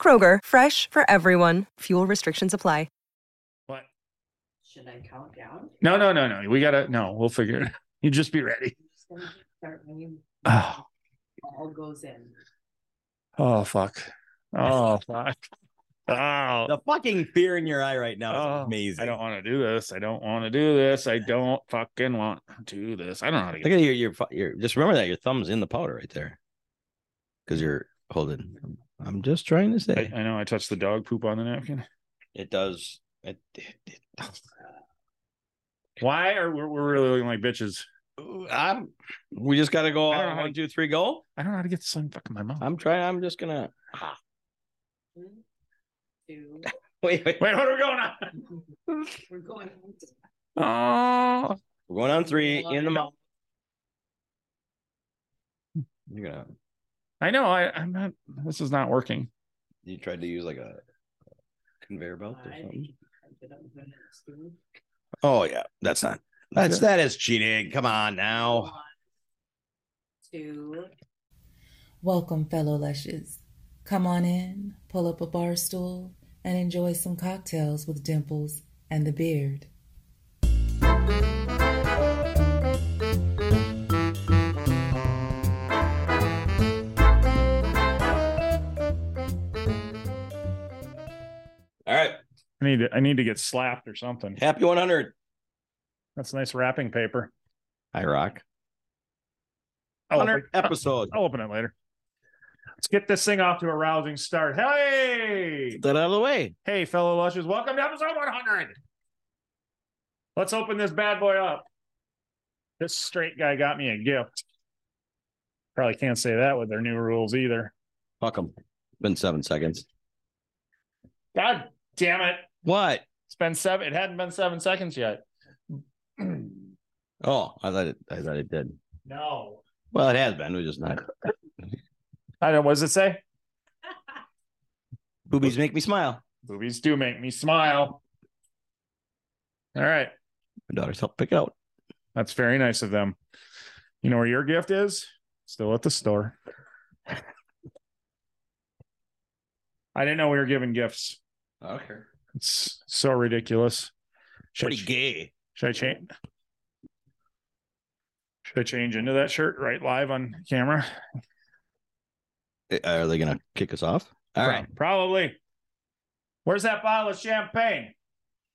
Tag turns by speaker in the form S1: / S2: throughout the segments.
S1: Kroger, fresh for everyone. Fuel restrictions apply.
S2: What?
S3: Should I count down?
S2: No, no, no, no. We gotta. No, we'll figure it. out. You just be ready.
S3: Just gonna Start when you
S2: Oh,
S3: all goes in.
S2: oh, fuck. Oh, fuck. Oh,
S4: The fucking fear in your eye right now is
S2: oh,
S4: amazing.
S2: I don't want to do this. I don't want to do this. I don't fucking want to do this. I don't know how to
S4: Look
S2: get.
S4: at your, your fu- your just remember that your thumb's in the powder right there. Because you're holding. I'm just trying to say
S2: I, I know. I touched the dog poop on the napkin.
S4: it does it, it- it-
S2: Why are we we're really looking like bitches?
S4: Ooh, I'm we just gotta go
S2: I don't know
S4: on
S2: how
S4: one, two, three, go.
S2: I don't know how to get this thing fucking my mouth.
S4: I'm trying, I'm just gonna ah.
S3: One, two,
S4: wait, wait.
S2: Wait, what are we going on?
S3: we're going. into
S2: Oh,
S4: We're going on three in the
S3: One.
S4: mouth. You're gonna
S2: I know. I, I'm not. This is not working.
S4: you tried to use like a conveyor belt or
S3: five.
S4: something.
S3: I did it with an spoon.
S4: Oh yeah, that's not that's that is cheating. Come on now.
S3: One, Two.
S5: Welcome, fellow Lushes. Come on in, pull up a bar stool, and enjoy some cocktails with Dimples and the Beard.
S4: All right.
S2: I need. To, I need to get slapped or something.
S4: Happy one hundred.
S2: That's nice wrapping paper. Oh,
S4: I rock.
S2: I'll
S4: Hundred
S2: open-
S4: Oh, episode.
S2: I'll open it later. Let's get this thing off to a rousing start. Hey,
S4: Get that out of the way.
S2: hey, fellow lushes, welcome to episode 100. Let's open this bad boy up. This straight guy got me a gift. Probably can't say that with their new rules either.
S4: Fuck them. Been seven seconds.
S2: God damn it!
S4: What?
S2: It's been seven. It hadn't been seven seconds yet.
S4: Oh, I thought it. I thought it did.
S2: No,
S4: Well, it has been. We're just not.
S2: I don't. What does it say?
S4: Boobies make me smile.
S2: Movies do make me smile. All right,
S4: My daughters help pick it out.
S2: that's very nice of them. You know where your gift is? Still at the store. I didn't know we were giving gifts.
S4: Okay.
S2: It's so ridiculous. Should, I,
S4: Pretty gay.
S2: should I change? Should I change into that shirt right live on camera?
S4: Uh, Are they gonna kick us off? All
S2: Pro-
S4: right.
S2: Probably. Where's that bottle of champagne?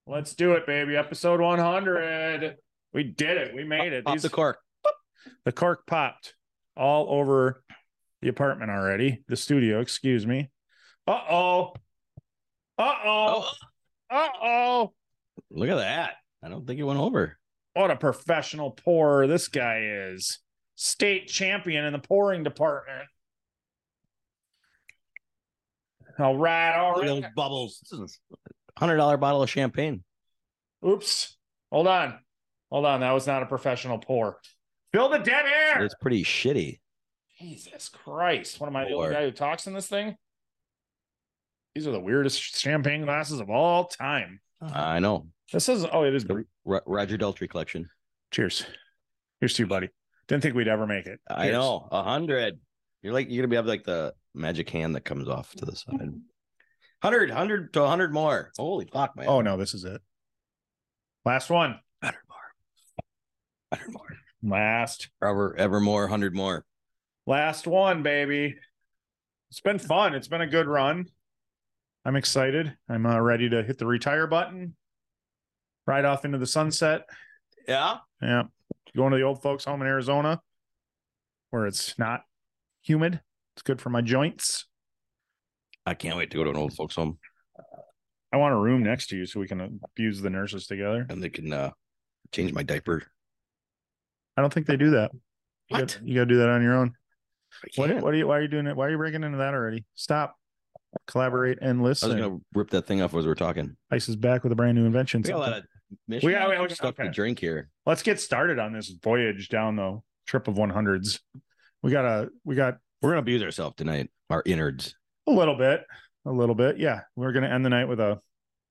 S2: Let's do it, baby. Episode 100. We did it. We made it.
S4: Pop
S2: These-
S4: the cork.
S2: the cork popped all over the apartment already. The studio, excuse me. Uh oh. Uh oh.
S4: Oh,
S2: Uh oh.
S4: look at that. I don't think it went over.
S2: What a professional pourer this guy is. State champion in the pouring department. All right. All
S4: Look at
S2: right.
S4: those bubbles. This is a hundred dollar bottle of champagne.
S2: Oops. Hold on. Hold on. That was not a professional pour. Fill the dead air.
S4: It's pretty shitty.
S2: Jesus Christ. What am I the
S4: Lord.
S2: only guy who talks in this thing? These are the weirdest champagne glasses of all time.
S4: I know.
S2: This is oh, it is.
S4: The Ro- Roger Daltrey collection.
S2: Cheers. Here's to you, buddy. Didn't think we'd ever make it.
S4: I
S2: Cheers.
S4: know. A hundred. You're like you're gonna be have like the magic hand that comes off to the side. 100, 100 to 100 more. Holy fuck, man.
S2: Oh no, this is it. Last one.
S4: 100 more. 100 more.
S2: Last.
S4: Ever, ever more, 100 more.
S2: Last one, baby. It's been fun. It's been a good run. I'm excited. I'm uh, ready to hit the retire button. Ride off into the sunset.
S4: Yeah.
S2: Yeah. Going to the old folks home in Arizona where it's not humid. It's good for my joints.
S4: I can't wait to go to an old folks home
S2: I want a room next to you so we can abuse the nurses together.
S4: and they can uh change my diaper.
S2: I don't think they do that. You
S4: What?
S2: got- You got to do that on your own.
S4: I
S2: What,
S4: can't.
S2: what are you, why are you doing it? Why are you breaking into that already? Stop. collaborate, and
S4: I
S2: listen.
S4: was gonna rip that thing off as we are talking.
S2: Ice is back with a brand new invention.
S4: We got a lot
S2: sometime.
S4: of Michigan
S2: got- we- we-
S4: stuff
S2: okay.
S4: to drink here.
S2: Let's get started on this voyage down the trip of 100s. We got a we got
S4: We're gonna abuse ourselves tonight. Our innards.
S2: a little bit, a little bit. Yeah, we're gonna end the night with a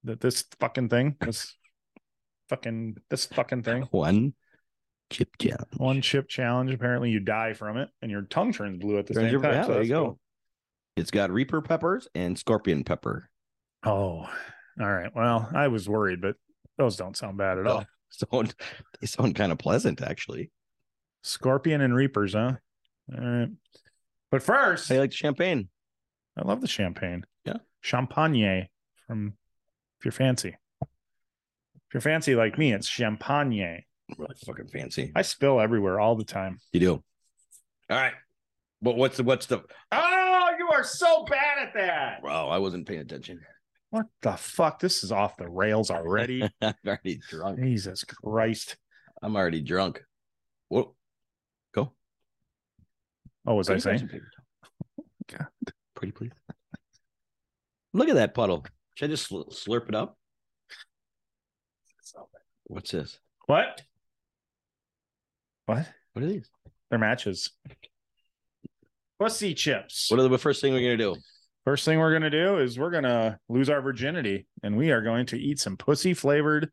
S2: th- this fucking thing. This fucking this fucking thing.
S4: One chip challenge.
S2: One chip challenge. Apparently, you die from it, and your tongue turns blue at the
S4: Turns
S2: same
S4: your-
S2: time.
S4: yeah,
S2: so
S4: there
S2: that's
S4: you go.
S2: cool.
S4: It's got Reaper peppers and scorpion pepper.
S2: Oh, all right. Well, I was worried, but those don't sound bad at
S4: No.
S2: all.
S4: Sound they sound kind of pleasant actually.
S2: Scorpion and Reapers, huh? All right. But first,
S4: I like the champagne.
S2: I love the champagne.
S4: Yeah.
S2: Champagne from if you're fancy. If you're fancy like me, it's champagne.
S4: Really fucking fancy.
S2: I spill everywhere all the time.
S4: You do. All right. But what's the what's the
S2: Oh, you are so bad at that.
S4: wow, I wasn't paying attention.
S2: What the fuck? This is off the rails already.
S4: I'm already drunk.
S2: Jesus Christ.
S4: I'm already drunk. Whoa. Go.
S2: Oh, was I
S4: Can you grab
S2: saying?
S4: some paper towel? Pretty please. Look at that puddle. Should I just sl- slurp it up? What's this?
S2: What? What?
S4: What are these?
S2: They're matches. Pussy chips.
S4: What are the first thing we're gonna do?
S2: First thing we're going to do is we're going to lose our virginity and we are going to eat some pussy flavored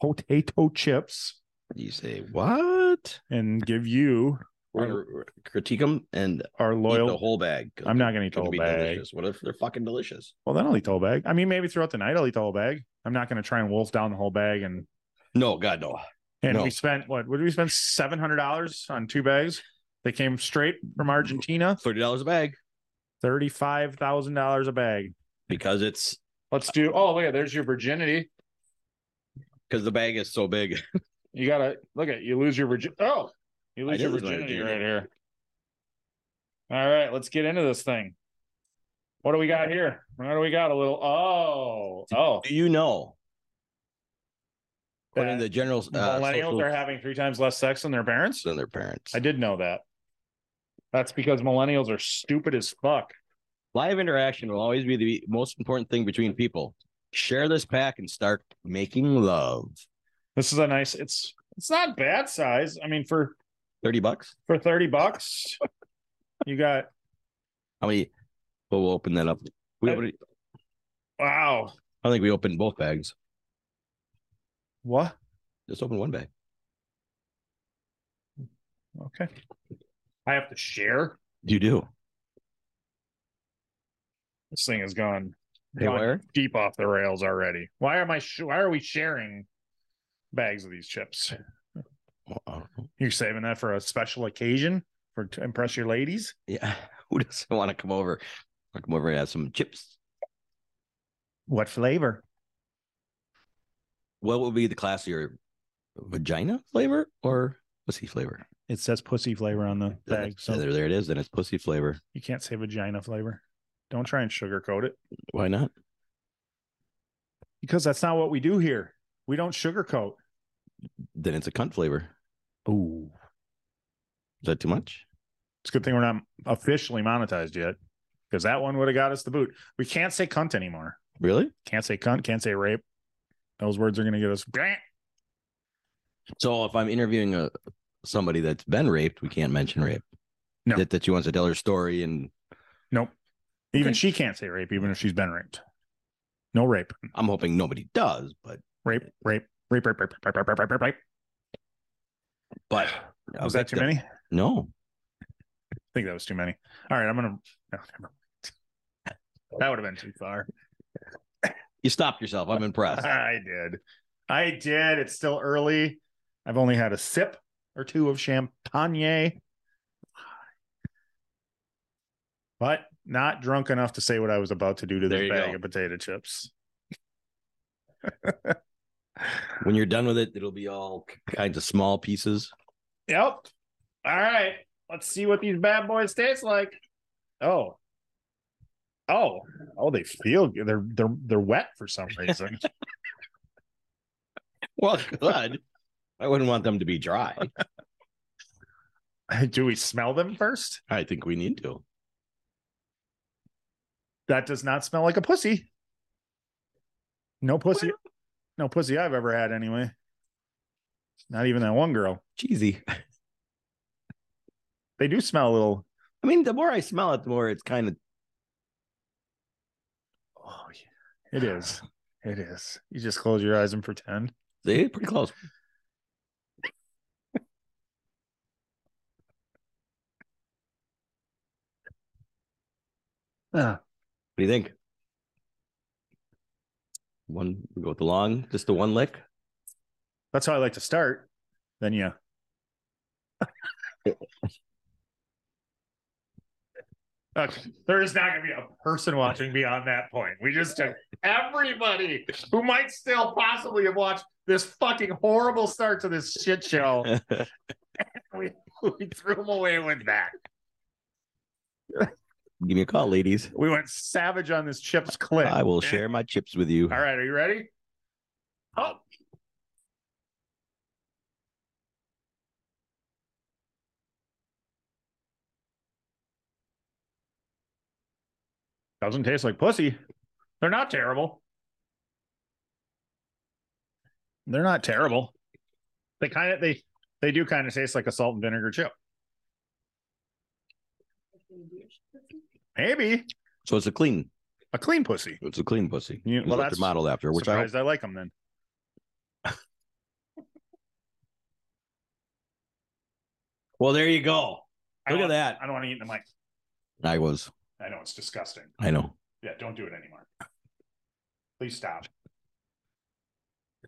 S2: potato chips
S4: You say what?
S2: and give you
S4: We're gonna r- r- critique them and
S2: our
S4: Loyal. the
S2: loyal.
S4: whole bag.
S2: I'm not going to eat
S4: It's
S2: the
S4: gonna
S2: whole
S4: be
S2: bag.
S4: delicious. What if they're fucking delicious?
S2: Well, then I'll eat the whole bag. I mean, maybe throughout the night I'll eat the whole bag. I'm not going to try and wolf down the whole bag. And
S4: No, God no.
S2: and
S4: No.
S2: we spent what? What did we spend? Seven hundred dollars on two bags. They came straight from Argentina.
S4: Thirty dollars a bag
S2: Thirty five thousand dollars a bag.
S4: because it's
S2: Let's do. Oh, look at there's your virginity.
S4: because the bag is so big.
S2: You gotta look at you lose your virgin. Oh, you
S4: I
S2: lose
S4: did
S2: your
S4: lose my
S2: virginity right
S4: virginity.
S2: here. All right, let's get into this thing. What do we got here? What do we got? A little. Oh, oh.
S4: Do you know? According
S2: that
S4: to the general uh,
S2: millennials
S4: social-
S2: are having three times less sex than their parents.
S4: than their parents.
S2: I did know that. That's because millennials are stupid as fuck.
S4: Live interaction will always be the most important thing between people. Share this pack and start making love.
S2: This is a nice. It's it's not bad size. I mean, for
S4: Thirty bucks.
S2: for thirty bucks, you got
S4: How many? Well, we'll open that up. We
S2: I-
S4: already-
S2: wow.
S4: I think we opened both bags.
S2: What?
S4: Just open one bag.
S2: Okay. I have to share.
S4: You do.
S2: This thing has gone
S4: Hey,
S2: Gone
S4: where?
S2: deep off the rails already. Why am I? Sh- why are we sharing bags of these chips?
S4: Well, I don't know.
S2: You're saving that for a special occasion for to impress your ladies.
S4: Yeah. Who doesn't want to come over? I'll come over and have some chips.
S2: What flavor?
S4: What would be the classier vagina flavor or pussy flavor?
S2: It says pussy flavor on the
S4: Then
S2: bag,
S4: it's-
S2: so
S4: there, there it is. Then it's pussy flavor.
S2: you can't say vagina flavor. Don't try and sugarcoat it.
S4: Why not?
S2: Because that's not what we do here. We don't sugarcoat.
S4: Then it's a cunt flavor.
S2: Ooh.
S4: Is that too much?
S2: It's a good thing we're not officially monetized yet. Because that one would have got us the boot. We can't say cunt anymore.
S4: Really?
S2: Can't say cunt, can't say rape. Those words are gonna get us
S4: So if I'm interviewing a somebody that's been raped, we can't mention rape.
S2: No.
S4: That, that she wants to tell her story and
S2: even
S4: Okay.
S2: she can't say rape, even if she's been raped. No rape.
S4: I'm hoping nobody does, but
S2: Rape, rape, rape, rape, rape, rape, rape, rape, rape, rape, rape.
S4: but a
S2: Was that too
S4: victim-
S2: many? I
S4: No.
S2: think that was too many. All right, I'm gonna no, never mind. That would have been too far.
S4: You stopped yourself. I'm impressed.
S2: I did. I did. It's still early. I've only had a sip or two of champagne. But not drunk enough to say what I was about to do to
S4: There
S2: this
S4: you
S2: bag
S4: go.
S2: of potato chips.
S4: when you're done with it, it'll be all kinds of small pieces.
S2: Yep. All right. Let's see what these bad boys taste like. Oh. Oh. Oh, they feel good. They're they're they're wet for some reason.
S4: Well, good. I wouldn't want them to be dry.
S2: do we smell them first?
S4: I think we need to.
S2: That does not smell like a pussy. No pussy. No pussy I've ever had anyway. Not even that one girl.
S4: Cheesy.
S2: They do smell a little.
S4: I mean, the more I smell it, the more it's kind of. Oh yeah,
S2: It is. It is. You just close your eyes and pretend.
S4: See, pretty close.
S2: Ah.
S4: What do you think? One we go with the long, just the one lick.
S2: That's how I like to start. Then you Okay, there is not going to be a person watching beyond that point. We just took everybody who might still possibly have watched this fucking horrible start to this shit show. We, we threw them away with that.
S4: Give me a call, ladies.
S2: We went savage on this chips clip.
S4: I will share my chips with you.
S2: All right, are you ready? Oh. Doesn't taste like pussy. They're not terrible. They're not terrible. They kind of they they do kind of taste like a salt and vinegar chip. Maybe
S4: So it's a clean,
S2: a clean pussy.
S4: it's a clean pussy.
S2: You-
S4: Is
S2: well,
S4: what
S2: that's
S4: they're modeled after, which I
S2: Surprised I like them then.
S4: well, there you go.
S2: I
S4: Look at
S2: don't-
S4: that.
S2: I don't want to eat the mic.
S4: I was,
S2: I know it's disgusting.
S4: I know.
S2: Yeah, don't do it anymore. Please stop.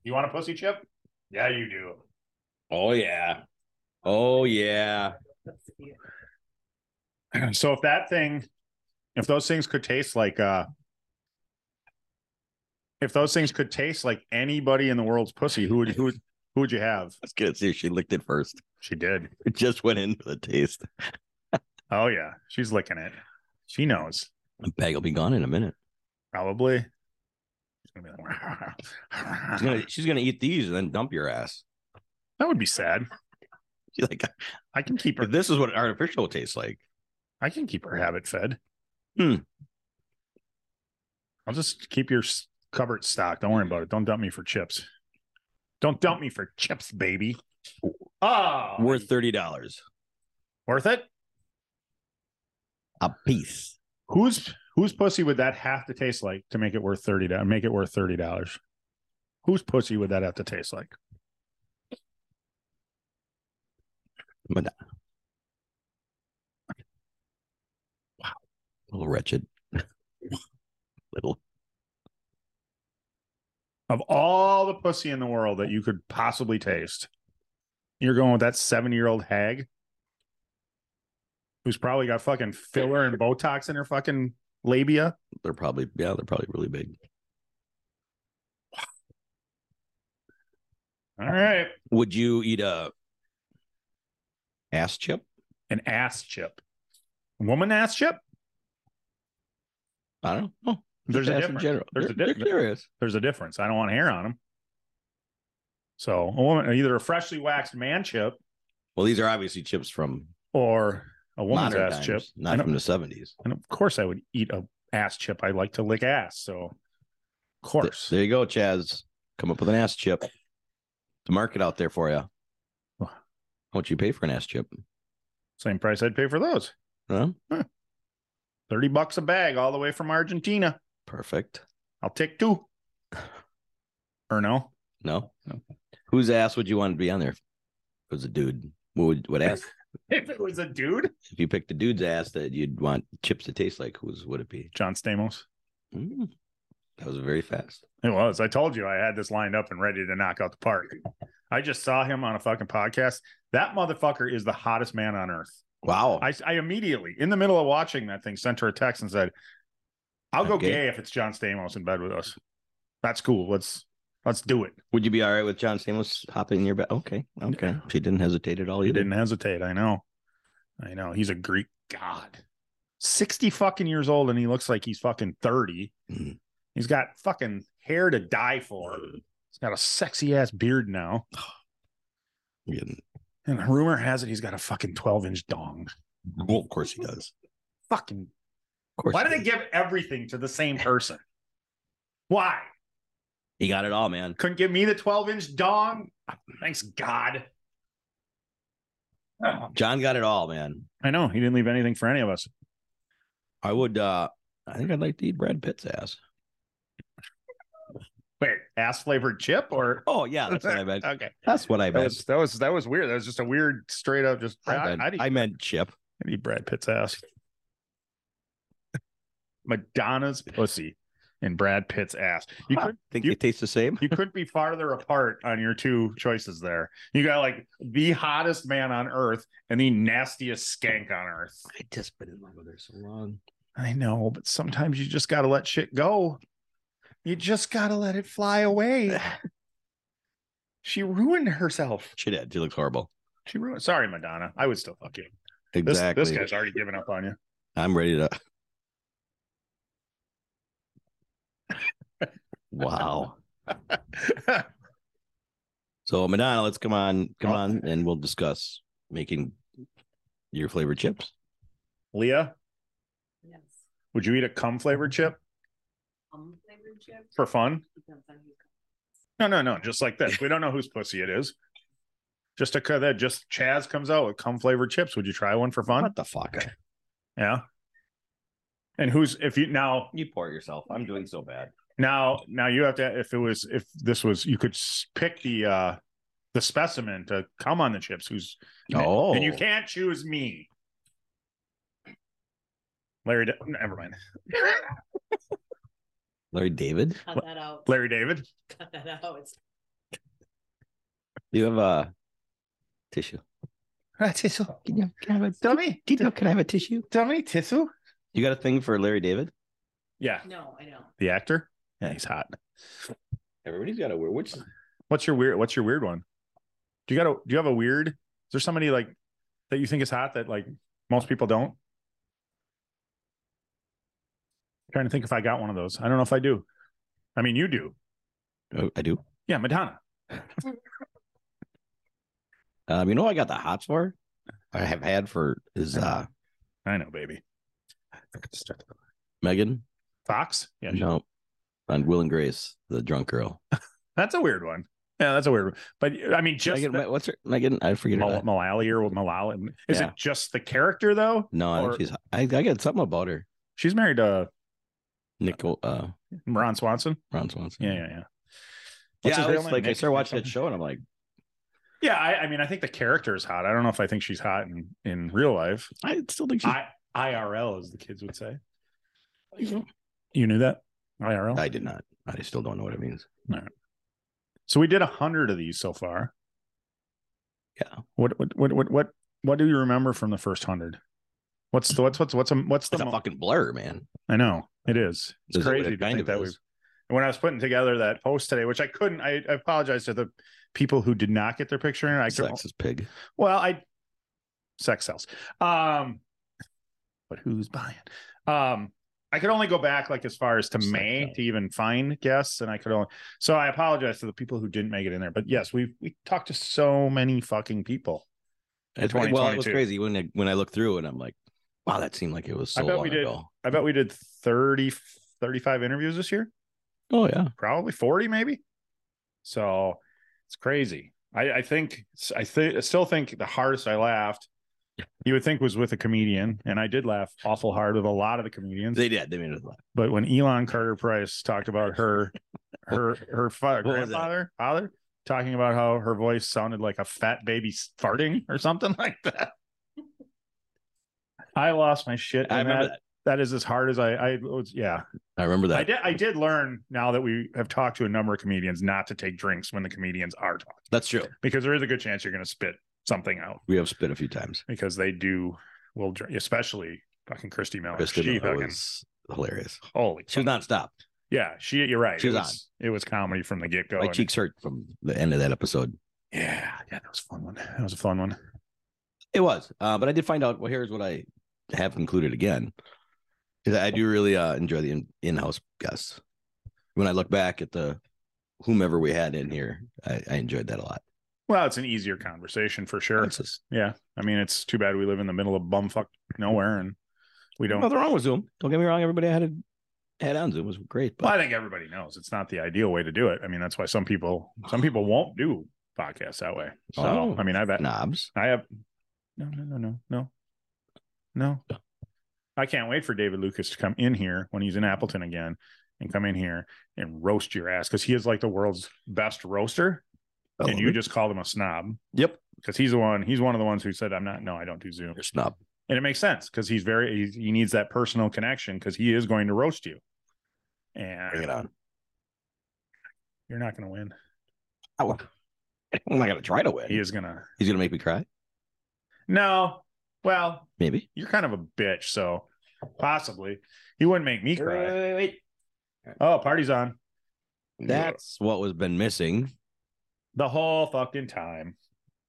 S2: You want a pussy chip? Yeah, you do.
S4: Oh yeah, oh yeah.
S2: So if that thing, if those things could taste like, uh, if those things could taste like anybody in the world's pussy, who would who would who would you have?
S4: Let's get it. See, if she licked it first.
S2: She did.
S4: It just went into the taste.
S2: Oh yeah, she's licking it. She knows
S4: The bag will be gone in a minute.
S2: probably. She's gonna be like,
S4: She's gonna, she's gonna eat these and then dump your ass.
S2: that would be sad.
S4: She's like,
S2: I can keep her.
S4: this is what artificial tastes like.
S2: I can keep her habit fed.
S4: Hmm.
S2: I'll just keep your s- cupboard stocked. Don't worry about it. Don't dump me for chips. Don't dump me for chips, baby. Oh,
S4: Worth thirty dollars
S2: worth it.
S4: a piece.
S2: Whose whose pussy would that have to taste like to make it worth thirty dollars? Make it worth thirty dollars. Whose pussy would that have to taste like?
S4: Madonna. Wow, little wretched. little.
S2: Of all the pussy in the world that you could possibly taste, you're going with that seven year old hag who's probably got fucking filler and Botox in her fucking labia.
S4: They're probably yeah. They're probably really big.
S2: All right.
S4: Would you eat a ass chip?
S2: An ass chip. Woman ass chip?
S4: I don't know. Oh,
S2: There's a
S4: Ass in
S2: difference.
S4: general.
S2: There's a
S4: They're- they're
S2: difference.
S4: curious.
S2: There's a difference. I don't want hair on them. So a woman, either a freshly waxed man chip
S4: Well, these are obviously chips from
S2: or a woman's
S4: modern
S2: ass
S4: times,
S2: chip.
S4: not
S2: and,
S4: from the seventies.
S2: and of course I would eat a ass chip. I like to lick ass. So of
S4: Th-
S2: course.
S4: There you go, Chaz. Come up with an ass chip. The market out there for you. How much you pay for an ass chip?
S2: Same price I'd pay for those.
S4: Huh?
S2: 30 bucks a bag all the way from Argentina.
S4: Perfect.
S2: I'll take two. Or no.
S4: No.
S2: No.
S4: Whose ass would you want to be on there? If it was a dude. What would what ass?
S2: If it was a dude.
S4: if you picked a dude's ass that you'd want chips to taste like, whose would it be?
S2: John Stamos.
S4: Mm. That was very fast.
S2: It was. I told you I had this lined up and ready to knock out the park. I just saw him on a fucking podcast. That motherfucker is the hottest man on earth.
S4: Wow.
S2: I, I immediately, in the middle of watching that thing, sent her a text and said, "I'll go
S4: Okay.
S2: gay if it's John Stamos in bed with us. That's cool. Let's let's do it."
S4: would you be all right with John Stamos hopping in your bed? Okay. Okay. She didn't hesitate at all.
S2: He
S4: You
S2: didn't hesitate. I know. I know. He's a Greek god. Sixty fucking years old, and he looks like he's fucking thirty.
S4: Mhm.
S2: He's got fucking hair to die for. He's got a sexy ass beard now. And rumor has it he's got a fucking 12 inch dong.
S4: Well, of course he does.
S2: Fucking
S4: Of course.
S2: Why do
S4: he
S2: they give everything to the same person? Why?
S4: He got it all, man.
S2: Couldn't give me the 12 inch dong? Thanks God. Oh,
S4: John got it all, man.
S2: I know. He didn't leave anything for any of us.
S4: I would. uh I think I'd like to eat Brad Pitt's ass.
S2: Wait, ass flavored chip or?
S4: Oh yeah, that's what I meant.
S2: Okay.
S4: That's what I
S2: That
S4: meant.
S2: was, that was that was weird. That was just a weird straight up just
S4: I
S2: I,
S4: meant,
S2: I'd eat,
S4: I meant chip.
S2: I'd eat Brad Pitt's ass. Madonna's pussy and Brad Pitt's ass. You
S4: Huh.
S2: could
S4: Think
S2: you-
S4: they taste the same?
S2: you couldn't be farther apart on your two choices there. You got like the hottest man on earth and the nastiest skank on earth.
S4: I just been in love with her so long.
S2: I know, but sometimes you just got to let shit go. You just got to let it fly away. she ruined herself.
S4: She did. She looks horrible.
S2: She ruined. Sorry, Madonna. I would still fuck you. This,
S4: Exactly.
S2: this guy's already giving up on you.
S4: I'm ready to. wow. So Madonna, let's come on, come
S2: Oh.
S4: on, and we'll discuss making your flavored chips.
S2: Leah,
S3: Yes.
S2: would you eat a cum flavored chip
S3: Um, flavored chip.
S2: for fun?
S3: Depends on who's
S2: No, no, no. Just like this. We don't know whose pussy it is. Just a co- that just Chaz comes out with cum flavored chips. Would you try one for fun?
S4: What the fuck?
S2: Yeah. And who's if you now
S4: You pour it yourself. I'm doing so bad.
S2: now now you have to if it was if this was you could s- pick the uh the specimen to come on the chips who's
S4: Oh,
S2: and you can't choose me. Larry, Da- never mind.
S4: Larry David.
S3: Cut that out.
S2: Larry David.
S3: Cut that out. It's
S4: Do you have a tissue?
S2: Tissue,
S4: Can you can I have a
S2: dummy,
S4: Can I have a tissue?
S2: dummy, tissue.
S4: You got a thing for Larry David?
S2: Yeah,
S3: no, I don't.
S2: the actor. Yeah, he's hot.
S4: Everybody's got a weird. Which
S2: What's your weird? What's your weird one? Do you got a? Do you have a weird? Is there somebody like that you think is hot that like most people don't? trying to think if I got one of those. I don't know if I do. I mean, you do.
S4: Oh, I do.
S2: Yeah, Madonna.
S4: Um, you know, what I got the hots for. I have had for is uh
S2: I know, baby.
S4: Megan.
S2: Fox. Yeah,
S4: No, on Will and Grace, the drunk girl.
S2: that's a weird one. Yeah, that's a weird one. But I mean, just
S4: Megan,
S2: the-
S4: what's her Megan? I forget her.
S2: Mal-
S4: name.
S2: Mullally or Malala. Is
S4: Yeah.
S2: it just the character though?
S4: no, I
S2: or-
S4: think she's. I, I got something about her.
S2: She's married to
S4: Nicole uh,
S2: Ron Swanson.
S4: Ron Swanson.
S2: Yeah, yeah, yeah. What's
S4: yeah.
S2: his
S4: I
S2: real
S4: was
S2: name?
S4: like, I
S2: Nick
S4: started
S2: or
S4: watching that
S2: something?
S4: show, and I'm like,
S2: Yeah, I, I mean, I think the character is hot. I don't know if I think she's hot in, in real life.
S4: I still think she's.
S2: I, IRL, as the kids would say. You knew that IRL.
S4: I did not. I still don't know what it means.
S2: so we did a hundred of these so far.
S4: Yeah.
S2: What what what what what what do you remember from the first hundred? What's the what's what's what's a, what's the
S4: It's a
S2: mo-
S4: fucking blur, man.
S2: I know it is. It's
S4: Is it what
S2: crazy
S4: it
S2: to
S4: kind
S2: think
S4: of
S2: that
S4: is?
S2: we. When I was putting together that post today, which I couldn't, I, I apologize to the people who did not get their picture in. I could,
S4: Sex is pig.
S2: Well, I sex sells. Um, but who's buying? Um, I could only go back like as far as to
S4: Sex
S2: May
S4: sells.
S2: to even find guests, and I could only. So I apologize to the people who didn't make it in there. But yes, we we talked to so many fucking people.
S4: It's like- well, it was
S2: 2022.
S4: crazy when I, when I looked through and I'm like, wow, that seemed like it was
S2: I
S4: so
S2: bet
S4: long
S2: we did.
S4: ago.
S2: I bet we did 30, 35 interviews this year,
S4: Oh yeah,
S2: probably forty, maybe. So it's crazy. I, I think I, th- I still think the hardest I laughed. You would think was with a comedian, and I did laugh awful hard with a lot of the comedians.
S4: they did. They made it. laugh.
S2: but when Elon Carter Price talked about her, her, her father,
S4: What was that?
S2: grandfather, father, talking about how her voice sounded like a fat baby farting or something like that. I lost my shit.
S4: I
S2: and
S4: remember
S2: that.
S4: that.
S2: That is as hard as I. I was, yeah.
S4: I remember that.
S2: I did. I did learn now that we have talked to a number of comedians not to take drinks when the comedians are talking
S4: That's true.
S2: because there is a good chance you're going to spit something out
S4: We have spit a few times.
S2: because they do will drink, especially fucking Christy Miller.
S4: Kristen
S2: she
S4: Miller
S2: fucking
S4: was hilarious.
S2: holy.
S4: She was nonstop.
S2: Yeah, she. You're right.
S4: She
S2: it
S4: was
S2: It was comedy from the get go.
S4: My cheeks hurt from the end of that episode.
S2: Yeah, yeah, that was a fun one. That was a fun one.
S4: It was, uh, but I did find out. Well, here's what I have concluded again: is I do really uh, enjoy the in- in-house guests. When I look back at the whomever we had in here, I, I enjoyed that a lot.
S2: Well, it's an easier conversation for sure.
S4: It's just-
S2: Yeah, I mean, it's too bad we live in the middle of bumfuck nowhere and We don't.
S4: Nothing wrong with Zoom. Don't get me wrong. Everybody had a had on Zoom was great,
S2: Well,
S4: but
S2: I think everybody knows it's not the ideal way to do it. I mean, that's why some people some people won't do podcasts that way. So
S4: Oh.
S2: I mean, I bet
S4: knobs.
S2: I have no, no, no, no, no, no. I can't wait for David Lucas to come in here when he's in Appleton again and come in here and roast your ass because he is like the world's best roaster,
S4: I
S2: and
S4: love
S2: you
S4: it.
S2: just called him a snob
S4: yep,
S2: because he's the one. He's one of the ones who said, "I'm not. No, I don't do Zoom,"
S4: you're a snob.
S2: and it makes sense because he's very he's, he needs that personal connection because he is going to roast you.
S4: Bring it
S2: And
S4: on.
S2: you're not going to win.
S4: I won't- I'm not gonna try to win.
S2: He is going to
S4: He's gonna make me cry.
S2: No. Well,
S4: Maybe.
S2: you're kind of a bitch, so possibly he wouldn't make me
S3: Wait, wait,
S2: cry.
S3: wait, wait.
S2: Oh, party's on
S4: That's what was been missing.
S2: the whole fucking time.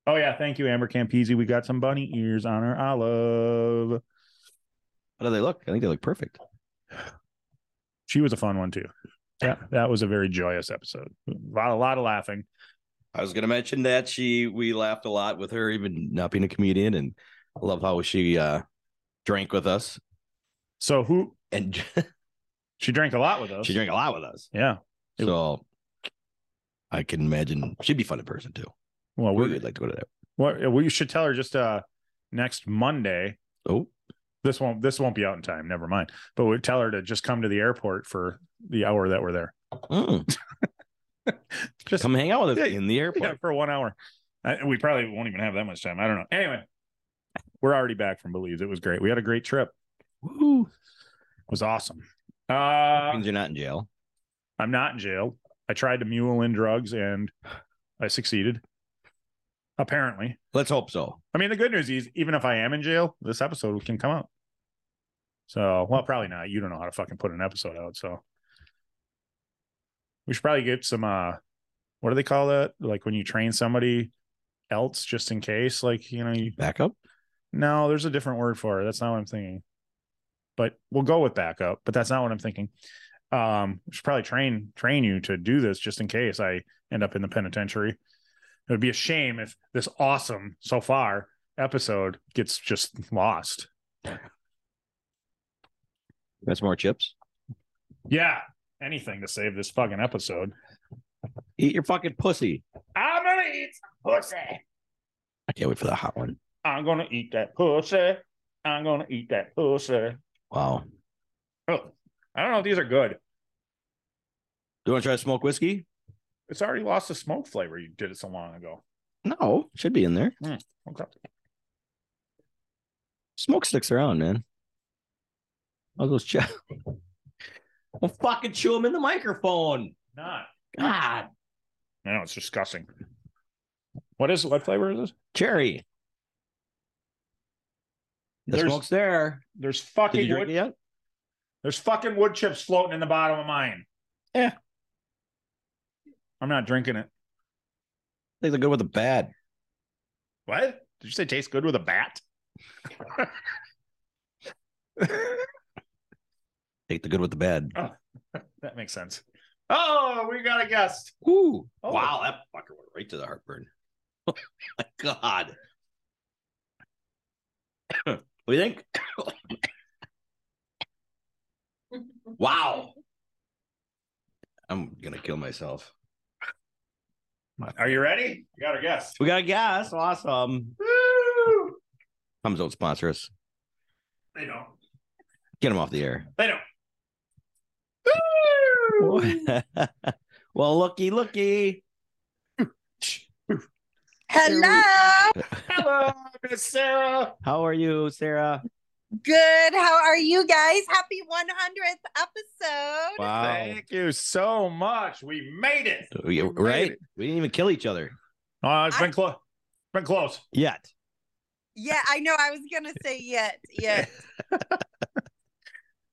S2: Oh yeah, thank you, Amber Campese. We got some bunny ears on our olive.
S4: How do they look? I think they look perfect.
S2: She was a fun one too. Yeah, that was a very joyous episode. A lot, a lot of laughing.
S4: I was gonna mention that she we laughed a lot with her, even not being a comedian, and I love how she uh drank with us
S2: So who
S4: and
S2: she drank a lot with us.
S4: she drank a lot with us.
S2: yeah. It-
S4: So I can imagine she'd be fun in person too.
S2: Well,
S4: We
S2: we're
S4: would like to go to that.
S2: what we should tell her just uh next Monday.
S4: Oh,
S2: This won't this won't be out in time. Never mind. But we tell her to just come to the airport for the hour that we're there.
S4: mm.
S2: Just
S4: come hang out with us
S2: Yeah,
S4: in the airport.
S2: Yeah, for one hour. I, we probably won't even have that much time. I don't know. Anyway, we're already back from Belize. It was great. We had a great trip.
S4: Woo.
S2: It was awesome. Uh,
S4: Means you're not in jail.
S2: I'm not in jail. I tried to mule in drugs and I succeeded. Apparently.
S4: Let's hope so.
S2: I mean, the good news is, even if I am in jail, this episode can come out. So, well, probably not. You don't know how to fucking put an episode out. So, we should probably get some, uh, what do they call that? Like when you train somebody else just in case, like, you know, you,
S4: Backup.
S2: no, there's a different word for it. That's not what I'm thinking. But we'll go with backup, but that's not what I'm thinking. Um, we should probably train train you to do this just in case I end up in the penitentiary. It would be a shame if this awesome so far episode gets just lost.
S4: Got some more chips.
S2: Yeah, anything to save this fucking episode.
S4: Eat your fucking pussy.
S2: I'm gonna eat some pussy.
S4: I can't wait for the hot one.
S2: I'm gonna eat that pussy. I'm gonna eat that pussy.
S4: Wow.
S2: Oh, I don't know if these are good.
S4: Do you want to try to smoke whiskey?
S2: It's already lost the smoke flavor. You did it so long ago.
S4: No, should be in there.
S2: Okay.
S4: Smoke sticks around, man. All those ch- Well, fucking chew them in the microphone.
S2: Not.
S4: God,
S2: I know it's disgusting. What is what flavor is this?
S4: cherry. The
S2: There's-
S4: smoke's there.
S2: There's
S4: Did you
S2: fucking
S4: drink
S2: wood,
S4: it yet?
S2: there's fucking wood chips floating in the bottom of mine.
S4: Yeah.
S2: I'm not drinking it.
S4: They look good with the bad.
S2: What? Did you say taste good with a bat?
S4: Take the good with the bad.
S2: that makes sense. Oh, we got a guest.
S4: Woo!
S2: Oh.
S4: Wow, that fucker went right to the heartburn. Oh my God. what do you think? Wow. I'm gonna kill myself.
S2: Are you ready? We got a guest.
S4: We got a guest. Awesome.
S2: Woo!
S4: Comes don't sponsor us.
S2: They don't.
S4: Get him off the air.
S2: They don't. Woo!
S4: well, looky, looky.
S6: Hello.
S2: Hello, Miss Sarah.
S4: How are you, Sarah?
S6: Good. How are you guys? Happy 100th episode.
S2: Um,
S4: Wow.
S2: Thank you so much. We made it.
S4: We- right? We didn't even kill each other
S2: Oh, it's
S6: I-
S2: been close. Been close.
S4: yet.
S6: Yeah, I know. I was going to say yet. Yet.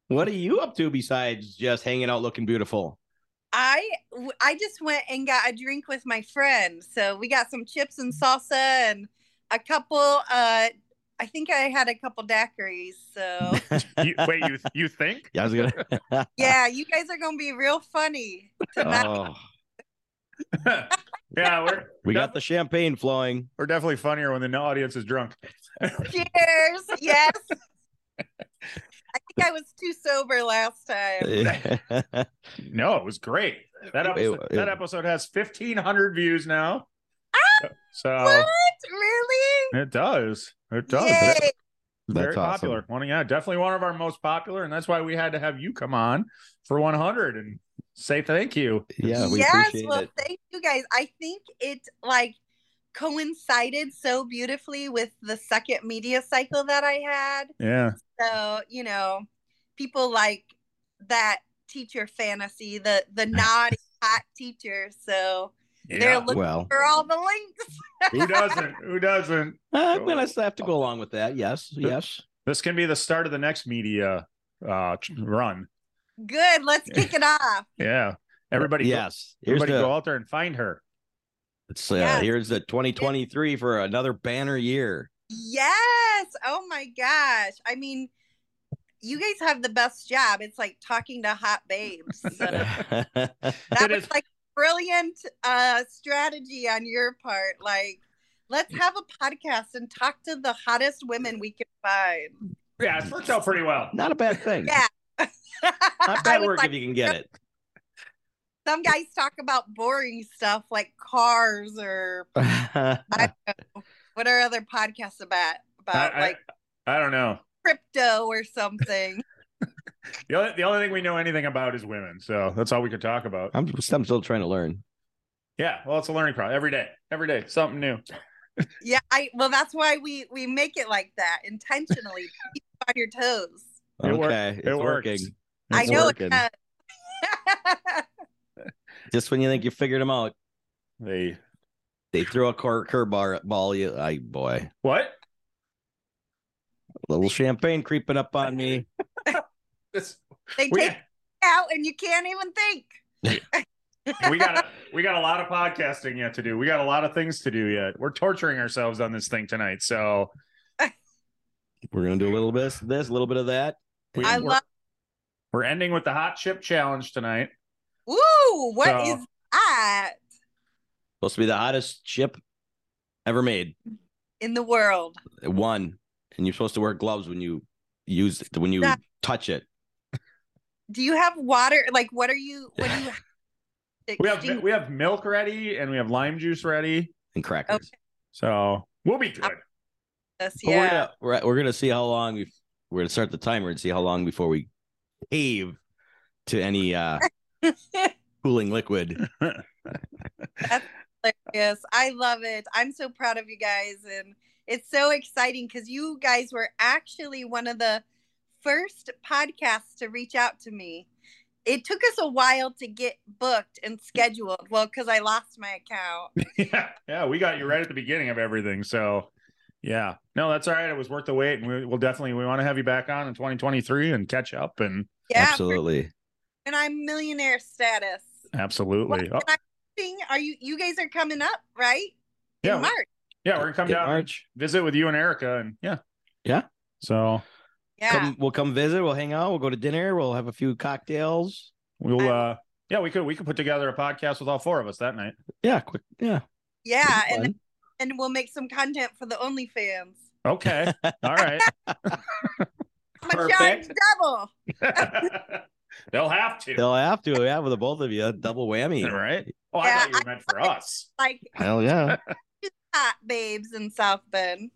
S4: What are you up to besides just hanging out looking beautiful?
S6: I w- I just went and got a drink with my friend. So we got some chips
S4: Mm.
S6: and salsa and a couple uh I think I had a couple daiquiris. So
S2: You, wait, you you think?
S4: Yeah, I was gonna.
S6: yeah, you guys are going to be real funny tonight.
S4: Oh,
S2: yeah, we're
S4: we got the champagne flowing.
S2: we're definitely funnier when the audience is drunk.
S6: Cheers. Yes. I think I was too sober last time.
S4: Eh.
S2: No, it was great. That
S4: It-
S2: episode,
S4: it- Ah,
S2: that episode has 1,500 views now. So
S6: What? Really?
S2: it does. It does.
S6: Yay.
S4: That's
S2: Very popular.
S4: awesome.
S2: One, yeah, definitely one of our most popular, and that's why we had to have you come on for 100 and say thank you.
S4: Yeah, we
S6: yes,
S4: appreciate
S6: well,
S4: it.
S6: thank you guys. I think it like coincided so beautifully with the second media cycle that I had.
S2: Yeah,
S6: So, you know, people like that teacher fantasy, the the naughty hot teacher. So they're
S2: yeah.
S6: looking
S4: Well,
S6: for all the links.
S2: Who doesn't? Who doesn't?
S4: I'm gonna have to go along with that. Yes, yes.
S2: This can be the start of the next media uh tr- run.
S6: Good, let's kick it off.
S2: Yeah, everybody. go-
S4: Yes. Here's
S2: everybody,
S4: the,
S2: go out there and find her.
S4: it's, uh,
S6: Yes.
S4: here's the 2023 for another banner year.
S6: Yes. Oh my gosh. I mean, you guys have the best job. It's like talking to hot babes. So. that
S2: It
S6: was
S2: is-
S6: like brilliant uh strategy on your part like let's have a podcast and talk to the hottest women we can find
S2: Yeah, it's worked out pretty well.
S4: Not a bad thing.
S6: Yeah.
S4: Not
S6: I
S4: bad
S6: was
S4: work
S6: like,
S4: if you can get it.
S6: some guys talk about boring stuff like cars or I don't know, what are other podcasts about about
S2: I,
S6: like
S2: I, I don't know.
S6: crypto or something
S2: The only, the only thing we know anything about is women, so that's all we could talk about.
S4: I'm, just- I'm still trying to learn.
S2: Yeah, well, it's a learning process every day. Every day, something new.
S6: yeah i well that's why we we make it like that intentionally to keep you on your toes
S2: It work-
S4: okay, it's
S2: it works.
S4: working.
S6: i
S4: It's
S6: know it
S4: working.
S6: does.
S4: Just when you think you figured them out,
S2: They
S4: they throw a cur- curveball at- ball. You, I boy,
S2: what?
S4: a little champagne creeping up on me.
S2: This
S6: they
S2: we,
S6: take it out and you can't even think
S2: we got a, we got a lot of podcasting yet to do. We got a lot of things to do yet. We're torturing ourselves on this thing tonight. So
S4: We're gonna do a little bit of this, a little bit of that.
S2: we,
S6: I
S2: we're,
S6: love.
S2: we're ending with the hot chip challenge tonight.
S6: Ooh, what
S2: So-
S6: is that
S4: Supposed to be the hottest chip ever made.
S6: in the world?
S4: One, and you're supposed to wear gloves when you use it, when you
S6: Yeah.
S4: touch it.
S6: Do you have water? Like, what are you? What do you?
S2: We have
S6: Exchange-
S2: we have milk ready and we have lime juice ready.
S4: And
S6: Oh,
S4: crackers.
S2: So we'll be good.
S6: us,
S4: But we're
S6: yeah.
S4: gonna we're, we're gonna see how long we we're gonna start the timer and see how long before we cave to any uh cooling liquid.
S6: Yes, I love it. I'm so proud of you guys, and it's so exciting because you guys were actually one of the first podcasts to reach out to me. It took us a while to get booked and scheduled. Well, because I lost my account.
S2: yeah, yeah, we got you right at the beginning of everything. So yeah, no, that's all right. It was worth the wait, and we, we'll definitely we want to have you back on in 2023 and catch up and
S6: Yeah,
S4: Absolutely.
S6: and I'm millionaire status.
S2: absolutely. Oh,
S6: What- and I'm- Are you? You guys are coming up, right?
S2: yeah,
S6: in
S2: we-
S6: March.
S2: yeah, we're gonna come
S4: Get
S2: down, and
S4: March.
S2: visit with you and Erica, and yeah,
S4: Yeah.
S2: So
S6: Yeah.
S4: Come, we'll come visit. We'll hang out. We'll go to dinner. We'll have a few cocktails.
S2: we'll
S6: I-
S2: uh yeah we could we could put together a podcast with all four of us that night.
S4: Yeah, quick. Yeah.
S6: yeah.
S4: it'll be
S6: And, and we'll make some content for the OnlyFans.
S2: Okay, all right.
S6: I'm gonna charge
S4: Perfect.
S6: double.
S2: They'll have to.
S4: They'll have to. Yeah, with the both of you, double whammy.
S2: All right. Oh, I
S6: Yeah,
S2: thought you were meant for us.
S6: Like
S4: Hell yeah.
S6: hot babes in South Bend.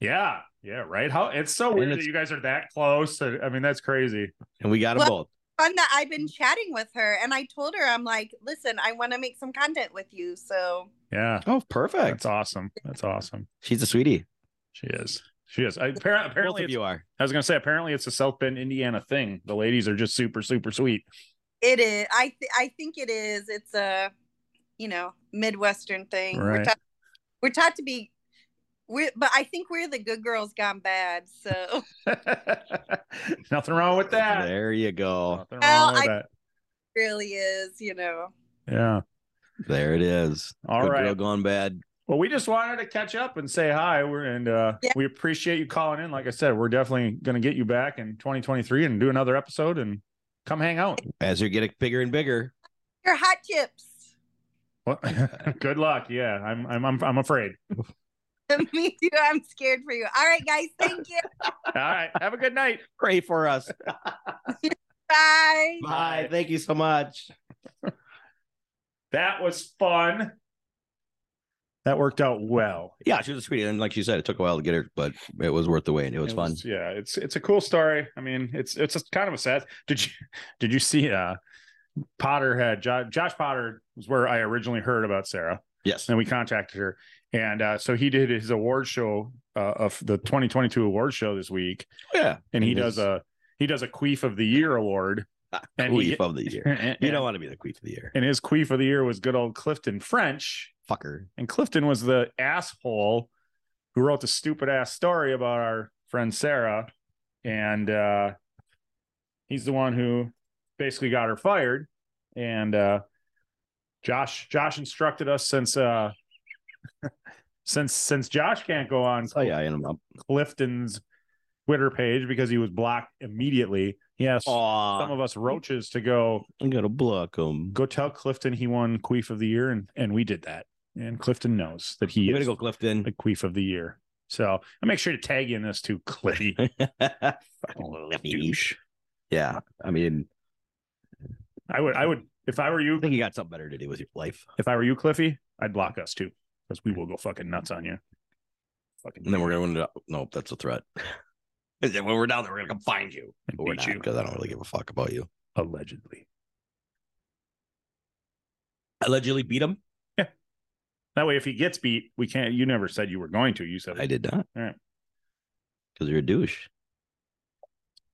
S2: Yeah. Yeah. Right. How it's so weird
S4: it's-
S2: that you guys are that close. I I mean, that's crazy.
S4: And we got them both.
S6: Fun that I've been chatting with her and I told her, I'm like, listen, I want to make some content with you. So
S2: Yeah.
S4: Oh, perfect.
S2: That's awesome. That's awesome.
S4: She's a sweetie.
S2: She is. She is. I, appar- apparently,
S4: both of
S2: it's-
S4: you are.
S2: I was gonna say. Apparently, it's a South Bend, Indiana thing. The ladies are just super, super sweet.
S6: it is. I, th- I think it is. It's a, you know, Midwestern thing. We're,
S2: Right.
S6: taught, we're taught to be, we're, but I think we're the good girls gone bad. So.
S2: Nothing wrong with that.
S4: There you go.
S2: Nothing
S6: Well,
S2: wrong with
S6: I-
S2: that.
S6: really is, you know.
S2: Yeah.
S4: There it is.
S2: All
S4: Good
S2: right.
S4: girl gone bad.
S2: Well, we just wanted to catch up and say hi. We're and uh,
S6: Yeah.
S2: we appreciate you calling in. Like I said, we're definitely going to get you back in 2023 and do another episode and come hang out.
S4: As you get bigger and bigger.
S6: Your hot chips.
S2: Well, good luck. Yeah, I'm I'm I'm, I'm afraid.
S6: Me too. I'm scared for you. All right, guys. Thank you.
S2: All right. Have a good night.
S4: Pray for us.
S6: Bye.
S4: Bye. Thank you so much.
S2: That was fun. That worked out well.
S4: Yeah, she was a sweetie, and like she said, it took a while to get her, but it was worth the wait. It was fun.
S2: yeah, it's it's a cool story. I mean, it's it's just kind of a sad. Did you did you see uh Potter had Josh, Josh Potter was where I originally heard about Sarah,
S4: Yes.
S2: and we contacted her, and uh, so he did his award show uh, of the 2022 award show this week,
S4: Oh, Yeah.
S2: and he
S4: It
S2: does
S4: is-
S2: a he does a Queef of the Year award. and he-
S4: queef of the year. You don't want to be the queef of the year,
S2: and his Queef of the Year was good old Clifton French,
S4: fucker.
S2: and Clifton was the asshole who wrote the stupid ass story about our friend Sarah, and uh, he's the one who basically got her fired. And uh, Josh, Josh instructed us since uh, since since Josh can't go on
S4: Oh yeah, I am up.
S2: Clifton's Twitter page because he was blocked immediately. He asked some
S4: Aw,
S2: of us roaches to go
S4: I'm gonna block him.
S2: go tell Clifton he won Queef of the Year, and and we did that. And Clifton knows that he
S4: I'm
S2: is
S4: gonna go Clifton.
S2: the queef of the year. So I make sure to tag you in this too, Cliffy. douche.
S4: yeah, I mean,
S2: I would, I would, if I were
S4: I
S2: you,
S4: think you got something better to do with your life,
S2: if I were you, Cliffy, I'd block us too because we will go fucking nuts on you. Fucking
S4: and then we're gonna. Nope, that's a threat. And then when we're down there, we're gonna come find you. But we're
S2: beat
S4: not
S2: you
S4: because I don't really give a fuck about you.
S2: allegedly.
S4: Allegedly beat him.
S2: That way, if he gets beat, we can't. You never said you were going to. You said
S4: I did not.
S2: All right.
S4: Because you're a douche.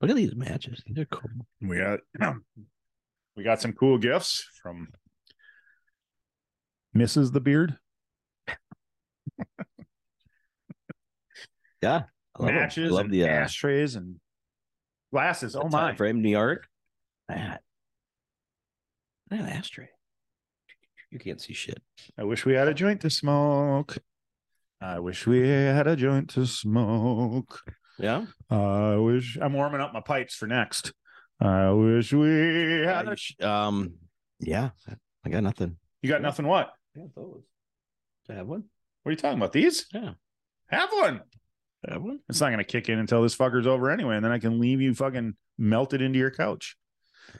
S4: Look at these matches. These are cool.
S2: We got we got some cool gifts from Mrs. the Beard.
S4: I love 'em. I
S2: Matches,
S4: love
S2: and
S4: the uh,
S2: ashtrays, and glasses. Oh
S4: the
S2: my!
S4: time frame, New York. That. Look at That ashtray. You can't see shit.
S2: I wish we had a joint to smoke. I wish we had a joint to smoke.
S4: Yeah.
S2: I wish I'm warming up my pipes for next. I wish we had. A...
S4: um. Yeah. I got nothing.
S2: You got nothing. What?
S4: I got those. Do I have one?
S2: What are you talking about? These?
S4: Yeah.
S2: Have one.
S4: I have one.
S2: It's not gonna kick in until this fucker's over anyway, and then I can leave you fucking melted into your couch.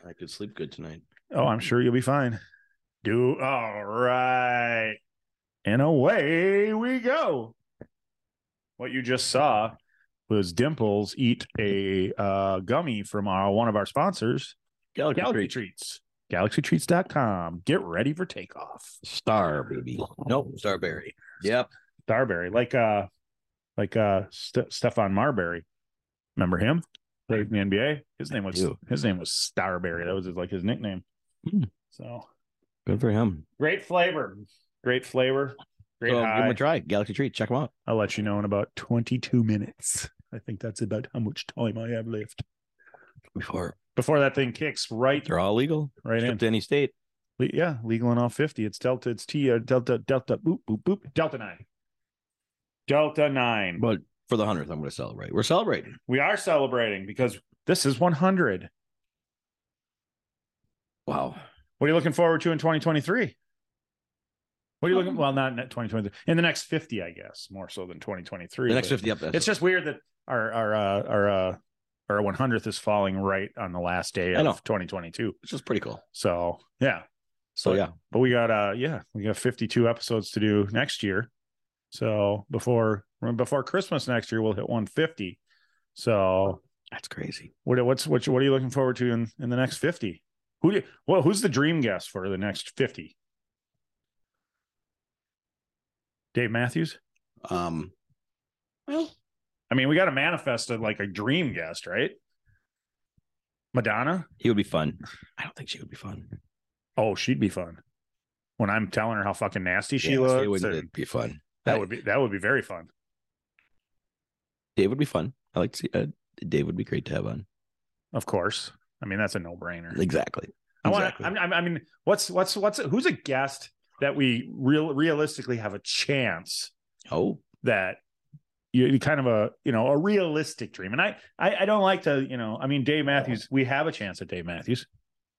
S4: I could sleep good tonight.
S2: Oh, I'm sure you'll be fine. Do all right. And away we go. What you just saw was Dimples eat a uh, gummy from our, one of our sponsors,
S4: Galaxy,
S2: Galaxy Treats. GalaxyTreats.com. Get ready for takeoff.
S4: Star baby. Nope. Starberry. Yep.
S2: Starberry, like uh, like uh, St- Stefan Marbury. Remember him? Played in the NBA. His name was
S4: do.
S2: his name was Starberry. That was his, like his nickname.
S4: Hmm.
S2: So
S4: Good for him.
S2: Great flavor. Great flavor. Great
S4: so give him
S2: high.
S4: a try. Galaxy treat. Check him out.
S2: I'll let you know in about 22 minutes. I think that's about how much time I have left
S4: Before
S2: before that thing kicks right
S4: they're all legal.
S2: right in.
S4: Shipped to any state.
S2: Le- yeah, legal in all 50. It's Delta. It's T. uh, Delta. Delta. Boop. Boop. Boop. Delta nine. Delta nine.
S4: But for the hundredth, I'm going to celebrate. We're celebrating.
S2: We are celebrating because this is 100.
S4: Wow.
S2: What are you looking forward to in 2023? What are you looking? Well, not in 2023. In the next 50, I guess, more so than 2023.
S4: The next
S2: but-
S4: fifty up.
S2: it's just weird that our our uh, our uh, our 100th is falling right on the last day
S4: I know.
S2: of 2022.
S4: which is pretty cool.
S2: So yeah, But-
S4: So Oh, yeah,
S2: but we got uh yeah we got 52 episodes to do next year. So before before Christmas next year we'll hit 150. So
S4: that's crazy.
S2: what what's what what are you looking forward to in in the next 50? Who do you, well who's the dream guest for the next 50? Dave Matthews.
S4: Um, well,
S2: I mean, we got to manifest a, like a dream guest, right? Madonna.
S4: he would be fun. I don't think she would be fun.
S2: Oh, she'd be fun. When I'm telling her how fucking nasty she
S4: Yeah, It
S2: looks,
S4: would
S2: and
S4: it'd be fun.
S2: that would be that would be very fun.
S4: Dave would be fun. I like to see. Uh, Dave would be great to have on.
S2: Of course, I mean that's a no brainer.
S4: Exactly.
S2: I want.
S4: Exactly.
S2: I mean, I mean, what's what's what's who's a guest that we real realistically have a chance
S4: oh,
S2: that you you kind of a you know a realistic dream. And I, I I don't like to you know I mean Dave Matthews. We have a chance at Dave Matthews.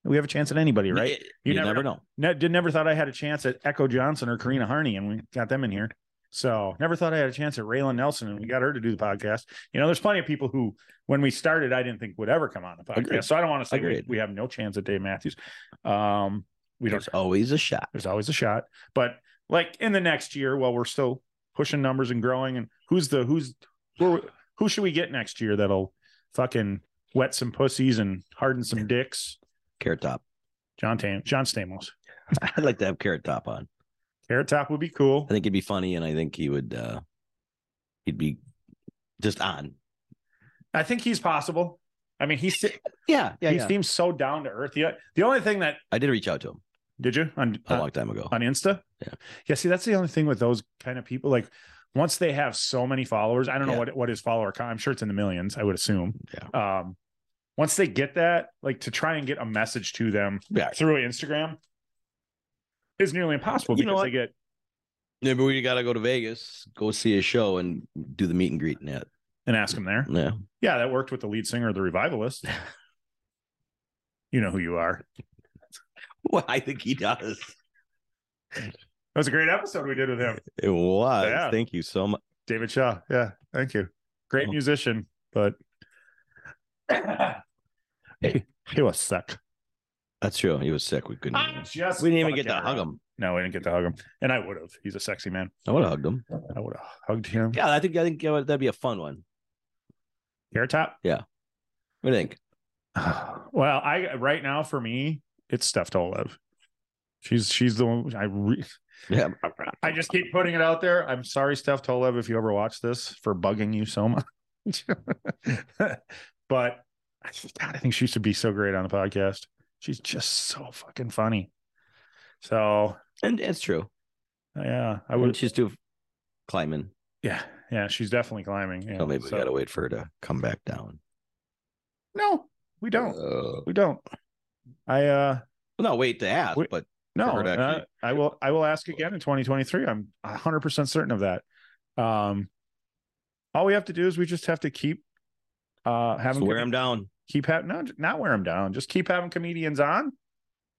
S2: We have a chance at anybody, right?
S4: You,
S2: You
S4: never,
S2: never
S4: know.
S2: Ne- did never thought I had a chance at Echo Johnson or Karina Harney, and we got them in here. So never thought I had a chance at Raylan Nelson, and we got her to do the podcast. You know, there's plenty of people who, when we started, I didn't think would ever come on the podcast.
S4: Agreed.
S2: So I don't want to say we,
S4: Agreed.
S2: we have no chance at Dave Matthews. Um, we don't.
S4: There's always a shot.
S2: There's always a shot, but like in the next year, while we're still pushing numbers and growing, and who's the who's who, who should we get next year that'll fucking wet some pussies and harden some dicks?
S4: Carrot Top.
S2: John Tam, John Stamos,
S4: I'd like to have Carrot Top on.
S2: Carrot Top would be cool.
S4: I think it'd be funny, and I think he would. uh He'd be just on.
S2: I think he's possible. I mean, he's
S4: Yeah, yeah,
S2: he
S4: yeah.
S2: seems so down to earth. The, the only thing that
S4: I did reach out to him
S2: did you uh, on
S4: a
S2: on-
S4: long time ago.
S2: on Insta?
S4: Yeah.
S2: Yeah. See, that's the only thing with those kind of people. Like once they have so many followers, I don't know
S4: Yeah.
S2: what what his follower count. I'm sure it's in the millions. I would assume.
S4: Yeah.
S2: Um, once they get that, like to try and get a message to them
S4: Yeah.
S2: through Instagram is nearly impossible
S4: You know
S2: because
S4: what?
S2: they get
S4: Maybe we gotta go to Vegas, go see a show, and do the meet and greet. And that.
S2: and ask them there.
S4: Yeah,
S2: Yeah, that worked with the lead singer of the Revivalists. you know who you are.
S4: well, I think he does.
S2: That was a great episode we did with him.
S4: It was.
S2: Yeah.
S4: Thank you so much.
S2: David Shaw. Yeah, thank you. Great
S4: Oh.
S2: musician, but he, he was sick.
S4: That's true. He was sick. We couldn't.
S2: Ah. just
S4: we didn't even get to hug him.
S2: No, we didn't get to hug him, and I would have. He's a sexy man.
S4: I would have hugged him.
S2: I would have hugged him.
S4: Yeah, I think I think uh, that'd be a fun one.
S2: Hair top.
S4: What do you think?
S2: well, I right now for me, it's Steph Tolev. She's she's the one I re-
S4: Yeah,
S2: I just keep putting it out there. I'm sorry, Steph Tolev, if you ever watch this for bugging you so much. but I just- God, I think she should be so great on the podcast. She's just so fucking funny. So
S4: and it's true.
S2: yeah, I
S4: I
S2: would.
S4: would. She's too climbing.
S2: yeah, yeah, she's definitely climbing. Yeah,
S4: so maybe
S2: so-
S4: we gotta wait for her to come back down.
S2: No, we don't.
S4: Uh,
S2: we don't. I uh
S4: well, no, wait to ask,
S2: Wait.
S4: but
S2: no.
S4: her to
S2: uh,
S4: actually-
S2: I will. I will ask again in 2023. I'm 100 percent certain of that. Um, all we have to do is we just have to keep uh
S4: just
S2: having
S4: wear him down.
S2: keep having no, not wear them down. Just keep having comedians on,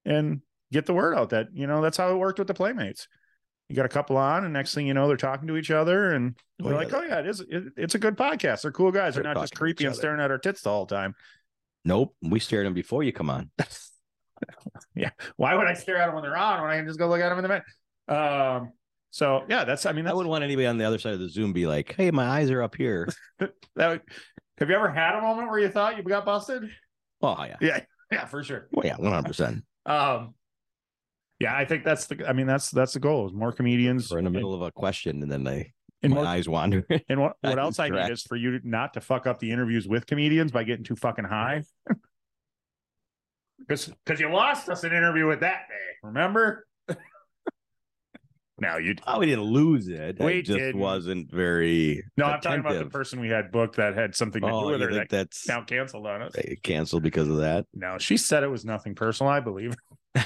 S2: and get the word out that you know that's how it worked with the playmates. You got a couple on, and next thing you know, they're talking to each other, and
S4: Oh,
S2: they're
S4: yeah,
S2: like,
S4: they-
S2: "Oh yeah, it is. It, it's a good podcast. They're cool guys. They're,
S4: They're
S2: not just
S4: talking to each
S2: creepy and
S4: other.
S2: staring at our tits the whole time."
S4: Nope, we stared him before you come on.
S2: Why would I stare at them when they're on when I can just go look at them in the mirror? Um, so yeah, that's. I mean,
S4: I
S2: that would
S4: wouldn't want anybody on the other side of the Zoom be like, "Hey, my eyes are up here."
S2: that. Would, have you ever had a moment where you thought you got busted?
S4: Oh yeah,
S2: Yeah, yeah, for sure.
S4: well, yeah, one hundred percent.
S2: Um, yeah, I think that's the. I mean, that's that's the goal. Is more comedians
S4: We're in the middle of a question, and then they
S2: and
S4: my
S2: more
S4: eyes wander.
S2: And what, what
S4: I'm
S2: else I need
S4: correct.
S2: is for you to, not to fuck up the interviews with comedians by getting too fucking high. Because you lost us an interview with that day, remember? now you.
S4: oh, we didn't lose it.
S2: We
S4: it just
S2: didn't.
S4: wasn't very.
S2: No, I'm talking about the
S4: attentive.
S2: person we had booked that had something to do
S4: Oh,
S2: with
S4: you
S2: her that
S4: think that's
S2: now canceled on us.
S4: they canceled because of that?
S2: No, she said it was nothing personal. I believe. her.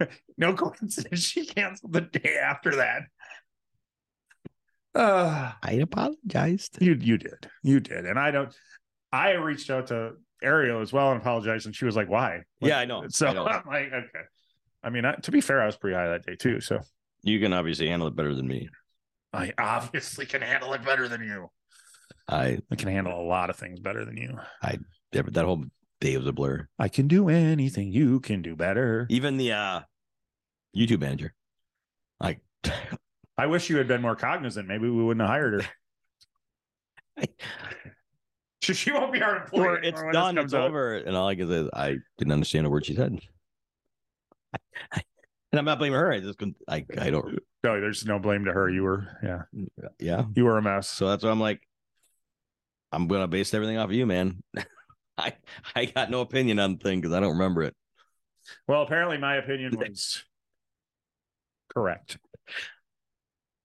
S2: no coincidence. She canceled the day after that. Uh,
S4: I apologized.
S2: You you did. You did. And I don't I reached out to Ariel as well and apologized and she was like, "Why?" Like,
S4: Yeah, I know.
S2: So
S4: I know.
S2: I'm like, okay. I mean, I, to be fair, I was pretty high that day too, so
S4: You can obviously handle it better than me.
S2: I obviously can handle it better than you.
S4: I
S2: I can handle a lot of things better than you.
S4: yeah, but that whole day was a blur.
S2: I can do anything you can do better.
S4: Even the uh YouTube manager, like
S2: I wish you had been more cognizant. Maybe we wouldn't have hired her. She, she won't be our employee.
S4: "We're-
S2: anymore
S4: it's
S2: when this
S4: done,
S2: comes
S4: it's
S2: out.
S4: over, and all I can say is I didn't understand a word she said. I- I- and I'm not blaming her. I just couldn't. I I don't.
S2: No, there's no blame to her. You were, yeah,
S4: Yeah.
S2: you were a mess.
S4: So that's why I'm like, I'm gonna base everything off of you, man. I I got no opinion on the thing because I don't remember it.
S2: Well, apparently my opinion was correct.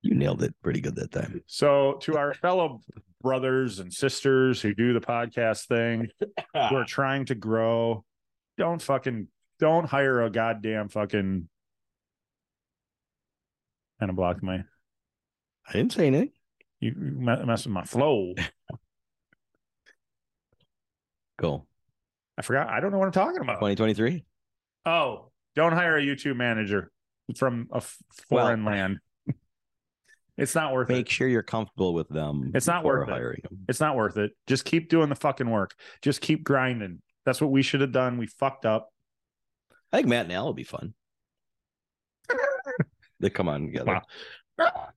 S4: You nailed it pretty good that time.
S2: So to our fellow brothers and sisters who do the podcast thing, who
S4: uh,
S2: are trying to grow, don't fucking don't hire a goddamn fucking kind of block my
S4: I didn't say anything.
S2: you you me- mess with my flow.
S4: Go
S2: Oh. I forgot. I don't know what I'm talking about.
S4: 2023.
S2: Oh, don't hire a YouTube manager. from a f-
S4: Well-
S2: foreign land. it's not worth
S4: Make
S2: it.
S4: sure you're comfortable with them.
S2: It's not
S4: before
S2: worth it.
S4: hiring them.
S2: It's not worth it. Just keep doing the fucking work. Just keep grinding. That's what we should have done. We fucked up.
S4: I think Matt and Al would be fun. they come on together.
S2: Wow.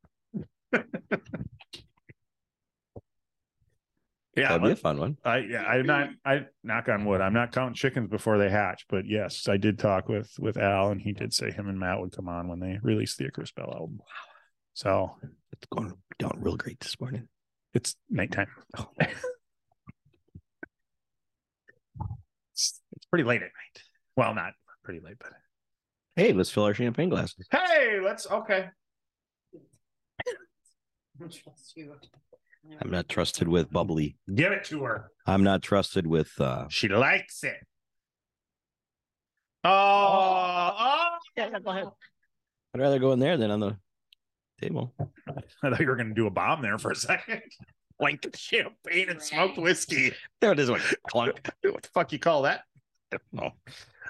S2: Yeah,
S4: That'd be a fun one.
S2: I yeah, I'm not I knock on wood. I'm not counting chickens before they hatch, but yes, I did talk with with Al and he did say him and Matt would come on when they released the Icarus Bell album. So
S4: It's going down real great this morning.
S2: it's nighttime. it's, it's pretty late at night. Well, not pretty late, but
S4: Hey, let's fill our champagne glasses.
S2: hey, let's okay.
S3: I don't trust you.
S4: I'm not trusted with bubbly.
S2: Give it to her.
S4: I'm not trusted with uh
S2: She likes it. Oh, oh, yeah, go ahead.
S4: I'd rather go in there than on the table.
S2: I thought you were gonna do a bomb there for a second. Like champagne and smoked whiskey.
S4: There it is. Like, clunk.
S2: What the fuck you call that?
S4: Oh.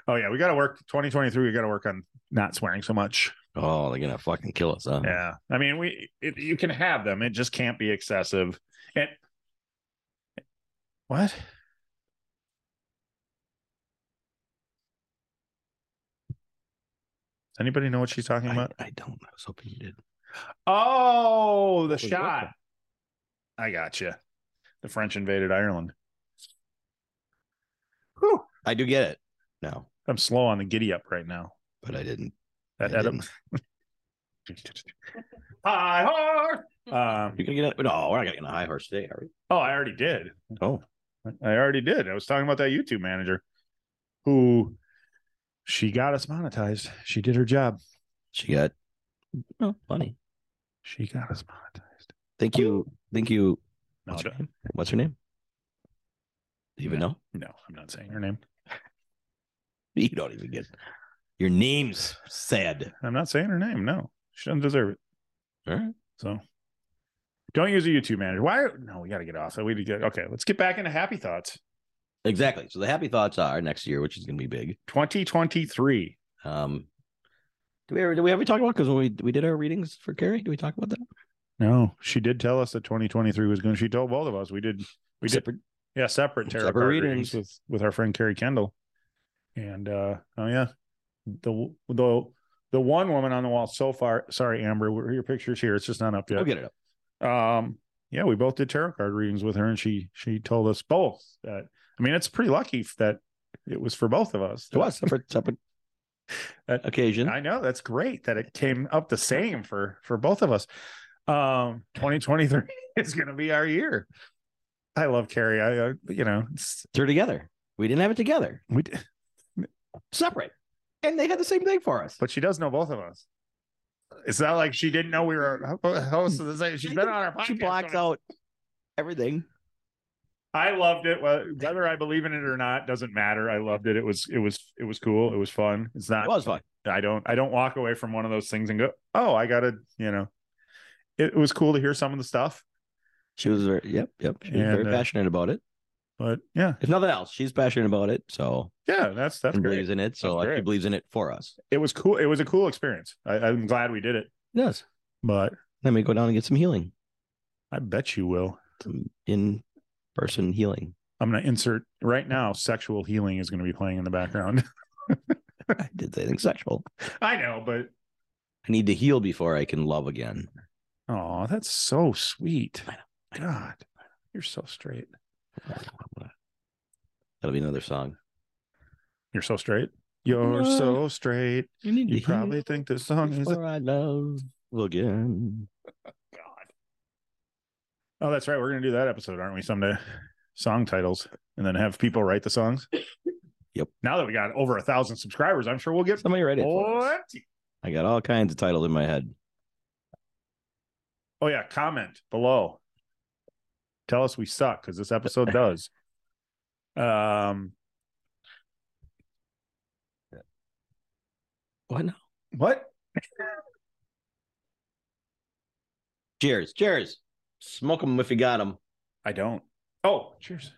S2: Oh yeah, we gotta work 2023, we gotta work on not swearing so much.
S4: oh, they're gonna fucking kill us, huh?
S2: Yeah. I mean, we it, you can have them. It just can't be excessive. And what? Does anybody know what she's talking
S4: I,
S2: about?
S4: I don't. I was hoping you did.
S2: Oh, the
S4: Wait, what
S2: shot. I gotcha. The French invaded Ireland. Whew.
S4: I do get it. No,
S2: I'm slow on the giddy up right now.
S4: but I didn't. I
S2: That Adam.
S4: didn't.
S2: High horse. Um,
S4: You're gonna get it. No, we're not gonna get on a high horse today, are we?
S2: oh, I already did.
S4: Oh,
S2: I already did. I was talking about that YouTube manager who she got us monetized. She did her job.
S4: she got oh funny.
S2: She got us monetized.
S4: Thank you. Thank you.
S2: No,
S4: What's her
S2: don't-
S4: name? What's her name? Do you even know?
S2: no, I'm not saying her name.
S4: You don't even get your name's said.
S2: I'm not saying her name. No, she doesn't deserve it.
S4: All right.
S2: So don't use a YouTube manager. Why? No, we got to get off. We need to get, okay, let's get back into happy thoughts.
S4: Exactly. So the happy thoughts are next year, which is gonna be big.
S2: 2023.
S4: Um, do we ever do we ever talk about because when we we did our readings for Carrie, do we talk about that?
S2: No, she did tell us that 2023 was going. She told both of us we did. We did.
S4: Separate-
S2: Yeah, separate tarot
S4: Separate
S2: card readings
S4: readings.
S2: with with our friend Carrie Kendall, and uh oh yeah, the the the one woman on the wall so far. Sorry, Amber, we're, your picture's here. It's just not up
S4: I'll
S2: yet.
S4: get it up.
S2: Um, yeah, we both did tarot card readings with her, and she she told us both that. I mean, it's pretty lucky that it was for both of us.
S4: It was separate separate
S2: That-
S4: occasion.
S2: Uh, I know that's great that it came up the same for for both of us. Um, 2023 is going to be our year. I love Carrie. I uh, you know it's,
S4: They're together. We didn't have it together.
S2: we, d-
S4: Separate. And they had the same thing for us.
S2: but she does know both of us. It's not like she didn't know we were hosts of the same. She's been on our podcast.
S4: she blocks
S2: twice.
S4: out everything.
S2: I loved it. Wh- Whether I believe in it or not doesn't matter. I loved it. It was it was it was cool. It was fun. It's not
S4: It was fun.
S2: I don't I don't walk away from one of those things and go, oh, I gotta, you know. It, it was cool to hear some of the stuff,
S4: She was very yep, yep. She was
S2: And,
S4: very
S2: uh,
S4: passionate about it.
S2: but yeah,
S4: If nothing else, she's passionate about it. So
S2: yeah, that's that's
S4: and
S2: great.
S4: believes in it. So
S2: That's
S4: like, she
S2: great.
S4: believes in it for us.
S2: It was cool. It was a cool experience. I, I'm glad we did it,
S4: Yes.
S2: but
S4: Then we go down and get some healing.
S2: I bet you will.
S4: Some in person healing.
S2: I'm gonna insert right now. Sexual healing is gonna be playing in the background.
S4: I did say anything sexual.
S2: I know, but
S4: I need to heal before I can love again.
S2: oh, that's so sweet. God, you're so straight.
S4: That'll be another song.
S2: You're so straight. You're
S4: No.
S2: so straight.
S4: You need
S2: You probably think this song is.
S4: before I love again.
S2: Oh, that's right. We're gonna do that episode, aren't we? Someday, song titles, and then have people write the songs.
S4: Yep.
S2: Now that we got over a thousand subscribers, I'm sure we'll get
S4: Somebody write it. for us.
S2: plenty.
S4: I got all kinds of titles in my head.
S2: Oh yeah, comment below. Tell us we suck because this episode does. Um,
S4: What? now?
S2: what?
S4: Cheers. Cheers. Smoke them if you got them.
S2: I don't. Oh, cheers.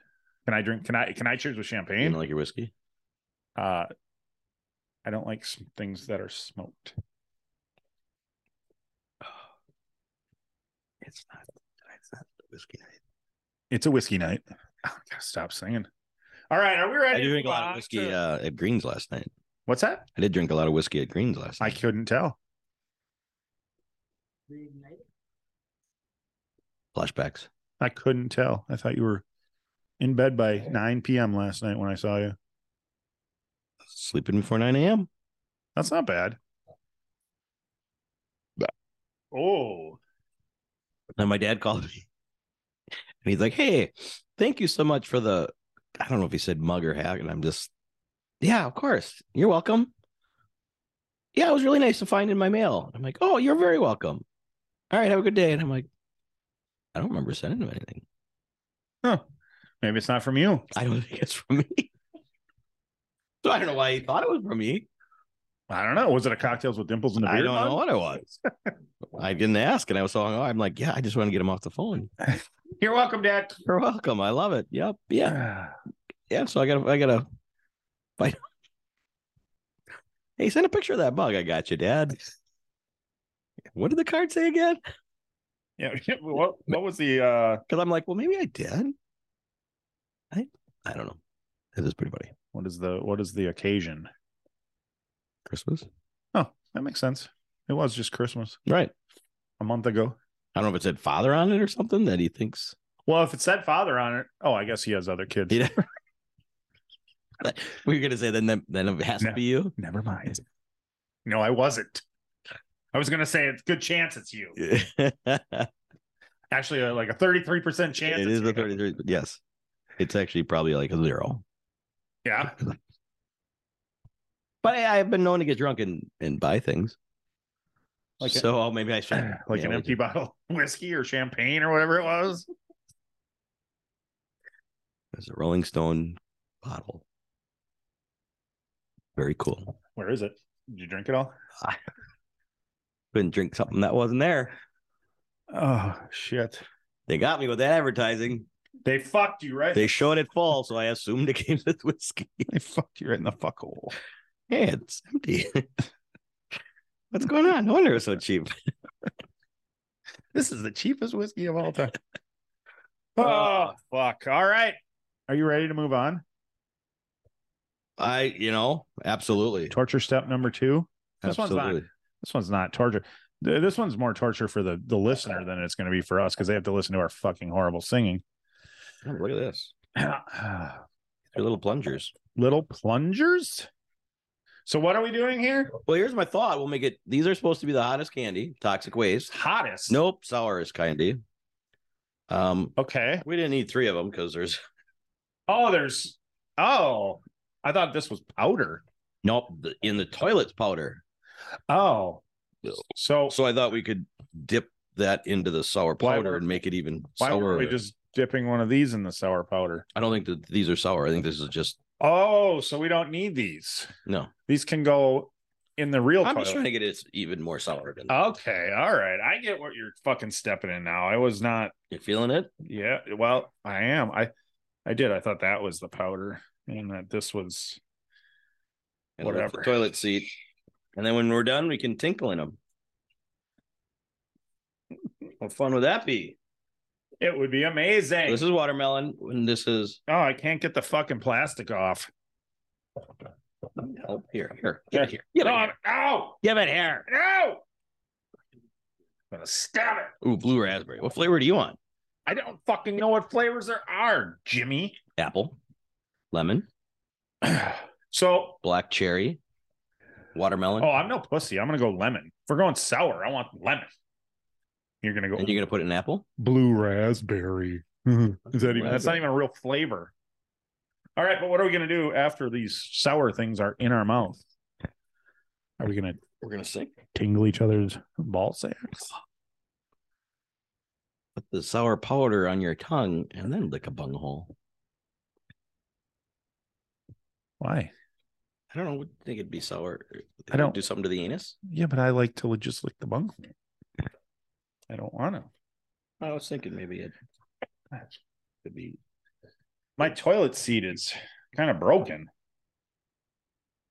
S2: Can I drink? Can I? Can I cheers with
S4: You
S2: champagne?
S4: don't like your whiskey?
S2: Uh, I don't like s- things that are smoked.
S4: It's not. It's not the whiskey night.
S2: It's a whiskey night. I gotta stop singing. All right, are we
S4: I
S2: ready?
S4: did
S2: to
S4: drink a
S2: move
S4: lot
S2: on
S4: of whiskey
S2: to-
S4: uh, at Greens last night.
S2: What's that?
S4: I did drink a lot of whiskey at Greens last
S2: I
S4: night.
S2: couldn't tell.
S3: Reignited.
S4: Flashbacks.
S2: I couldn't tell. I thought you were in bed by 9 p.m. last night when I saw you.
S4: Sleeping before nine a.m.
S2: That's not bad. Oh,
S4: And my dad called me. And he's like, Hey, thank you so much for the I don't know if he said mug or hat. And I'm just, Yeah, of course. You're welcome. Yeah, it was really nice to find in my mail. I'm like, Oh, you're very welcome. All right, have a good day. And I'm like, I don't remember sending him anything.
S2: huh. maybe it's not from you.
S4: I don't think it's from me. so I don't know why he thought it was from me.
S2: I don't know. Was it a cocktails with dimples in the beer?
S4: I don't know
S2: mug?
S4: what it was. I didn't ask, and I was so hung up. I'm like, yeah, I just want to get him off the phone.
S2: You're welcome, Dad.
S4: You're welcome. I love it. Yep. Yeah.
S2: Yeah.
S4: yeah, so I gotta, I gotta find. Hey, send a picture of that mug I got you, Dad. What did the card say again?
S2: yeah. What, what was the uh
S4: Because I'm like, well, maybe I did. I, I don't know. This is pretty funny.
S2: what is the what is the occasion?
S4: Christmas,
S2: Oh, that makes sense. It was just Christmas
S4: right?
S2: a month ago.
S4: I don't know if it said father on it or something that he thinks.
S2: Well, if it said father on it, oh, I guess he has other kids.
S4: He- we were gonna say then, then, then it has
S2: No.
S4: to be you.
S2: Never mind. No, I wasn't. I was gonna say it's good chance it's you.
S4: it
S2: Actually, uh, like a thirty-three percent chance. it's
S4: is the
S2: you.
S4: 33. Yes, it's actually probably like a zero.
S2: Yeah.
S4: But I, I've been known to get drunk and and buy things.
S2: Like a-
S4: so oh, maybe I should
S2: like
S4: yeah,
S2: an
S4: we
S2: empty
S4: could-
S2: bottle of whiskey or champagne or whatever it was.
S4: It's a Rolling Stone bottle. Very cool.
S2: Where is it? Did you drink it all?
S4: Couldn't drink something that wasn't there.
S2: Oh shit!
S4: They got me with that advertising.
S2: They fucked you right.
S4: They showed it full, so I assumed it came with whiskey.
S2: They fucked you right in the fuck hole.
S4: Hey, it's empty. What's going on? No wonder it's so cheap.
S2: This is the cheapest whiskey of all time. oh
S4: Oh.
S2: fuck! All right. Are you ready to move on?
S4: I, you know, absolutely,
S2: Torture step number two. This one's not-
S4: absolutely.
S2: This one's not torture. Th- This one's more torture for the the listener than it's going to be for us because they have to listen to our fucking horrible singing.
S4: Oh, look at this. They're little plungers.
S2: Little plungers. So what are we doing here?
S4: Well, here's my thought. We'll make it. These are supposed to be the hottest candy, toxic waste.
S2: Hottest.
S4: Nope, sourest candy. Um,
S2: Okay.
S4: we didn't need three of them because there's
S2: Oh, there's. Oh, I thought this was powder.
S4: nope the- in the toilet's powder.
S2: Oh, so
S4: So I thought we could dip that into the sour
S2: Why
S4: powder
S2: were-
S4: and make it even
S2: why
S4: sourer.
S2: were we just dipping one of these in the sour powder?
S4: I don't think that these are sour. I think this is just
S2: Oh, so we don't need these.
S4: no.
S2: These can go in the real.
S4: I'm
S2: toilet.
S4: just
S2: Uh,
S4: trying to get it even more sour. Than
S2: Okay, all right. I get what you're fucking stepping in now. I was not.
S4: you feeling it?
S2: Yeah, well, I am. I, I did. I thought that was the powder, and that this was.
S4: And we're off the
S2: Whatever.
S4: toilet seat. And then when we're done, we can tinkle in them. What fun would that be?
S2: It would be amazing.
S4: This is watermelon, and this is
S2: oh, I can't get the fucking plastic off.
S4: oh, here, here, get it here, get
S2: no,
S4: it
S2: I'm,
S4: here,
S2: ow,
S4: give it here.
S2: no. I'm gonna stab it.
S4: Ooh, blue raspberry. What flavor do you want?
S2: I don't fucking know what flavors there are, Jimmy.
S4: Apple, lemon,
S2: so,
S4: black cherry,
S2: oh,
S4: watermelon.
S2: I'm no pussy. I'm gonna go lemon. If we're going sour, I want lemon. You're gonna go
S4: And you're gonna put it in apple?
S2: blue raspberry.
S4: Mm-hmm.
S2: Is that even? That's not
S4: Raspberry.
S2: even a real flavor. All right, but what are we gonna do after these sour things are in our mouth? Are we gonna
S4: We're gonna sink.
S2: tingle each other's ball sacks?
S4: Put the sour powder on your tongue and then lick a bunghole.
S2: Why?
S4: I don't know. would think it'd be sour.
S2: I don't-
S4: do something to the anus.
S2: Yeah, but I like to just lick the bung. I don't want to.
S4: I was thinking maybe it could be.
S2: my toilet seat is kind of broken.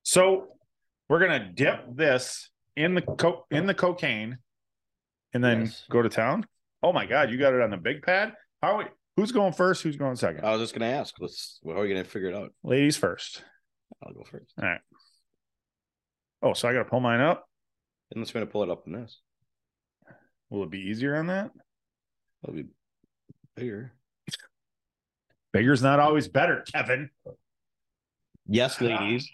S2: So we're gonna dip this in the co- in the cocaine, and then
S4: Yes.
S2: go to town. Oh my God, you got it on the big pad? How? Who's going first? Who's going second?
S4: I was just gonna ask. Let's. How are we gonna figure it out?
S2: Ladies first.
S4: I'll go first.
S2: Oh, so I got to pull mine up.
S4: Unless we're gonna pull it up on this,
S2: Will it be easier on that?
S4: that'll be bigger.
S2: Bigger's not always better, Kevin.
S4: Yes, ladies.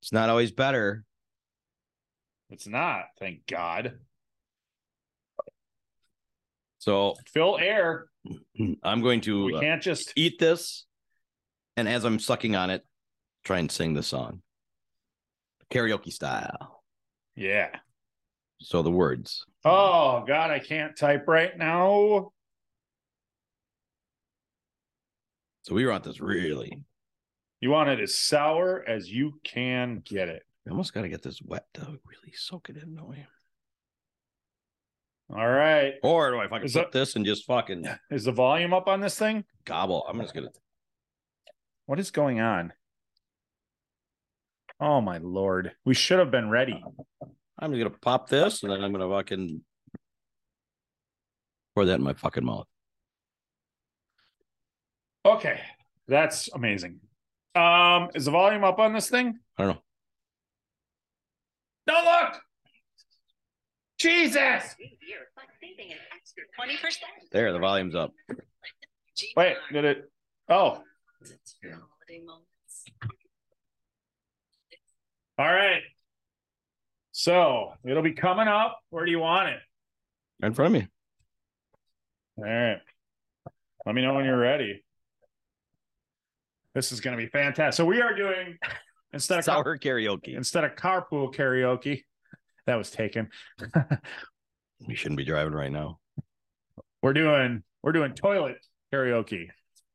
S4: It's not always better.
S2: It's not. Thank God.
S4: So
S2: Fill air.
S4: I'm going to
S2: We
S4: uh,
S2: can't just.
S4: eat this, and as I'm sucking on it, try and sing the song, karaoke style.
S2: Yeah.
S4: So the words.
S2: Oh God, I can't type right now.
S4: So we were on this really.
S2: You want it as sour as you can get it.
S4: We almost got to get this wet to really soak it in. No way.
S2: All right.
S4: Or do I fucking
S2: Is
S4: flip
S2: that-
S4: this and just fucking
S2: Is the volume up on this thing?
S4: gobble? I'm just gonna.
S2: What is going on? Oh my lord. We should have been ready.
S4: I'm just gonna pop this and then I'm gonna fucking pour that in my fucking mouth.
S2: Okay. That's amazing. Um, is the volume up on this thing?
S4: I don't know.
S2: No look. Jesus.
S4: There, the volume's up.
S2: Wait, did it oh, all right. So it'll be coming up. Where do you want it?
S4: Right in front of me.
S2: All right. Let me know when you're ready. This is going to be fantastic. So we are doing instead of
S4: Sour karaoke.
S2: instead of carpool karaoke, that was taken.
S4: We shouldn't be driving right now.
S2: we're doing we're doing toilet karaoke.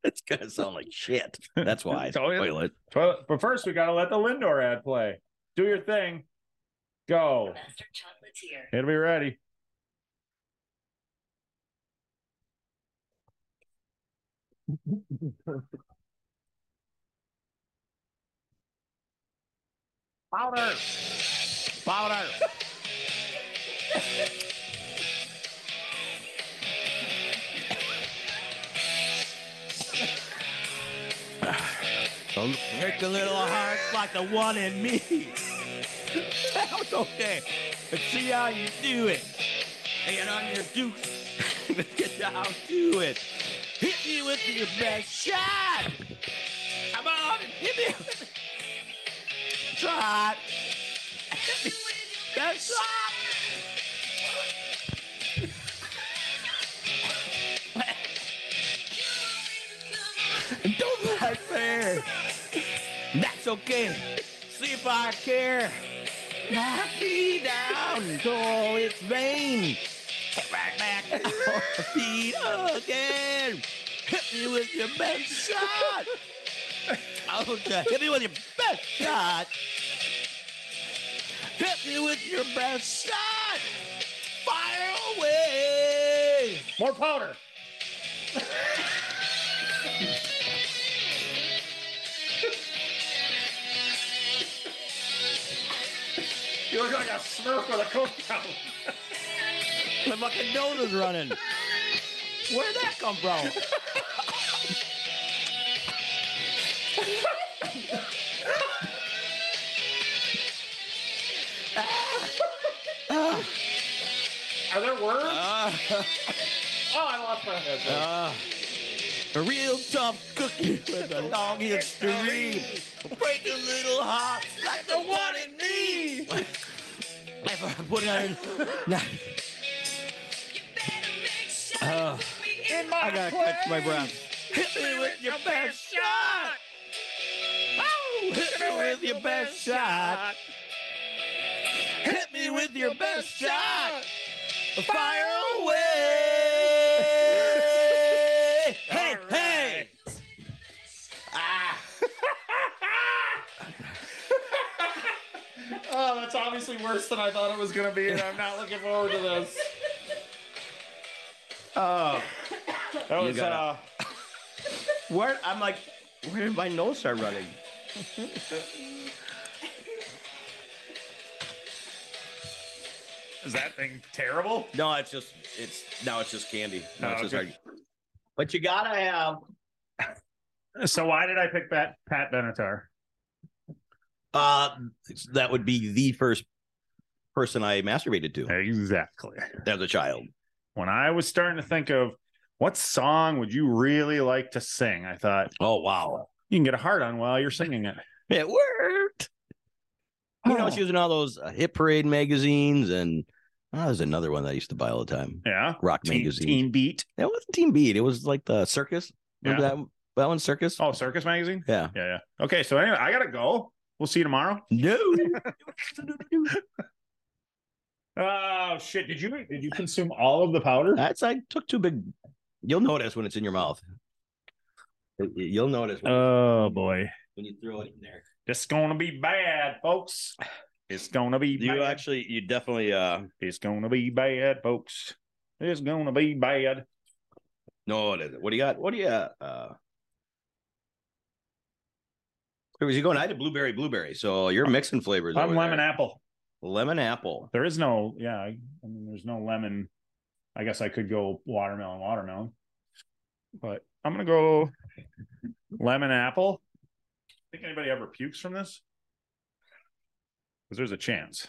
S4: It's gonna sound like shit. That's why.
S2: Toilet.
S4: Toilet.
S2: Toilet, but first we got to let the Lindor ad play. Do your thing. Go. It'll be ready. Powder. Powder.
S4: Don't break a little heart like the one in me. Sounds okay, but see how you do it. Hanging on your dukes, get you how to do it. Hit me with your best shot. Come on and hit me with it. Try it. Hit me with your best shot. And don't lie there. That's okay. See if I care. Knock me down until it's vain. Get right back on my feet again. Hit me with your best shot. Oh, yeah, hit me with your best shot. Hit me with your best shot. Fire away.
S2: More powder. you look like a smurf with a coke bottle.
S4: My fucking nose is running. Where did that come from?
S2: Are there words?
S4: Uh,
S2: oh, I lost my head. there.
S4: uh, a real tough cookie with a long history. Break a little heart like the one in me. If I put on, nah, uh,
S2: In my
S4: I gotta catch my breath. Hit me with your best shot. Oh, hit me with your best shot. Hit me with your best shot. Fire away. Hey, hey.
S2: Oh, that's obviously worse than I thought it was gonna be, and I'm not looking forward to this.
S4: Oh,
S2: That was uh,
S4: gotta- where? I'm like, where did my nose start running?
S2: is Is that thing terrible?
S4: No, it's just it's now it's just candy. Now
S2: No,
S4: it's just
S2: okay.
S4: hard- But you gotta have
S2: So why did I pick Pat Pat Benatar?
S4: uh that would be the first person I masturbated to
S2: Exactly.
S4: as a child.
S2: When I was starting to think of what song would you really like to sing, I thought
S4: Oh wow.
S2: you can get a heart on while you're singing it.
S4: It worked. You know, she was in all those uh, hit parade magazines and oh, there's another one that I used to buy all the time.
S2: Yeah.
S4: Rock
S2: Teen,
S4: magazine.
S2: teen Beat.
S4: That wasn't Team Beat. It was like the circus. Remember
S2: Yeah.
S4: that that one circus?
S2: Oh, Circus Magazine?
S4: Yeah.
S2: Yeah, yeah. Okay, so anyway, I gotta go. We'll see you tomorrow.
S4: No.
S2: Oh shit. Did you did you consume all of the powder?
S4: That's I took too big. You'll notice when it's in your mouth. You- You'll notice when,
S2: Oh boy.
S4: when you throw it in there.
S2: It's gonna be bad, folks. It's gonna be
S4: You
S2: bad.
S4: actually, you definitely. uh
S2: it's gonna be bad, folks. It's gonna be bad.
S4: No, it isn't. What do you got? What do you? uh, Uh, where was he going? I did blueberry, blueberry. So you're mixing flavors.
S2: I'm
S4: over
S2: lemon
S4: there.
S2: apple.
S4: Lemon apple.
S2: There is no, yeah. I, I mean, there's no lemon. I guess I could go watermelon, watermelon, but I'm gonna go lemon apple. Think anybody ever pukes from this? Because there's a chance.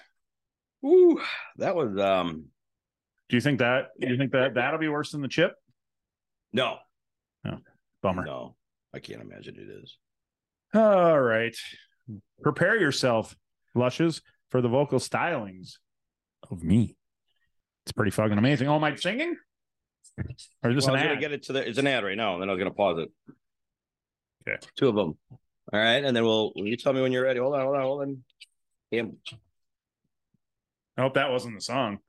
S4: Ooh, that was um.
S2: Do you think that? Do you think that that'll be worse than the chip?
S4: No,
S2: Bummer.
S4: no, I can't imagine it is.
S2: All right. Prepare yourself, Lushes, for the vocal stylings of me. It's pretty fucking amazing. Oh, am I singing? Or just
S4: Well, I
S2: an
S4: was
S2: ad?
S4: gonna get it to the. It's an ad right now, and then I was gonna pause it.
S2: Okay.
S4: Two of them. All right, and then we'll. You tell me when you're ready. Hold on, hold on, hold on. Damn.
S2: I hope that wasn't the song.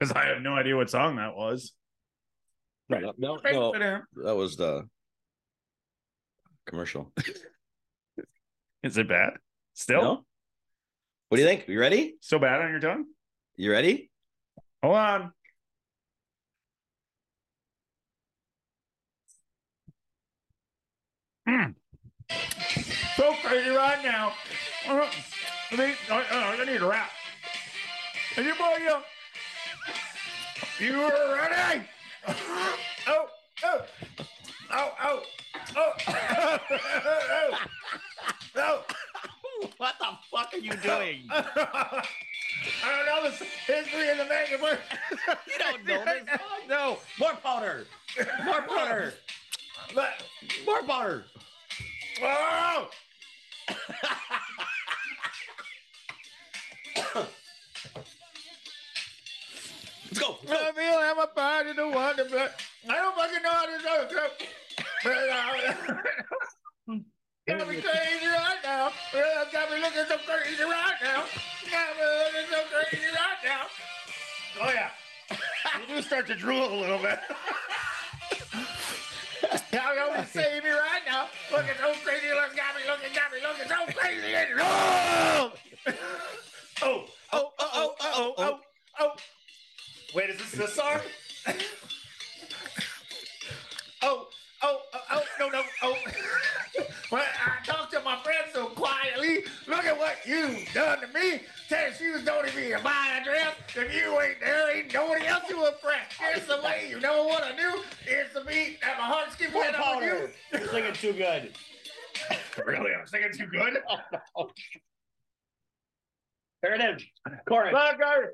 S2: Because I have no idea what song that was.
S4: No, no, no, that was the commercial.
S2: Is it bad? Still?
S4: No? What do you think? You ready?
S2: Still bad on your tongue?
S4: You ready?
S2: Hold on. Mm. So crazy right now. Uh, I, need, I, I- I need a wrap. And you boy, you, you are ready? Oh, oh, oh, oh, oh, oh, oh, oh.
S4: What the fuck are you
S2: I don't know this history in the making. We're-
S4: You don't know this song? No. More powder. More powder.
S2: But-
S4: More powder.
S2: Oh!
S4: Let's go.
S2: I feel I'm a part of the wonder, but I don't fucking know how to do it. so- Got me crazy right now. Got me looking so crazy right now. Got me looking so crazy right now. Oh yeah, you do start to drool a little bit. Y'all gonna save me right now. Looking so crazy, look, got me looking, got me looking so crazy. and- Oh! oh, oh, oh, oh, oh, oh, oh. Wait, is this the song? oh, oh, oh, oh, no, no, oh. well, I talked to my friend so quietly. Look at what you done to me. Tennis shoes don't even be my address. If you ain't there, ain't nobody else to impress. Here's the way you know what I knew. Here's the beat that my heart skipped when I on you.
S4: You're singing too good.
S2: Really, I'm singing too good.
S4: There it is. Chorus.
S2: Look, I-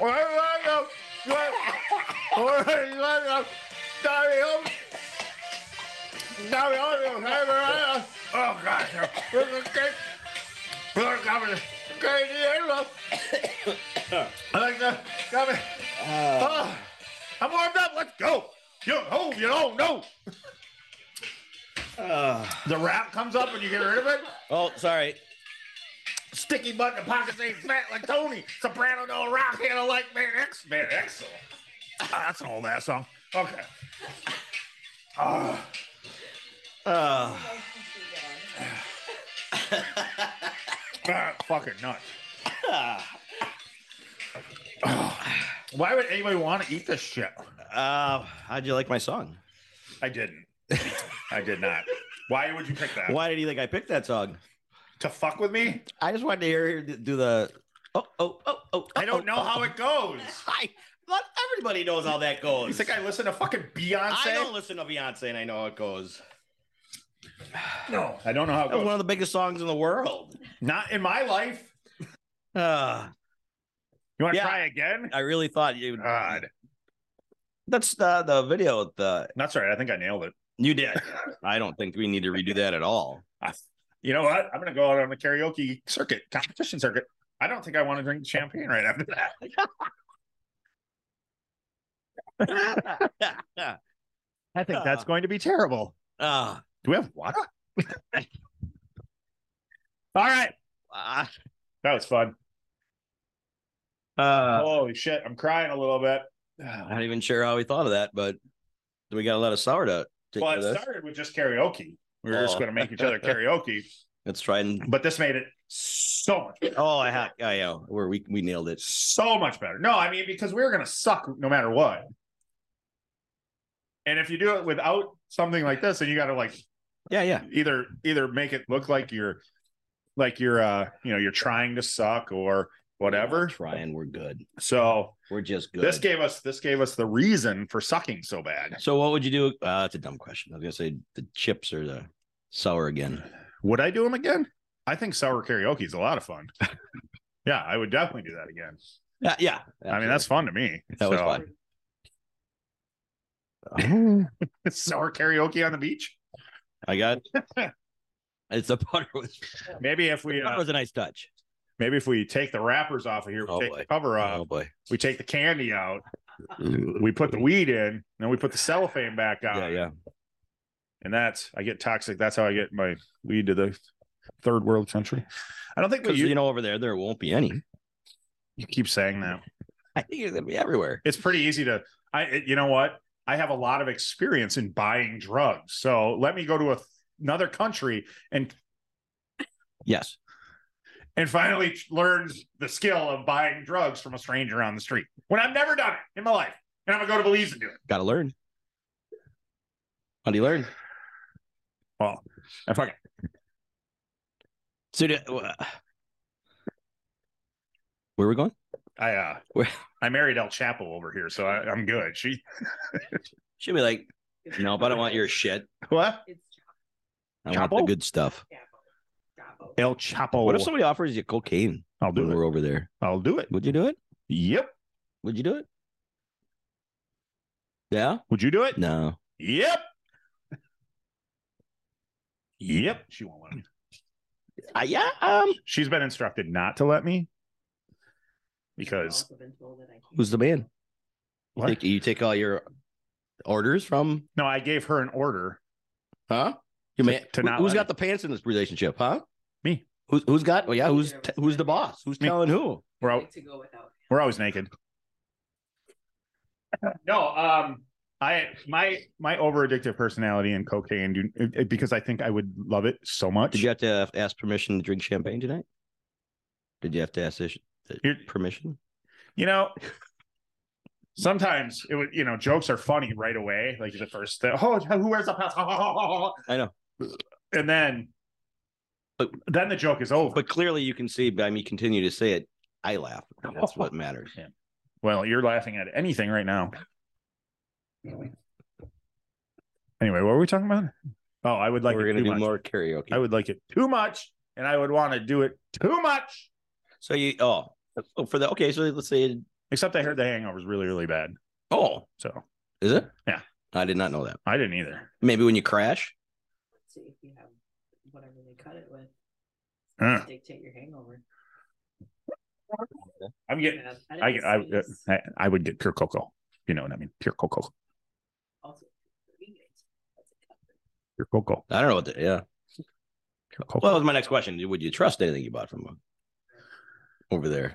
S2: Where do I go? Where- where do I go? Daddy, help me. Daddy, help me. Hey, man. Oh, God. This is crazy. Look, I'm in crazy halo. Look, uh, got me. Oh, I'm warmed up. Let's go. You're home. You don't know. The rap comes up and you get rid of it.
S4: oh, sorry.
S2: Sticky butt in the pockets ain't fat like Tony. Soprano don't rock handle like Man X. Man X. Ah, that's an old ass song. Okay. Ah.
S4: Uh,
S2: Ah, fucking nuts. Ah. Why would anybody want to eat this shit?
S4: uh, how'd you like my song?
S2: I didn't. I did not. Why would you pick that?
S4: Why did you think I picked that song?
S2: to fuck with me?
S4: I just wanted to hear her do the. Oh, oh, oh, oh.
S2: I don't know how it goes.
S4: I, not everybody knows how that
S2: You
S4: goes.
S2: think I listen to fucking Beyonce?
S4: I don't listen to Beyonce and I know how it goes.
S2: no, I don't know how it
S4: That was one
S2: goes.
S4: of the biggest songs in the world.
S2: Not in my life.
S4: Uh,
S7: You want to
S4: Yeah.
S7: try again?
S4: I really thought you.
S2: God,
S4: That's the, the video. with The
S2: that's all right. I think I nailed it.
S4: you did. I don't think we need to redo that at all.
S2: You know what? I'm gonna go out on the karaoke circuit, competition circuit. I don't think I want to drink champagne right after that.
S7: I think that's
S4: Uh.
S7: going to be terrible.
S4: uh,
S2: Do we have water?
S7: All right.
S4: uh,
S2: That was fun.
S4: uh,
S2: Holy shit, I'm crying a little bit.
S4: I'm not even sure how we thought of that, but we got a lot of sour to take
S2: Well, it
S4: care of this.
S2: started with just karaoke. We were just
S4: Oh.
S2: gonna make each other karaoke,
S4: Let's try and
S2: but this made it so much, better.
S4: oh, I ha- I know where we we nailed it.
S2: so much better. No, I mean because we were gonna suck no matter what. And if you do it without something like this, then you got to like
S4: Yeah, yeah.
S2: either either make it look like you're like you're uh you know you're trying to suck or whatever.
S4: Trying, we're good.
S2: So
S4: We're just good.
S2: this gave us this gave us the reason for sucking so bad.
S4: So what would you do? Uh, it's a dumb question. I was gonna say the chips or the sour again.
S2: Would I do them again? I think sour karaoke is a lot of fun. yeah, I would definitely do that again.
S4: Yeah, yeah.
S2: I mean, that's fun to me.
S4: That was fun.
S2: fun. sour karaoke on the beach.
S4: I got. it's the butter was
S2: Maybe if we
S4: that
S2: uh,
S4: was a nice touch.
S2: maybe if we take the wrappers off of here, we
S4: Oh,
S2: take
S4: boy.
S2: the cover off,
S4: Oh boy.
S2: we take the candy out, we put the weed in, then we put the cellophane back on.
S4: Yeah, yeah.
S2: And that's I get toxic. That's how I get my weed to the third world country. I don't think we,
S4: Because
S2: you,
S4: you know over there there won't be any.
S2: you keep saying that.
S4: I think it's gonna be everywhere.
S2: it's pretty easy to i it- you know what i have a lot of experience in buying drugs so let me go to a, another country and
S4: Yes.
S2: and finally learn the skill of buying drugs from a stranger on the street when i've never done it in my life and i'm gonna go to belize and do it
S4: Got to learn. How do you learn?
S2: well i fucking
S4: So, do- uh, where are we going?
S2: i uh
S4: Where-
S2: i married el chapo over here so I, i'm good she
S4: She'll be like, nope, I don't want your shit.
S2: what
S3: It's
S4: I want the
S2: Chapo?
S4: good stuff.
S3: Chapo.
S2: el chapo
S4: What if somebody offers you cocaine
S2: Oh. i'll
S4: when
S2: do
S4: we're
S2: it
S4: over there?
S2: i'll do it
S4: Would you do it?
S2: yep
S4: Would you do it? Yeah?
S2: would you do it
S4: No.
S2: yep yep she won't let me
S4: Uh, yeah. Um,
S2: she's been instructed not to let me because
S3: I've also been told that I can't.
S4: who's the man? You
S2: What?
S4: take, you take all your orders from,
S2: no, I gave her an order.
S4: huh? Your
S2: To-
S4: man.
S2: to
S4: who-
S2: not
S4: who's
S2: let
S4: got
S2: me.
S4: the pants in this relationship, huh?
S2: Me.
S4: Who's, who's got? Well, yeah. Who's t- who's the boss? Who's
S2: Me.
S4: telling who?
S2: We're
S3: Like
S2: al-
S3: to go without.
S2: we're always naked. no, um, I my my over addictive personality and cocaine do, it- it- because I think I would love it so much.
S4: Did you have to ask permission to drink champagne tonight? Did you have to ask this,
S2: You're-
S4: permission?
S2: you know. Sometimes it would, you know, jokes are funny right away. Like the first thing, oh, who wears the pants?
S4: I know.
S2: And then,
S4: But-
S2: then the joke is over.
S4: But clearly, you can see by me continue to say it, I laugh. That's what matters.
S2: Well, you're laughing at anything right now. Anyway, what were we talking about? Oh, I would like
S4: We're
S2: it
S4: gonna
S2: too
S4: do
S2: much.
S4: more karaoke.
S2: I would like it too much, and I would want to do it too much.
S4: so you oh oh, for the okay. So let's say
S2: Except I heard the hangover is really, really bad.
S4: oh
S2: So
S4: is it?
S2: Yeah.
S4: I did not know that.
S2: I didn't either.
S4: Maybe when you crash,
S3: Let's see if you have whatever they cut it with.
S2: Uh.
S3: Dictate your hangover.
S2: I'm getting.
S3: Yeah,
S2: I
S3: didn't
S2: get. I,
S3: sneeze.
S2: I I would get pure cocoa. You know what I mean? Pure cocoa.
S3: Also, ingredients. That's a cut.
S2: Pure cocoa.
S4: I don't know what. The, yeah.
S2: Pure cocoa.
S4: Well, that was my next question. Would you trust anything you bought from over there?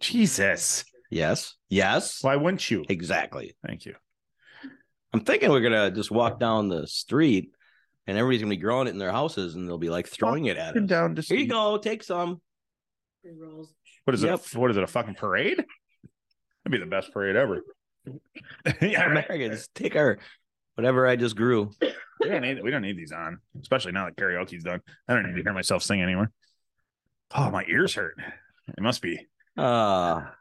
S2: Jesus.
S4: Yes. Yes.
S2: Why wouldn't you?
S4: Exactly.
S2: Thank you.
S4: I'm thinking we're gonna just walk down the street, and everybody's gonna be growing it in their houses, and they'll be like throwing it at us.
S2: Down to
S4: Here you go. Take some.
S3: Free rolls.
S2: What is
S4: Yep.
S2: it? What is it? A fucking parade? That'd be the best parade ever. yeah, right.
S4: Americans, take our Whatever I just grew.
S2: We don't need we don't need these on, especially now that karaoke's done. I don't need to hear myself sing anymore. Oh, my ears hurt. It must be.
S4: Ah,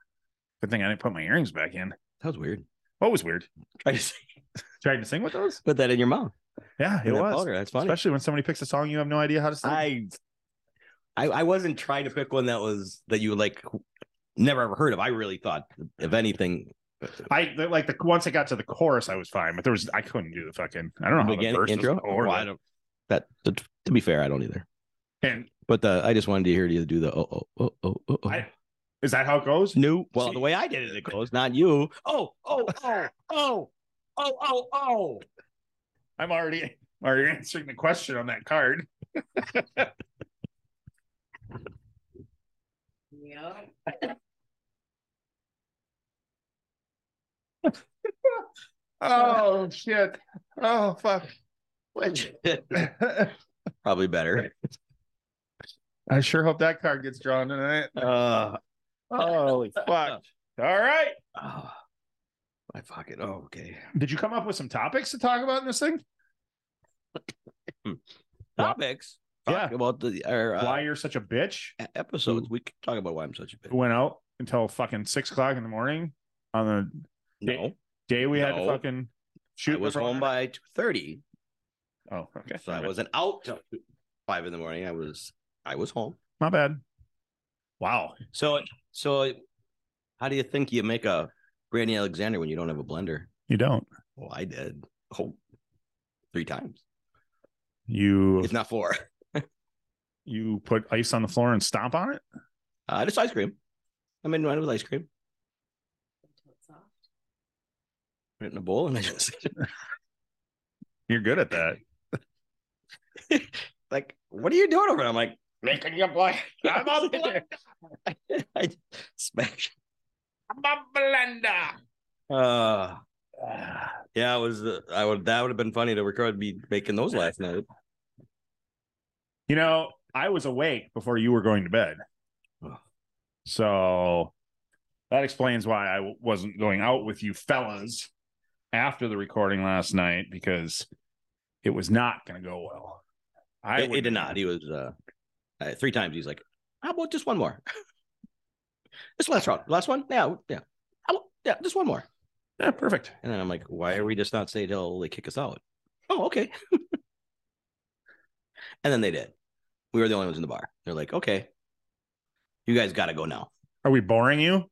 S2: Good thing I didn't put my earrings back in.
S4: that was weird.
S2: What was weird?
S4: I just
S2: Tried to sing with those?
S4: put that in your mouth.
S2: Yeah, it
S4: In that
S2: was.
S4: powder. That's funny.
S2: Especially when somebody picks a song you have no idea how to sing.
S4: I, I I wasn't trying to pick one that was that you like never ever heard of. I really thought if anything
S2: I the- like the once I got to the chorus, I was fine, but there was I couldn't do the fucking I don't know how the
S4: beginning
S2: verse was
S4: intro.
S2: or
S4: Well, I
S2: the-
S4: don't- that to, to be fair, I don't either.
S2: and
S4: But the I just wanted to hear you do the oh oh oh oh oh. oh.
S2: I- is that how it goes?
S4: no, well, the way I did it, it goes. Not you. Oh oh oh oh oh oh oh.
S2: I'm already already answering the question on that card.
S3: Yep.
S2: Oh shit. Oh fuck.
S4: Probably better.
S2: I sure hope that card gets drawn tonight.
S4: Uh,
S2: Holy fuck. All right.
S4: oh, I fucking oh okay.
S2: Did you come up with some topics to talk about in this thing?
S4: Topics. Talk about the our, uh,
S2: Why you're such a bitch?
S4: e- episodes. We could talk about why I'm such a bitch.
S2: Went out until fucking six o'clock in the morning on the
S4: No,
S2: day we had to
S4: No.
S2: fucking shoot.
S4: I was
S2: the-
S4: home by two thirty,
S2: Oh, okay.
S4: so I wasn't out till five in the morning. I was I was home.
S2: My bad. Wow.
S4: So so, how do you think you make a Brandy Alexander when you don't have a blender?
S2: You don't.
S4: Well, I did. Oh, three times,
S2: You
S4: if not four.
S2: you put ice on the floor and stomp on it?
S4: Uh, just ice cream. I made mine with ice cream.
S3: Until it's soft.
S4: Put it in a bowl, and I just
S2: You're good at that.
S4: like, what are you doing over there? I'm like,
S2: Making your boy. I'm a blender.
S4: I smash.
S2: I'm a blender.
S4: Uh, yeah, it was. Uh, I would. That would have been funny to record me making those last night.
S2: You know, I was awake before you were going to bed.
S4: Ugh.
S2: So that explains why I w- wasn't going out with you fellas after the recording last night because it was not going to go well. I
S4: it, it
S2: would-
S4: did not. He was uh, uh three times. He's like, "How about just one more? this last round, last one. Yeah, yeah, How about- yeah, just one more."
S2: Yeah, perfect.
S4: And then I'm like, "Why are we just not staying till they kick us out?" Oh, okay. and then they did. We were the only ones in the bar. They're like, "Okay, you guys got to go now."
S2: Are we boring you?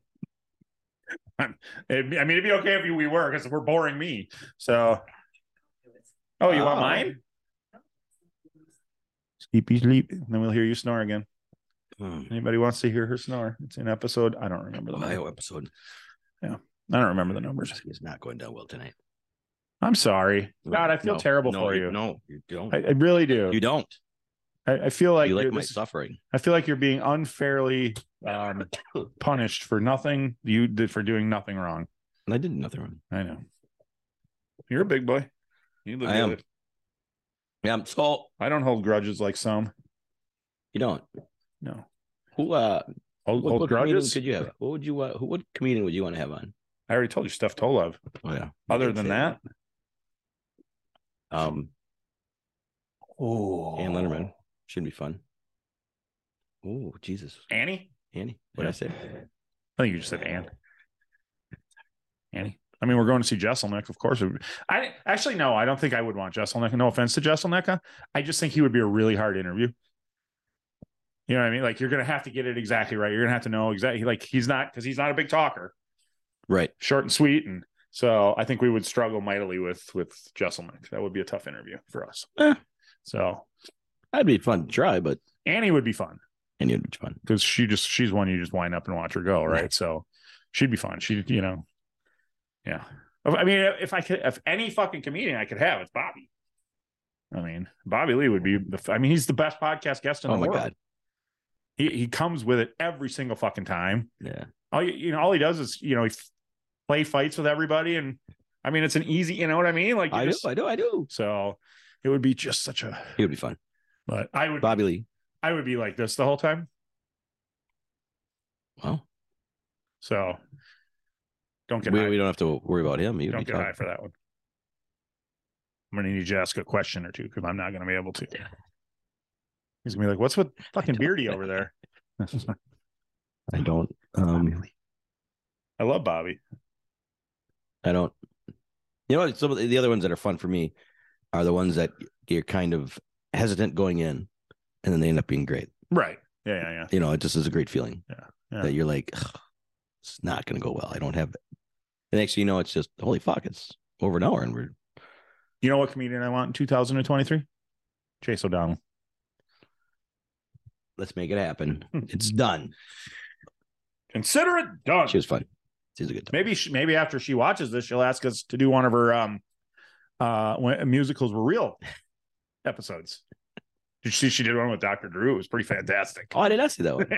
S2: I'm- it'd be- I mean, it'd be okay if you, we were because we're boring me. So,
S3: It was
S2: oh, you
S4: Oh.
S2: want mine? Sleepy sleep. And then we'll hear you snore again.
S4: Hmm.
S2: Anybody wants to hear her snore? It's an episode. I don't remember the number.
S4: Ohio episode
S2: I don't remember the numbers.
S4: is not going down well tonight.
S2: I'm sorry. God, I feel
S4: No,
S2: terrible
S4: no,
S2: for you.
S4: No, you don't.
S2: I, I really do.
S4: you don't.
S2: I, I feel like,
S4: you like
S2: you're-
S4: my
S2: this-
S4: suffering.
S2: I feel like you're being unfairly um, punished for nothing. You did for doing nothing wrong.
S4: And I did nothing wrong.
S2: I know. You're a big boy. You live
S4: I
S2: the
S4: am.
S2: life.
S4: Yeah. So
S2: I don't hold grudges like some.
S4: you don't.
S2: No.
S4: Who uh
S2: Hold,
S4: What,
S2: hold
S4: what comedian
S2: grudges?
S4: could you have? What would you want? Who, what comedian would you want to have on?
S2: I already told you Steph Tolov.
S4: Oh yeah.
S2: Other than that,
S4: um,
S2: oh,
S4: Ann Letterman should be fun. Oh Jesus,
S2: Annie.
S4: Annie, what would I say?
S2: I think you just said Ann. Annie. I mean, we're going to see Jesselnick, of course. I actually no, I don't think I would want Jesselnick. No offense to Jesselnick. I just think he would be a really hard interview. You know what I mean? Like you're gonna have to get it exactly right. You're gonna have to know exactly like he's not because he's not a big talker,
S4: Right.
S2: short and sweet. And so I think we would struggle mightily with with Jesselnick. That would be a tough interview for us.
S4: Eh.
S2: So
S4: That'd be fun to try, but
S2: Annie would be fun
S4: Annie would be fun.
S2: because she just she's one you just wind up and watch her go, right? So she'd be fun. She, you know, yeah. I mean, if I could, if any fucking comedian I could have, it's Bobby. I mean, Bobby Lee would be the. I mean, he's the best podcast guest in
S4: Oh
S2: the
S4: my
S2: world.
S4: god.
S2: He he comes with it every single fucking time.
S4: Yeah.
S2: All you, you know, all he does is you know he f- play fights with everybody, and I mean, it's an easy. You know what I mean? Like you
S4: I do.
S2: just-
S4: I do. I do.
S2: So it would be just such a.
S4: He would be fun.
S2: But I would
S4: Bobby Lee.
S2: I would be like this the whole time.
S4: Wow.
S2: So don't get
S4: We,
S2: high.
S4: we don't have to worry about him. He would
S2: don't
S4: be
S2: get
S4: fun.
S2: high for that one. I'm gonna need you to ask a question or two because I'm not gonna be able to. He's gonna be like, "What's with fucking
S4: don't-
S2: Beardy over there?"
S4: I don't. Um,
S2: I love Bobby.
S4: I don't. You know, what, some of the the other ones that are fun for me are the ones that you're kind of hesitant going in, and then they end up being great.
S2: Right? Yeah, yeah, yeah.
S4: You know, it just is a great feeling
S2: Yeah, yeah.
S4: that you're like, "Ugh, it's not going to go well. I don't have. The next thing you know, it's just holy fuck, it's over an hour, and we're
S2: You know what comedian I want in 2023? Chase O'Donnell.
S4: let's make it happen. It's done.
S2: Consider it done.
S4: She was fun. She's a good time.
S2: maybe she, maybe after she watches this, she'll ask us to do one of her um uh when musicals were real episodes. Did you see she did one with Dr. Drew? It was pretty fantastic.
S4: Oh, I did not see that one.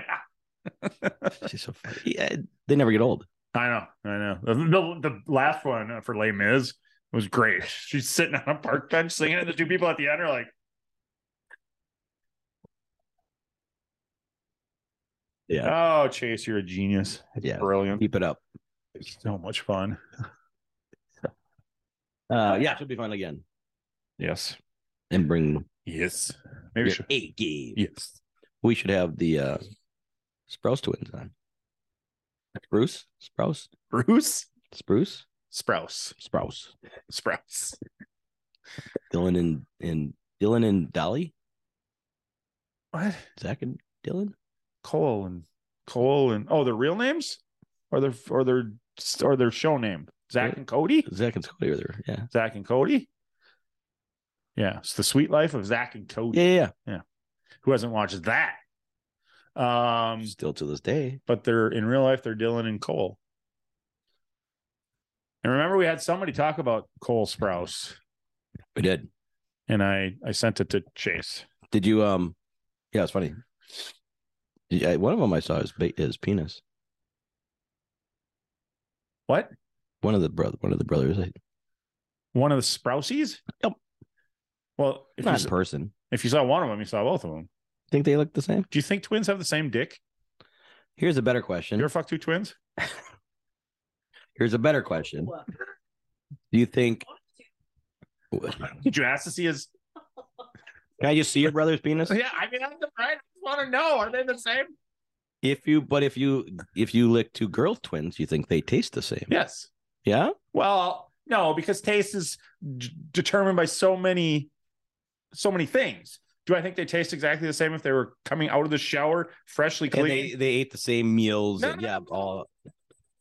S4: She's so funny. Yeah, they never get old.
S2: I know, I know. The, the, the last one for Les Mis was great. She's sitting on a park bench singing, and the two people at the end are like,
S4: Yeah,
S2: "Oh, Chase, you're a genius. It's
S4: Yeah.
S2: brilliant.
S4: keep it up.
S2: It's so much fun."
S4: Uh, yeah, she'll be fun again,
S2: Yes,
S4: and bring
S2: yes. Maybe
S4: your
S2: she.
S4: A game.
S2: Yes.
S4: We should have the uh Sprouse twins on. Spruce? Sprouse?
S2: Bruce
S4: Spruce?
S2: Sprouse.
S4: Sprouse.
S2: Sprouts.
S4: Dylan and and Dylan and Dolly?
S2: What?
S4: Zach and Dylan?
S2: Cole and Cole and oh, their real names or their or their or their show name? Zach and Cody.
S4: Zach and Scotty are there. Yeah.
S2: Zach and Cody. Yeah, it's the sweet life of Zach and Cody.
S4: Yeah, yeah,
S2: Who hasn't watched that?
S4: yeah.
S2: Um,
S4: Still to this day.
S2: but they're in real life. They're Dylan and Cole. And remember, we had somebody talk about Cole Sprouse,
S4: We did.
S2: and I I sent it to Chase.
S4: Did you um yeah, it's funny. Yeah, one of them I saw is ba- his penis.
S2: What?
S4: One of the brother one of the brothers. I-
S2: One of the Sprousies.
S4: Yep.
S2: Well, if you,
S4: Not
S2: s-
S4: in person.
S2: if you saw one of them, you saw both of them.
S4: Think they look the same?
S2: Do you think twins have the same dick?
S4: Here's a better
S2: You
S4: question.
S2: ever fuck two twins?
S4: Here's a better question.
S3: Well,
S4: Do you think
S2: Did you ask to see his?
S4: Can I just see your brother's penis?
S2: Oh, Yeah, I mean, I'm right. I just want to know. Are they the same?
S4: If you, but if you, if you lick two girl twins, you think they taste the same?
S2: Yes.
S4: Yeah.
S2: Well, no, because taste is d- determined by so many, so many things. Do I think they taste exactly the same if they were coming out of the shower freshly
S4: And
S2: clean?
S4: they they ate the same meals.
S2: No,
S4: and,
S2: no,
S4: yeah. All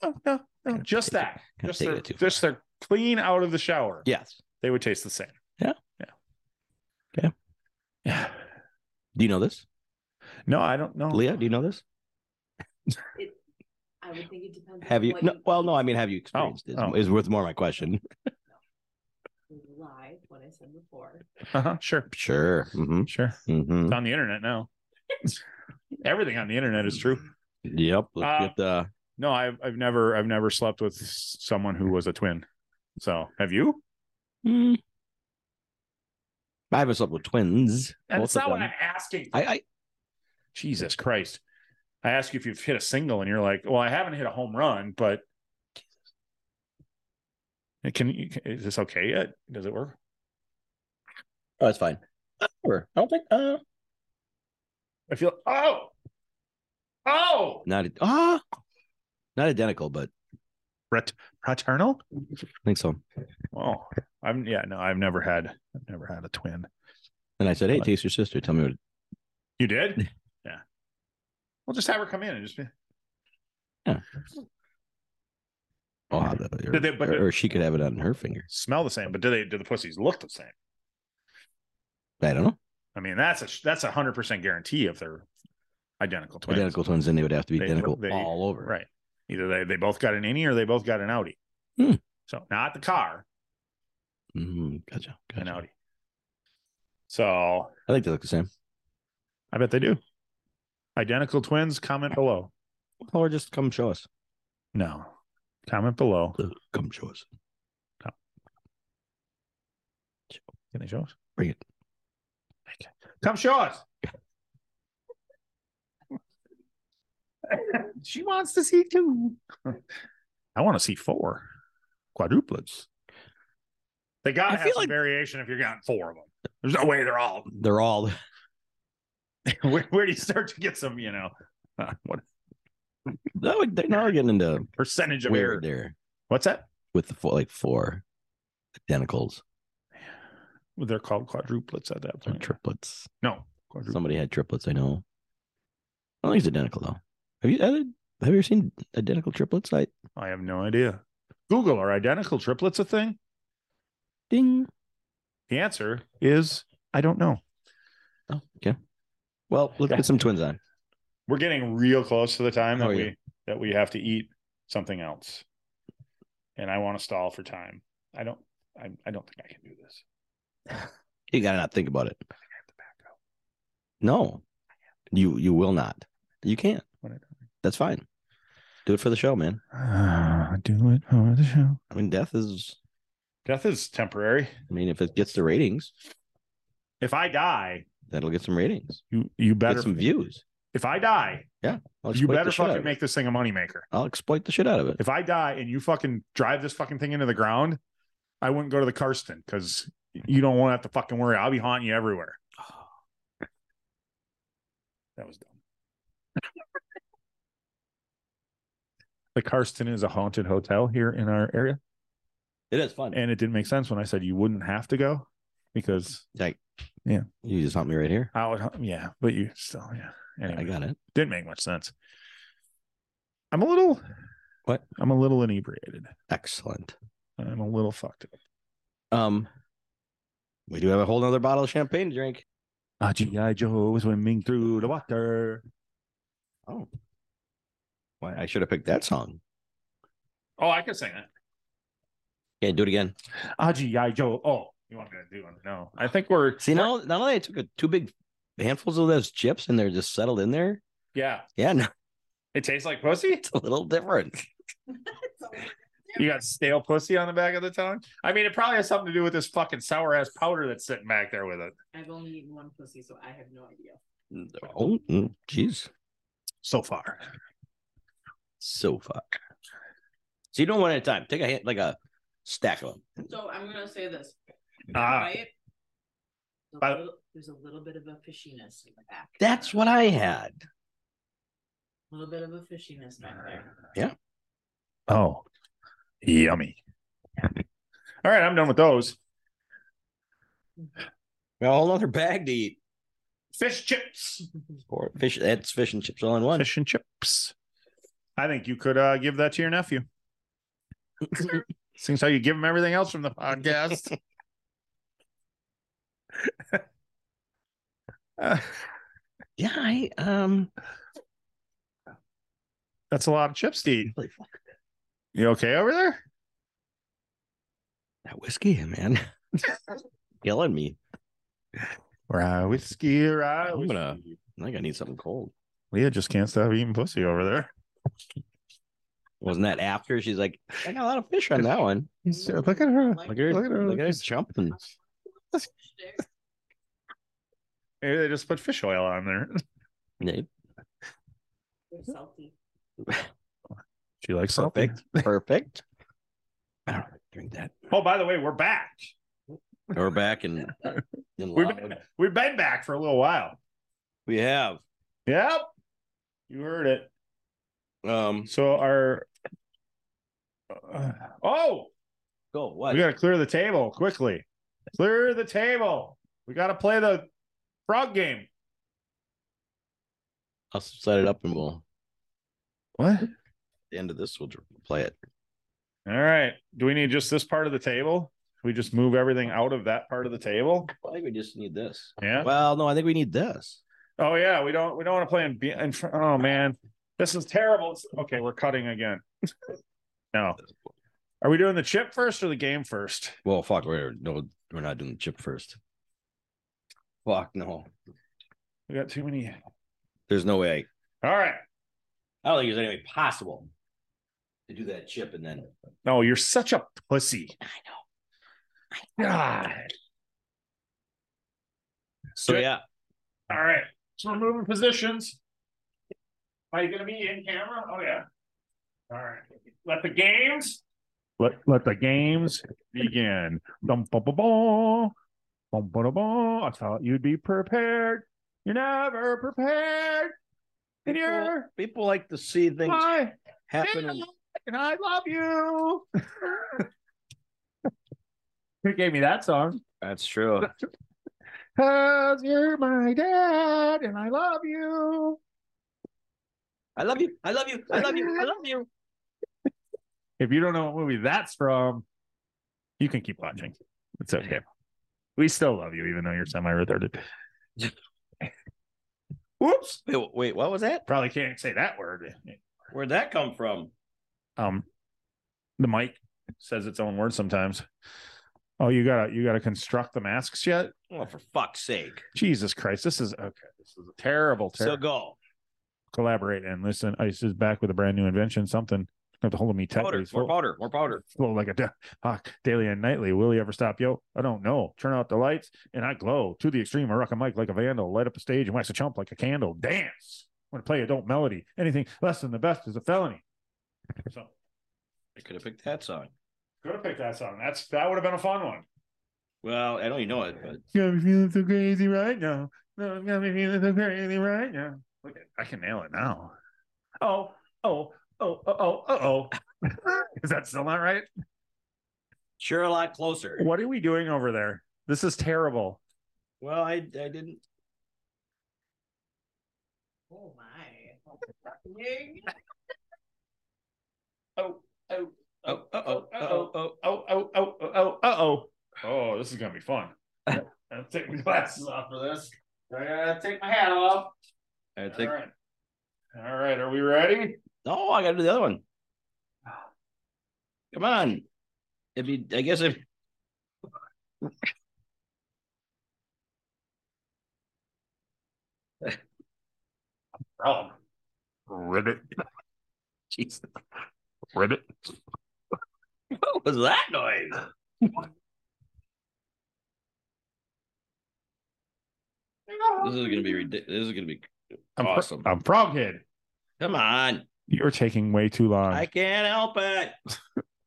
S2: no, no, no, just
S4: Kinda
S2: that.
S4: kinda
S2: Just
S4: take
S2: their,
S4: it too
S2: just their clean out of the shower.
S4: yes.
S2: they would taste the same.
S4: Yeah.
S2: yeah,
S4: Okay.
S2: yeah.
S4: Do you know this,
S2: No, I don't know.
S4: Leah? Do you know this?
S3: it, I would think it depends. on
S4: Have you?
S3: what
S4: No, well, no. I mean, have you
S2: Oh,
S4: experienced? is,
S2: oh.
S4: is worth more my question.
S3: Lie, what I said before.
S2: Uh-huh, sure,
S4: Sure. hmm
S2: sure.
S4: hmm
S2: It's on the internet now. Everything on the internet is true.
S4: Yep. Let's
S2: Uh,
S4: get the.
S2: No, I've I've never I've never slept with someone who was a twin. So have you?
S4: Hmm. I haven't slept with twins.
S2: That's
S4: both of
S2: not what
S4: them.
S2: I'm asking.
S4: I, I
S2: Jesus Christ. I ask you if you've hit a single and you're like, well, I haven't hit a home run, but can you, is this okay yet? Does it work?
S4: oh, it's fine. Sure. I don't think. Uh,
S2: I feel, oh, oh,
S4: not ah, not identical, but
S2: Frat- fraternal.
S4: I think so.
S2: Oh, I'm, yeah, no, I've never had, I've never had a twin.
S4: And I said, "Hey,
S2: But-
S4: taste your sister. Tell me what."
S2: You did? Yeah. Well, just have her come in and just be,
S4: Oh, the- or,
S2: Did they- but-
S4: or- or she could have it on her finger.
S2: smell the same, but do they, do the pussies look the same?
S4: I don't know.
S2: I mean, that's a, that's a hundred percent guarantee if they're identical twins.
S4: Identical twins, then they would have to be
S2: They-
S4: identical
S2: they-
S4: all over.
S2: Right. Either they, they both got an innie or they both got an Audi.
S4: Hmm.
S2: So not the car,
S4: Mm, gotcha. gotcha.
S2: an Audi. So
S4: I think they look the same.
S2: I bet they do. Identical twins, comment below.
S4: Or just come show us.
S2: No. Comment below.
S4: Come show us.
S2: Can they show us?
S4: Bring it.
S2: Come show us. she wants to see two. I want to see four quadruplets. They got
S4: I
S2: to have
S4: feel
S2: some
S4: like-
S2: variation if you're getting four of them. There's no way they're all.
S4: They're all
S2: Where, where do you start to get some, you know, uh, what
S4: that would, they're now we're getting into
S2: percentage of error?
S4: weird there
S2: What's that?
S4: with the four, like four identicals
S2: Well, they're called quadruplets at that
S4: or
S2: point.
S4: triplets.
S2: No, quadruplets.
S4: Somebody had triplets. I know. I don't think it's identical though. Have you have you ever seen identical triplets? I
S2: I have no idea. Google are identical triplets a thing?
S4: ding.
S2: The answer is I don't know.
S4: Oh, okay. Well, let's
S2: Yeah.
S4: get some twins on.
S2: We're getting real close to the time that
S4: Oh, yeah.
S2: we that we have to eat something else, and I want to stall for time. I don't. I, I don't think I can do this.
S4: You gotta not think about it. No, you you will not. You can't.
S2: What I
S4: That's fine. Do it for the show, man.
S2: Ah, do it for the show.
S4: I mean, death is.
S2: Death is temporary.
S4: I mean, if it gets the ratings,
S2: If I die,
S4: that'll get some ratings.
S2: you you better
S4: get some views.
S2: If I die,
S4: I'll
S2: you
S4: exploit the
S2: better
S4: shit out
S2: fucking
S4: of it.
S2: make this thing a moneymaker.
S4: I'll exploit the shit out of it.
S2: If I die and you fucking drive this fucking thing into the ground, I wouldn't go to the Karsten because you don't want to have to fucking worry. I'll be haunting you everywhere. That was dumb. the Karsten is a haunted hotel here in our area,
S4: It is fun.
S2: and it didn't make sense when I said you wouldn't have to go because
S4: like,
S2: Yeah.
S4: you just haunt me right here.
S2: I would. Yeah, but you still, yeah. Anyway,
S4: I got it.
S2: didn't make much sense. I'm a little.
S4: What?
S2: I'm a little inebriated.
S4: Excellent.
S2: I'm a little fucked up.
S4: Um, we do have a whole nother bottle of champagne to drink.
S2: A G.I. Joe was swimming through the water.
S4: Oh, why I should have picked that song.
S2: Oh, I can sing it.
S4: Okay, do it again.
S2: A G.I. Joe. Oh, you want me to do one? No. I think we're.
S4: See now, not only I took a, two big handfuls of those chips and they're just settled in there.
S2: Yeah.
S4: Yeah, now
S2: It tastes like pussy.
S4: it's a little different.
S2: You got stale pussy on the back of the tongue. I mean, it probably has something to do with this fucking sour ass powder that's sitting back there with it.
S3: I've only eaten one pussy, so I have no idea.
S4: Oh, mm, jeez,
S2: So far.
S4: so fuck. So you don't want at a time. Take a hand, like a stack of them.
S3: So I'm gonna say this.
S2: Ah,
S3: right? There's
S2: By
S3: a,
S2: the-
S3: little, there's a little bit of a fishiness in the back.
S4: That's what I had.
S3: A little bit of a fishiness back there.
S2: oh, yummy. All right, I'm done with those
S4: Got a whole other bag to eat.
S2: fish chips.
S4: Or fish. That's fish and chips all in one.
S2: fish and chips. I think you could uh, give that to your nephew. Seems how you give him everything else from the podcast. Uh,
S4: Yeah, I um.
S2: that's a lot of chips to eat.
S4: Holy fuck.
S2: You okay over there?
S4: That whiskey, man. Killing me.
S2: Rye whiskey, rye
S4: I'm gonna-
S2: whiskey.
S4: I think I need something cold.
S2: Leah just can't stop eating pussy over there.
S4: Wasn't that after? She's like, I got a lot of fish on that one.
S2: Look at her.
S4: Look at her.
S2: Look at her.
S4: Look at her jumping.
S2: Maybe they just put fish oil on there.
S4: Yeah,
S3: They're salty.
S2: She likes something.
S4: Perfect. Perfect. I don't drink that.
S2: Oh, by the way, we're back.
S4: We're back in, in
S2: We've
S4: love.
S2: been, we've been back for a little while.
S4: We have.
S2: Yep. You heard it.
S4: Um
S2: So our uh, oh,
S4: go what?
S2: we gotta clear the table quickly. Clear the table. We gotta play the frog game.
S4: I'll set it up and we'll
S2: What?
S4: at the end of this we'll dr- play it.
S2: All right. Do we need just this part of the table? We just move everything out of that part of the table.
S4: I think we just need this.
S2: Yeah.
S4: Well, no, I think we need this.
S2: Oh yeah. We don't. We don't want to play in. be- in front. Oh man, this is terrible. It's- Okay, we're cutting again. no. Are we doing the chip first or the game first?
S4: Well, fuck, we're no we're not doing the chip first. Fuck no.
S2: We got too many.
S4: There's no way I
S2: All right.
S4: I don't think there's any way possible to do that chip and then
S2: No, you're such a pussy. I know. God.
S4: so yeah.
S2: All right. So we're moving positions. Are you going to be in camera? Oh, yeah. All right. Let the games Let let the games begin. Dum bum bum bum. Bum bum bum. I thought you'd be prepared. You're never prepared. And you're
S7: People like to see things
S2: my
S7: happen. in-
S2: Yeah, and I love you. Who gave me that song?
S8: That's true.
S2: Cause you're my dad and I love you.
S7: I love you. I love you. I love you. I love you.
S2: If you don't know what movie that's from, you can keep watching. It's okay. We still love you, even though you're semi retarded. Whoops.
S7: Wait, wait, what was that?
S2: Probably can't say that word.
S7: Where'd that come from?
S2: Um the mic says its own word sometimes. Oh, you gotta you gotta construct the masks yet?
S7: Oh, for fuck's sake.
S2: Jesus Christ. This is okay. This is a terrible, terrible.
S7: So go.
S2: collaborate and listen. Ice is back with a brand new invention. Something got the hold of me tightly.
S7: Powder,
S2: It's
S7: more
S2: Flow,
S7: powder, more powder.
S2: flow like a da- hawk daily and nightly. Will he ever stop? Yo, I don't know. Turn out the lights and I glow to the extreme. I rock a mic like a vandal. Light up a stage and wax a chump like a candle. Dance. I'm gonna play adult melody. Anything less than the best is a felony. So
S7: I could have picked that song.
S2: go to pick that song. That's that would have been a fun one.
S7: Well, I know you know it, but
S2: Got me feeling so crazy right now. No, it's got me feeling so crazy right now. Look, at, I can nail it now. Oh, oh, oh, oh, oh, oh. Is that still not right?
S7: sure a lot closer.
S2: What are we doing over there? This is terrible.
S7: Well, I I didn't.
S3: Oh my.
S2: Oh, oh,
S7: Oh, oh, oh, oh, oh,
S2: oh, oh, oh, oh, oh, oh. Oh, this is gonna be fun. I'll take my glasses off for this. I gotta take my hat off.
S7: I think.
S2: All right. All right, are we ready?
S7: No, I got to do the other one. Come on. If you, I guess if.
S2: Problem. Ribbit.
S7: Jesus,
S2: Ribbit.
S7: what was that noise? This is gonna be ridiculous. This is gonna be
S2: I'm fro-
S7: awesome.
S2: I'm Froghead.
S7: Come on,
S2: You're taking way too long.
S7: I can't help it.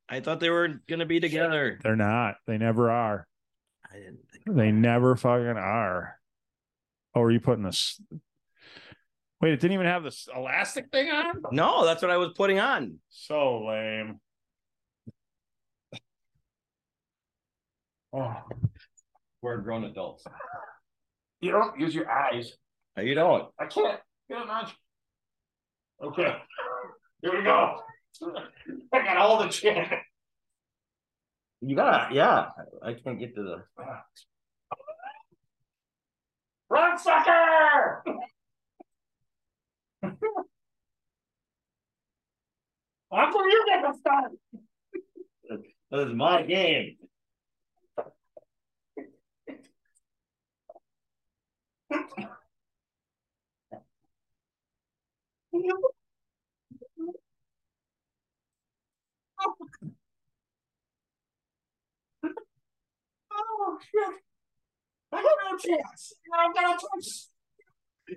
S7: I thought they were gonna be together.
S2: They're not. They never are.
S7: I didn't think.
S2: They never fucking are. Oh, are you putting this? Wait, it didn't even have this elastic thing on.
S7: No, that's what I was putting on.
S2: So lame. Oh,
S7: We're grown adults.
S2: you don't use your eyes.
S7: You don't.
S2: I can't. You don't know. Okay, here we go. I got all the chin.
S7: You got. Yeah, I can't get to the.
S2: Run, sucker! How come you get the start?
S7: This is my game.
S2: Oh shit! I got no chance. I got no chance.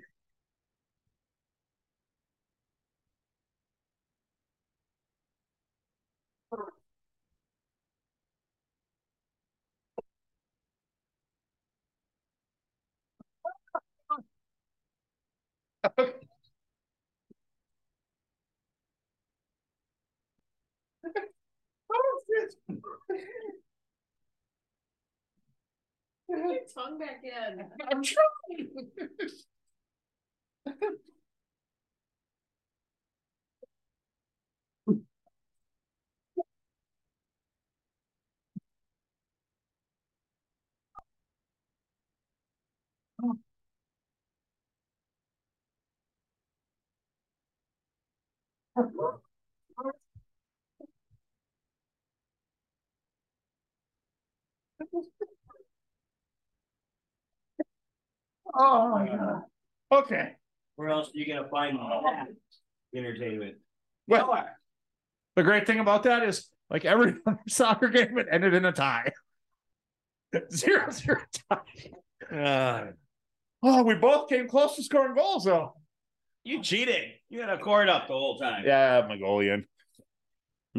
S2: Oh shit!
S3: Put your tongue back in.
S2: I'm trying. Oh my god. Okay.
S7: Where else are you gonna find
S2: Oh.
S7: entertainment?
S2: Well, the great thing about that is like every other soccer game, it ended in a tie. zero zero tie. oh, we both came close to scoring goals though.
S7: You cheated. You had a cord up the whole time.
S2: Yeah, my goalie in.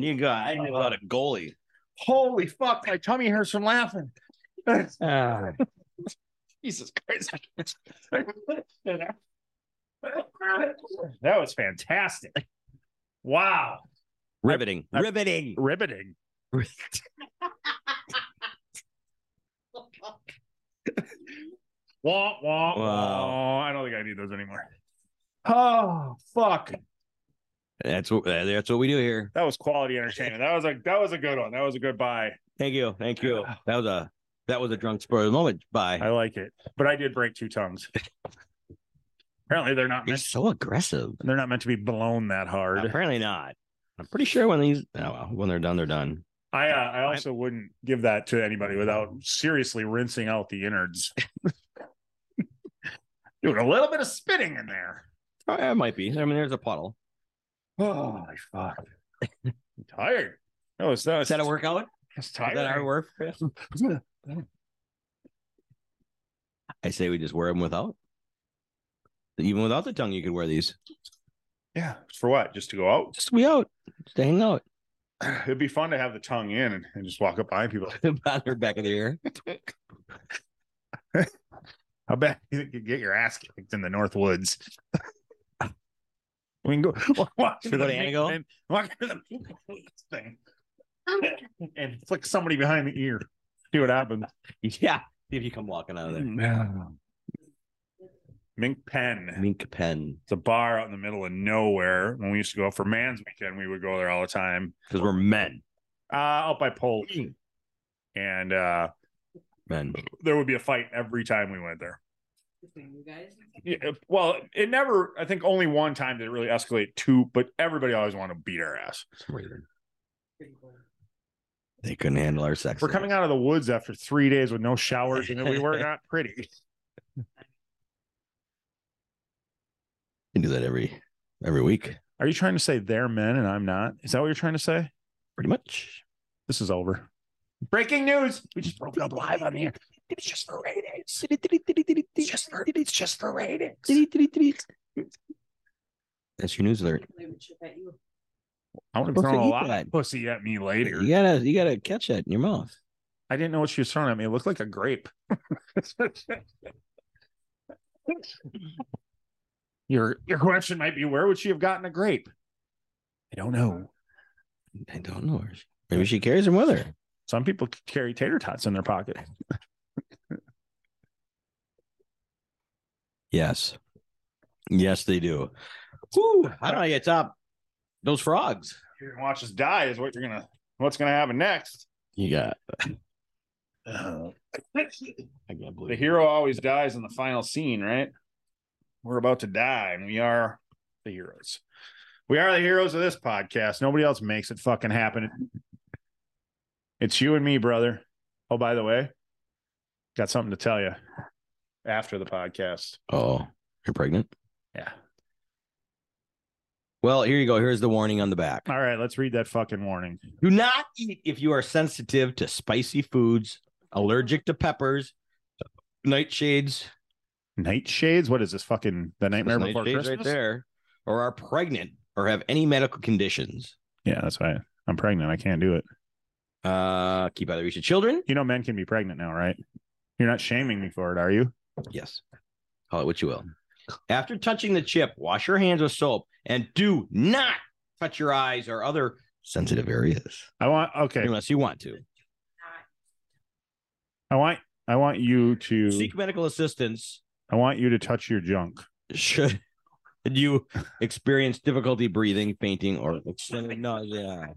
S4: You got I knew about a goalie.
S2: Holy fuck, my tummy hurts from laughing.
S4: Ah,
S2: Jesus Christ. that was fantastic. Wow.
S4: riveting,
S2: I-
S4: riveting.
S2: Riveting. Wah, wah,
S4: Wow.
S2: wah. I don't think I need those anymore. Oh fuck.
S4: That's what that's what we do here.
S2: That was quality entertainment. That was a that was a good one. That was a good buy.
S4: Thank you, thank you. That was a that was a drunk spur moment.
S2: I
S4: Bye.
S2: like it. But I did break two tongues. Apparently they're not
S4: You're
S2: meant,
S4: so aggressive.
S2: they're not meant to be blown that hard.
S4: Apparently not. I'm pretty sure when these oh, well, when they're done, they're done.
S2: I uh, I also wouldn't give that to anybody without seriously rinsing out the innards. Doing a little bit of spitting in there.
S4: Oh, yeah, it might be. I mean, there's a puddle.
S2: Oh my fuck! I'm tired. That was that was
S4: Is that a workout? Is
S2: That's
S4: that our
S2: tired.
S4: work? I say we just wear them without. Even without the tongue, you could wear these.
S2: Yeah, for what? Just to go out?
S4: Just we out, just to hang out.
S2: It'd be fun to have the tongue in and, and just walk up behind people.
S4: On their back of the ear.
S2: How bad you think you get your ass kicked in the North Woods? we can go walk
S4: Should we go to Antigo?
S2: and walk through the Maple Leafs thing and flick somebody behind the ear. See what happens. Mm.
S4: Yeah, if you come walking out of there.
S2: Mink Pen.
S4: Mink pen,
S2: It's a bar out in the middle of nowhere. When we used to go out for man's weekend, we would go there all the time.
S4: because we're men.
S2: Uh out by Pole. And uh
S4: Men.
S2: there would be a fight every time we went there.
S3: Between you guys.
S2: Yeah, uh, well, it never I think only one time did it really escalate to, but everybody always wanted to beat our ass.
S3: Pretty cool.
S4: They couldn't handle our sex.
S2: We're coming out of the woods after three days with no showers, and we were not pretty.
S4: We do that every every week,
S2: Are you trying to say they're men and I'm not? Is that what you're trying to say?
S4: pretty much.
S2: This is over. Breaking news! We just broke it up live on the air. It's just for ratings. It's just for, it's just for ratings.
S4: That's your news alert.
S3: They would chip at you.
S2: I want to
S4: Supposed to
S2: throw a
S4: eat
S2: lot
S4: that.
S2: of pussy at me later.
S4: You gotta you gotta catch that in your mouth.
S2: I didn't know what she was throwing at me. It looked like a grape. your your question might be where would she have gotten a grape? Uh-huh. I don't know.
S4: I don't know. where she- Maybe she carries them with her.
S2: Some people carry tater tots in their pocket.
S4: Yes, yes, they do. Whew, how do I get top those frogs?
S2: You're gonna watch us die is what you're gonna what's gonna happen next.
S4: You got.
S2: the
S4: I can't believe. it.
S2: hero always dies in the final scene, right? We're about to die, and we are the heroes. We are the heroes of this podcast. Nobody else makes it fucking happen. It's you and me, brother. Oh, by the way, got something to tell you after the podcast.
S4: Oh, you're pregnant.
S2: Yeah.
S4: Well, here you go. Here's the warning on the back.
S2: All right, let's read that fucking warning.
S4: Do not eat if you are sensitive to spicy foods, allergic to peppers, nightshades.
S2: Nightshades. What is this fucking the nightmare
S4: those
S2: before
S4: nightshades
S2: Christmas?
S4: right there, or are pregnant or have any medical conditions.
S2: Yeah, that's why I'm pregnant. I can't do it.
S4: Uh, keep out of the reach of children.
S2: You know, men can be pregnant now, right? You're not shaming me for it, are you?
S4: Yes. Call it what you will. After touching the chip, wash your hands with soap and do not touch your eyes or other sensitive areas
S2: I want okay.
S4: unless you want to.
S2: I want I want you to
S4: Seek medical assistance
S2: I want you to touch your junk.
S4: should you experience difficulty breathing, fainting, or extended nausea.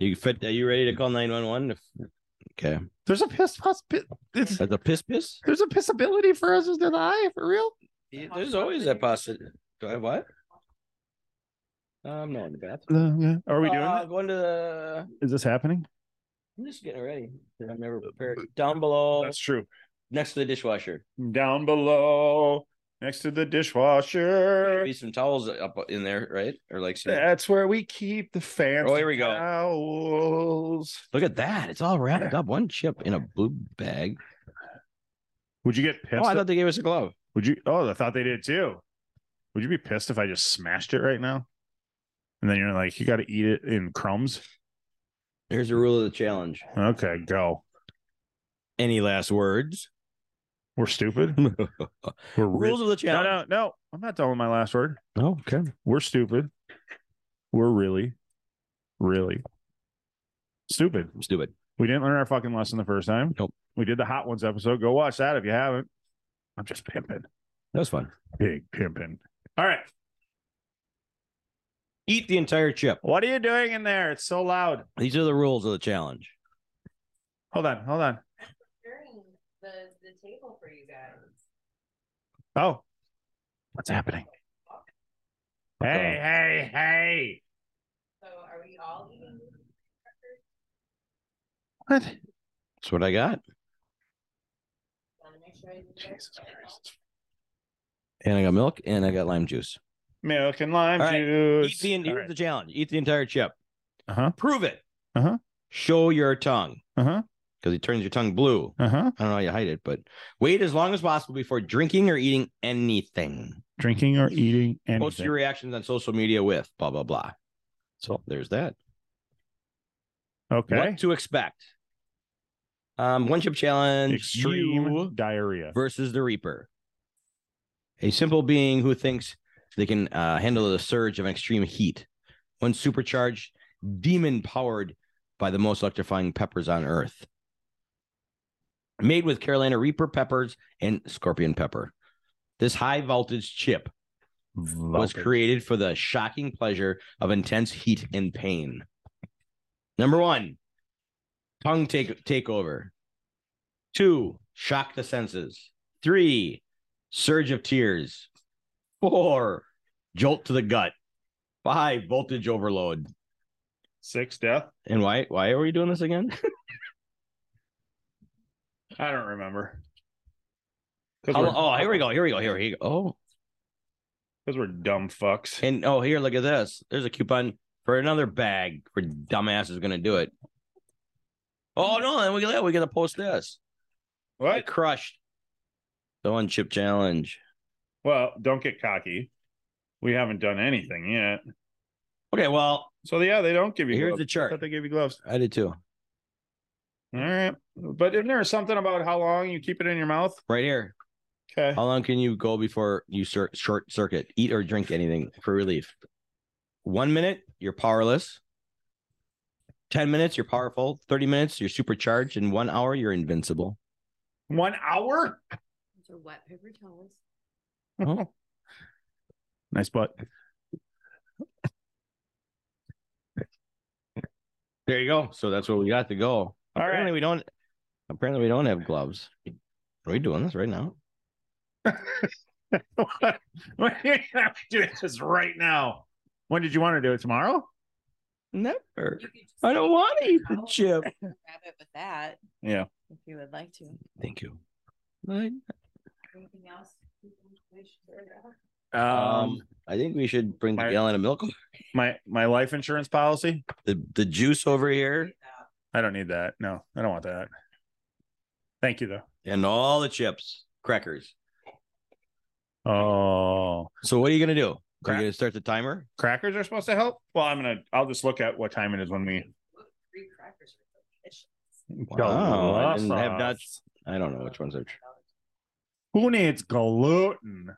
S4: You fit? Are you ready to call nine one one? Okay,
S2: There's a piss pos- pi- it's,
S4: that's a piss piss.
S2: there's a pissability for us is there the eye for real?
S4: There's always that possibility. Do I what? I'm not in the bathroom.
S2: Are we doing
S4: Uh,
S2: that?
S4: Going to the
S2: Is this happening?
S4: I'm just getting ready. I'm never prepared. Down below,
S2: That's true.
S4: next to the dishwasher,
S2: Down below next to the dishwasher.
S4: be some towels up in there, right? Or like, some...
S2: That's where we keep the fancy
S4: Oh, here we go.
S2: towels.
S4: look at that. It's all wrapped up. One chip in a blue bag.
S2: Would you get pissed?
S4: Oh, I
S2: if-
S4: thought they gave us a glove.
S2: Would you? Oh, I thought they did too. Would you be pissed if I just smashed it right now? And then you're like, you got to eat it in crumbs.
S4: Here's the rule of the challenge.
S2: Okay, go.
S4: Any last words?
S2: We're stupid.
S4: Rules
S2: We're rich.
S4: of the
S2: No,
S4: challenge.
S2: no, no. I'm not done with my last word.
S4: No, Oh, okay.
S2: We're stupid. We're really, really stupid.
S4: I'm stupid.
S2: We didn't learn our fucking lesson the first time.
S4: Nope.
S2: We did the hot ones episode. Go watch that if you haven't. I'm just pimping.
S4: That was fun.
S2: Big pimping. All right.
S4: Eat the entire chip.
S2: What are you doing in there? It's so loud.
S4: These are the rules of the challenge.
S2: Hold on. Hold on.
S3: Preparing the, the table for you guys.
S2: Oh. What's happening? Hey, hey, hey.
S3: So are we all eating?
S2: What?
S4: That's what I got.
S3: Want to make sure I do that?
S2: Jesus Christ.
S4: And I got milk and I got lime juice.
S2: Milk and lime
S4: All right. Eat
S2: juice.
S4: the, here's
S2: All right.
S4: the challenge. Eat the entire chip.
S2: Uh-huh.
S4: Prove it.
S2: Uh-huh.
S4: Show your tongue
S2: Uh-huh.
S4: because it turns your tongue blue.
S2: Uh-huh.
S4: I don't know how you Oh, hide it, but wait as long as possible before drinking or eating anything.
S2: Drinking or eating
S4: Post
S2: anything.
S4: your reactions on social media with blah blah blah. So there's that.
S2: okay.
S4: What to expect? Um, one chip challenge.
S2: Extreme
S4: you
S2: diarrhea.
S4: versus the Reaper. A simple being who thinks they can uh, handle the surge of extreme heat. One supercharged demon powered by the most electrifying peppers on earth. Made with Carolina Reaper peppers and scorpion pepper. This high voltage chip was created for the shocking pleasure of intense heat and pain. Number one, tongue take takeover. Two, shock the senses. Three, surge of tears. Four, jolt to the gut. Five, voltage overload.
S2: Six death.
S4: And why why are we doing this again?
S2: I don't remember. Because
S4: How- oh, here
S2: we're,
S4: we go. Here we go. Here we go. Oh,
S2: 'cause we're dumb fucks.
S4: and oh, here, look at this. There's a coupon for another bag for dumbass is gonna do it. Oh no, and we got we gotta post this. I
S2: What?
S4: crushed the one chip challenge.
S2: Well, don't get cocky. We haven't done anything yet.
S4: Okay, well,
S2: So yeah, they don't give you
S4: Here's
S2: gloves.
S4: the chart.
S2: I thought they gave you gloves.
S4: I did too.
S2: All right. But isn't there something about how long you keep it in your mouth?
S4: Right here.
S2: Okay.
S4: How long can you go before you cir- short circuit, eat or drink anything for relief? One minute, you're powerless. 10 minutes, you're powerful. 30 minutes, you're supercharged. In one hour, you're invincible.
S2: One hour?
S3: Those are wet paper towels.
S2: Oh. Nice butt.
S4: There you go. So that's what we got to go.
S2: right.
S4: apparently we don't apparently we don't have gloves. Are we doing this right now?
S2: We're gonna do this right now. When did you want to do it? Tomorrow?
S4: Never.
S3: You could just
S4: I don't want to eat the
S3: Oh.
S4: chip.
S3: Grab it with that
S2: Yeah.
S3: if you would like to.
S4: Thank you. Bye.
S3: Anything else? we should figure out?
S2: Um,
S4: Um, I think we should bring the
S2: my-
S4: gallon of milk.
S2: my my life insurance policy.
S4: The the juice over here
S2: I don't need that. No, I don't want that. Thank you
S4: and all the chips, crackers.
S2: though. Oh.
S4: So what are you gonna do? Are
S2: Crack-
S4: you gonna start the timer?
S2: Crackers are supposed to help? Well, I'm gonna I'll just look at what time it is when we
S3: Look, Three crackers are delicious.
S4: Wow, I didn't have
S2: Delicious.
S4: nuts. I don't know which ones are.
S2: Who needs gluten?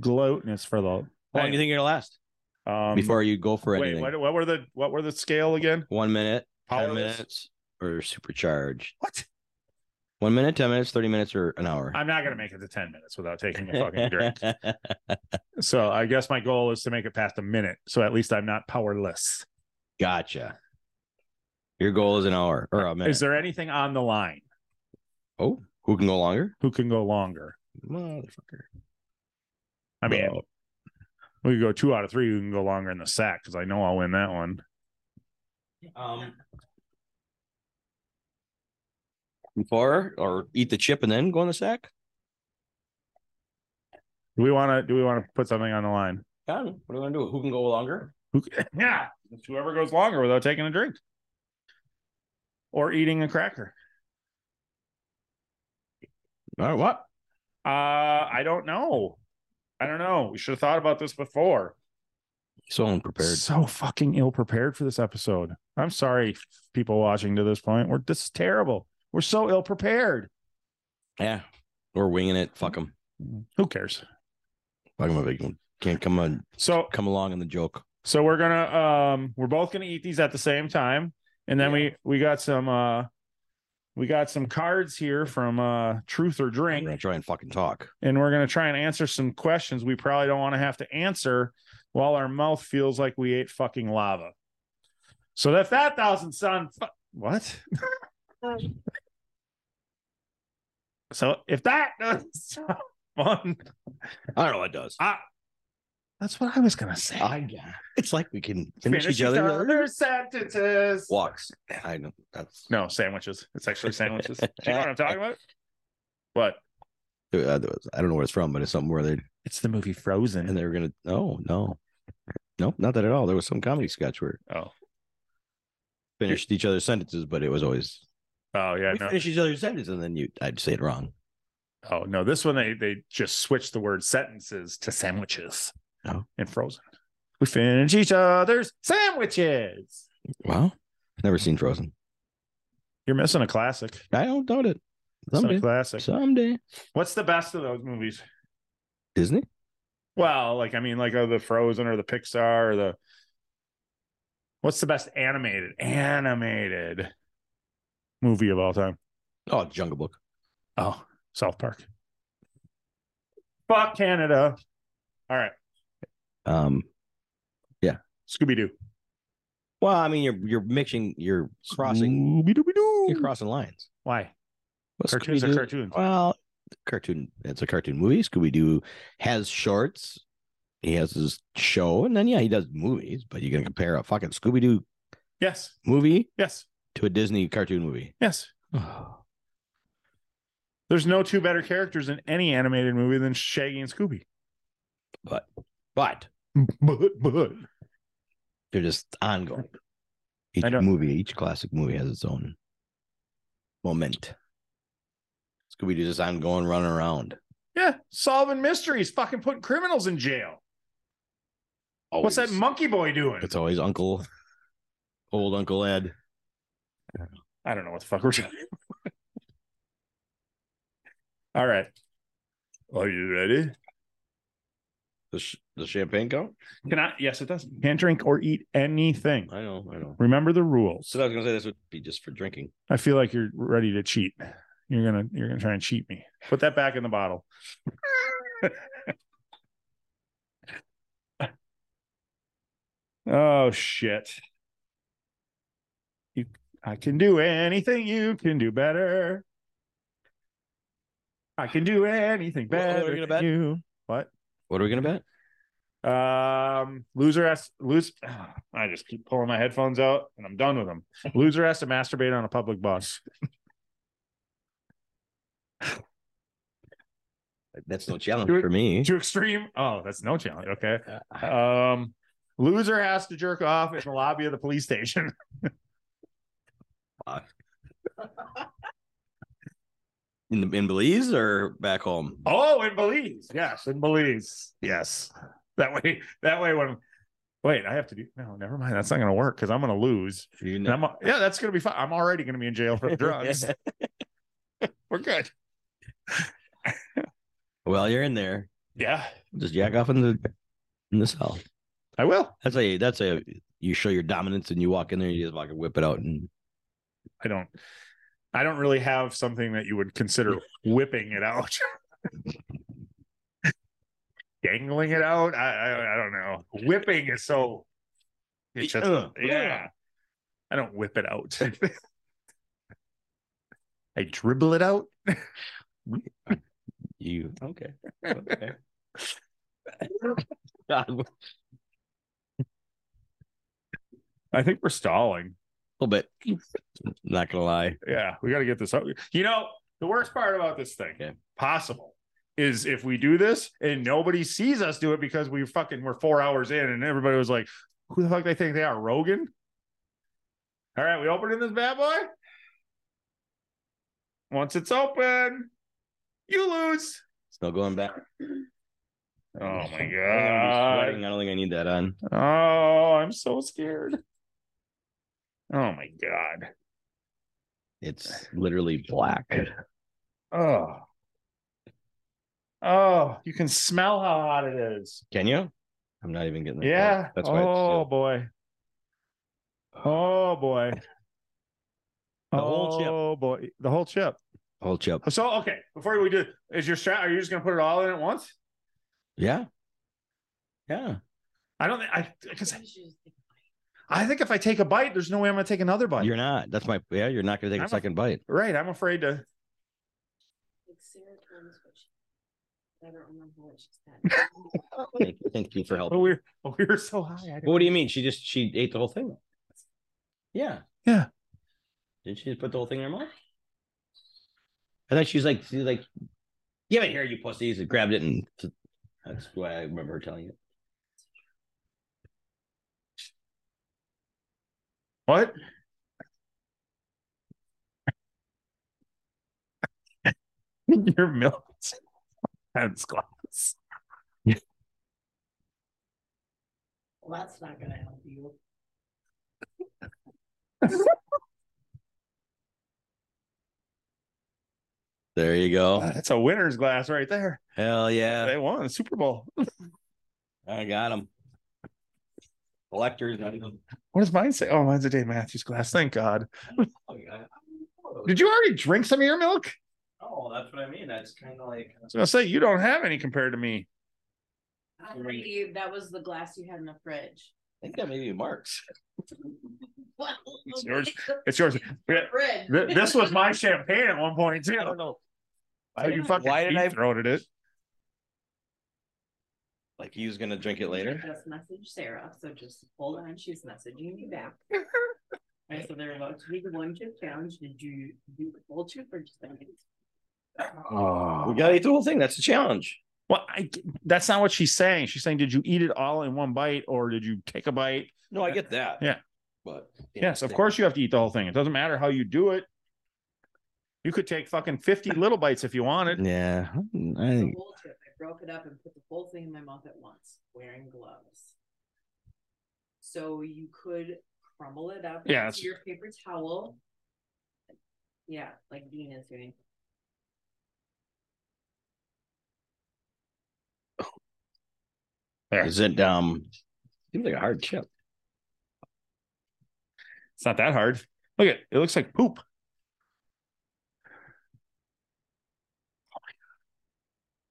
S2: Gluten is for the
S4: How long do you think you're gonna last
S2: um,
S4: before you go for
S2: Wait,
S4: anything?
S2: what, what were the what were the scale again?
S4: One minute, ten
S2: Powerless.
S4: minutes, or supercharged.
S2: What?
S4: One minute, ten minutes, thirty minutes, or an hour.
S2: I'm not gonna make it to ten minutes without taking a fucking drink. So I guess my goal is to make it past a minute, so at least I'm not powerless.
S4: gotcha. Your goal is an hour or a minute.
S2: Is there anything on the line?
S4: oh, who can go longer?
S2: Who can go longer?
S4: Motherfucker.
S2: I mean,
S4: Well,
S2: we could go two out of three. Who can go longer in the sack? Because I know I'll win that one.
S4: um, before or eat the chip and then go in the sack.
S2: Do we want to? Do we want to put something on the line?
S4: Done. What are we gonna do? Who can go longer?
S2: Who, yeah, it's whoever goes longer without taking a drink or eating a cracker.
S4: All right, what?
S2: Uh, I don't know. I don't know. We should have thought about this before.
S4: So unprepared.
S2: So fucking ill prepared for this episode. I'm sorry, people watching to this point. We're this is terrible. We're so ill prepared.
S4: Yeah. We're winging it. Fuck them.
S2: Who cares?
S4: Fuck them. They can't come on,
S2: So
S4: come along on the joke.
S2: so we're gonna um we're both gonna eat these at the same time, and then we we got some uh we got some cards here from uh Truth or
S4: We're
S2: Drink,
S4: gonna try and fucking talk.
S2: and we're gonna try and answer some questions we probably don't want to have to answer while our mouth feels like we ate fucking lava. So if that doesn't sound fu- what. So if that doesn't sound fun,
S4: I don't know what it does.
S2: that's what I was gonna say.
S4: I, it's like we can finish, each other.
S2: sentences.
S4: Walks. I know that's
S2: No, sandwiches. It's actually sandwiches. Do you know what I'm talking about? What?
S4: I don't know where it's from, but it's something where they
S2: It's the movie Frozen.
S4: and they were gonna. Oh no, nope, not that at all. There was some comedy sketch where
S2: oh,
S4: finished each other's sentences, but it was always
S2: oh yeah,
S4: we
S2: no,
S4: finish each other's sentences, and then you I'd say it wrong.
S2: oh no. This one they they just switched the word sentences to sandwiches.
S4: Oh.
S2: in Frozen, we finish each other's sandwiches.
S4: Wow, never seen Frozen.
S2: You're missing a classic.
S4: I don't doubt it.
S2: Missing a
S4: Someday,
S2: classic.
S4: someday,
S2: What's the best of those movies?
S4: Disney.
S2: Well, like I mean, like uh, the Frozen or the Pixar or the what's the best animated animated movie of all time?
S4: Oh, Jungle Book.
S2: Oh, South Park. Fuck Canada. All right,
S4: Um,
S2: Scooby Doo.
S4: well, I mean, you're you're mixing, you're crossing,
S2: Scooby Dooby
S4: you're
S2: Doo.
S4: crossing lines.
S2: Why?
S4: What's
S2: Cartoons are cartoons.
S4: Well, cartoon. It's a cartoon movie. Scooby Doo has shorts. He has his show, and then yeah, he does movies. But you're gonna compare a fucking Scooby Doo
S2: Yes,
S4: movie
S2: yes,
S4: to a Disney cartoon movie.
S2: yes. There's no two better characters in any animated movie than Shaggy and Scooby.
S4: but but
S2: But but
S4: they're just ongoing. Each
S2: I don't-
S4: movie, each classic movie has its own moment. Scooby Doo just ongoing, running around.
S2: yeah, solving mysteries, fucking putting criminals in jail. What's that
S4: Always.
S2: monkey boy doing?
S4: It's always Uncle, old Uncle Ed.
S2: I don't know what the fuck we're talking about. All right. Are you ready?
S4: The, sh- the champagne count.
S2: Can I? Yes, it does. Can't drink or eat anything.
S4: I know, I know.
S2: Remember the rules.
S4: So I was gonna say this would be just for drinking.
S2: I feel like you're ready to cheat. You're gonna you're gonna try and cheat me. Put that back in the bottle. oh shit. You I can do anything you can do better. I can do anything
S4: What- what are
S2: better
S4: we gonna
S2: than
S4: bet?
S2: you. What?
S4: What are we gonna bet?
S2: Um, loser has lose. I just keep pulling my headphones out, and I'm done with them. Loser has to masturbate on a public bus.
S4: That's no challenge
S2: Do it-
S4: for me.
S2: Too extreme. Oh, that's no challenge. Okay. Um, loser has to jerk off in the lobby of the police station.
S4: In the in Belize or back home?
S2: Oh, in Belize. Yes, in Belize. Yes. That way. That way. When wait, I have to do. No, never mind. That's not going to work because I'm going to lose.
S4: You
S2: And I'm, yeah, that's going to be fine. I'm already going to be in jail for drugs. We're good.
S4: well, you're in there.
S2: Yeah,
S4: Just jack off in the in the cell.
S2: I will.
S4: That's a that's a you show your dominance and you walk in there, you just fucking whip it out and
S2: I don't I don't really have something that you would consider whipping it out. Dangling it out. I, I I don't know. Whipping is so it's just
S4: Ugh.
S2: yeah. I don't whip it out. I dribble it out.
S4: you okay. okay. God,
S2: I think we're stalling.
S4: a little bit. Not gonna lie.
S2: Yeah, we gotta get this out. You know, the worst part about this thing,
S4: Okay.
S2: possible, is if we do this and nobody sees us do it because we fucking were four hours in and everybody was like, who the fuck they think they are, Rogan? All right, we opening this bad boy. Once it's open, you lose.
S4: It's no going back.
S2: Oh my
S4: I'm gonna be
S2: god.
S4: sweating. I don't think I need that on.
S2: Oh, I'm so scared. Oh my god.
S4: It's literally black.
S2: Oh. Oh, you can smell how hot it is.
S4: Can you? I'm not even getting. that
S2: Yeah.
S4: far. That's why.
S2: oh
S4: It's,
S2: boy. Oh boy.
S4: The whole chip.
S2: Oh boy. The whole chip.
S4: yeah. Whole chip.
S2: So okay, before we do, is your strat? Are you just gonna put it all in at once?
S4: Yeah. Yeah.
S2: I don't think I. Because
S3: You should just take a bite.
S2: I think if I take a bite, there's no way I'm gonna take another bite.
S4: You're not. That's my. Yeah. You're not gonna take
S2: I'm
S4: a
S2: a-
S4: second bite.
S2: right. I'm afraid to.
S3: Like Sarah told us what she. I don't remember what she said.
S4: Thank, thank you for
S2: But
S4: helping.
S2: oh, we're but we were so high. I didn't-
S4: Well, what do you mean? She just she ate the whole thing. Yeah.
S2: Yeah.
S4: Did she just put the whole thing in her mouth? I thought she's like she's like, give it here, you pussies, and grabbed it, and that's why I remember her telling you.
S2: What? Your milk that's glass.
S3: well, that's not gonna help you.
S4: There you go.
S2: That's a winner's glass right there.
S4: Hell yeah,
S2: They won the Super Bowl.
S4: I got him. Collectors. I know.
S2: What does mine say? Oh, mine's a Dave Matthews glass. Thank God.
S4: Oh, yeah.
S2: Did you already drink some of your milk? I
S4: Oh, that's what I mean. That's kind of like uh,
S2: was gonna say you don't have any compared to me.
S3: I believe that was the glass you had in the fridge.
S4: I think that maybe marks.
S3: What?
S2: It's yours. It's yours. Th-
S3: Fridge.
S2: This was my champagne at one point too.
S4: know.
S2: So you fucking
S4: why did I
S2: throated it?
S4: like he was gonna drink it later?
S3: Just message Sarah. So just hold on. She's messaging me back. All right, so they're about to do the one chip challenge. Did you do the whole chip or just the
S2: Oh.
S4: We gotta eat the whole thing. That's the challenge.
S2: Well, I, that's not what she's saying. She's saying, did you eat it all in one bite or did you take a bite?
S4: No, I get that.
S2: Yeah.
S4: But
S2: Yes, of course you have to eat the whole thing. It doesn't matter how you do it. You could take fucking 50 little bites if you wanted.
S4: Yeah. I
S3: The
S4: think
S3: whole chip. I broke it up and put the whole thing in my mouth at once, wearing gloves. So you could crumble it up
S2: Yeah,
S3: into
S2: that's-
S3: your paper towel. Yeah, like Dean is doing.
S4: is it um seems like a hard chip.
S2: It's not that hard. Look at it looks like poop.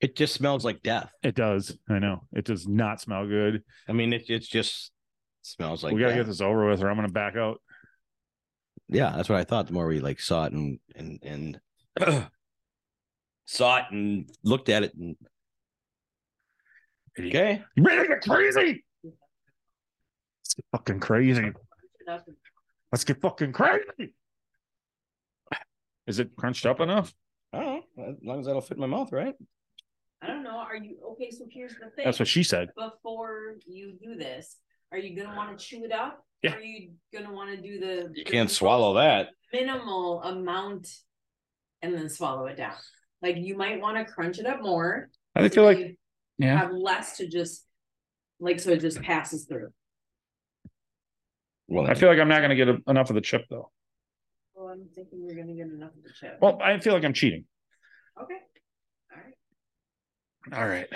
S4: It just smells like death.
S2: It does. I know. It does not smell good.
S4: I mean, it it's just smells like
S2: we gotta
S4: death.
S2: get this over with or I'm gonna back out.
S4: Yeah, that's what I thought. The more we like saw it and and and saw it and looked at it and okay.
S2: You ready to get crazy? Let's get fucking crazy.
S3: It up and
S2: Let's get fucking crazy. Is it crunched up enough?
S4: I don't know. As long as that'll fit in my mouth, right?
S3: I don't know. Are you okay? So here's the thing.
S2: That's what she said.
S3: Before you do this, are you gonna want to chew it up?
S2: Yeah.
S3: Or are you gonna want to do the?
S4: You can't swallow that.
S3: minimal amount and then swallow it down. Like you might want to crunch it up more.
S2: I think
S3: so
S2: you're like,
S3: you
S2: yeah.
S3: have less to just like so it just passes through.
S4: Well,
S2: I feel like I'm not going to get a, enough of the chip though.
S3: Well, I'm thinking you're gonna get enough of the chip.
S2: Well, I feel like I'm cheating.
S3: okay. All right.
S2: All right.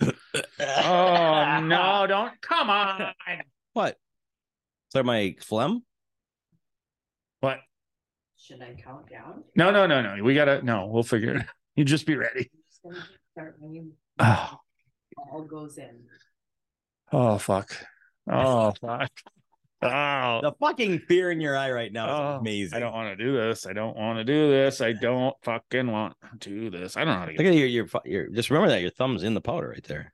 S3: Take your time.
S2: Oh no! Don't come on.
S4: What? Is that my phlegm?
S2: What?
S3: Should I count down?
S2: No, no, no, no. We gotta. No, we'll figure it. out. You just be ready.
S3: I'm just gonna start when you
S2: Oh,
S3: all goes in.
S2: oh fuck. Oh fuck. Oh, I
S4: The fucking fear in your eye right now
S2: Oh,
S4: is amazing.
S2: don't want to do this. I don't want to do this. I don't fucking want to do this. I don't know how to
S4: Look
S2: get.
S4: at your your fu- your. Just remember that your thumb's in the powder right there,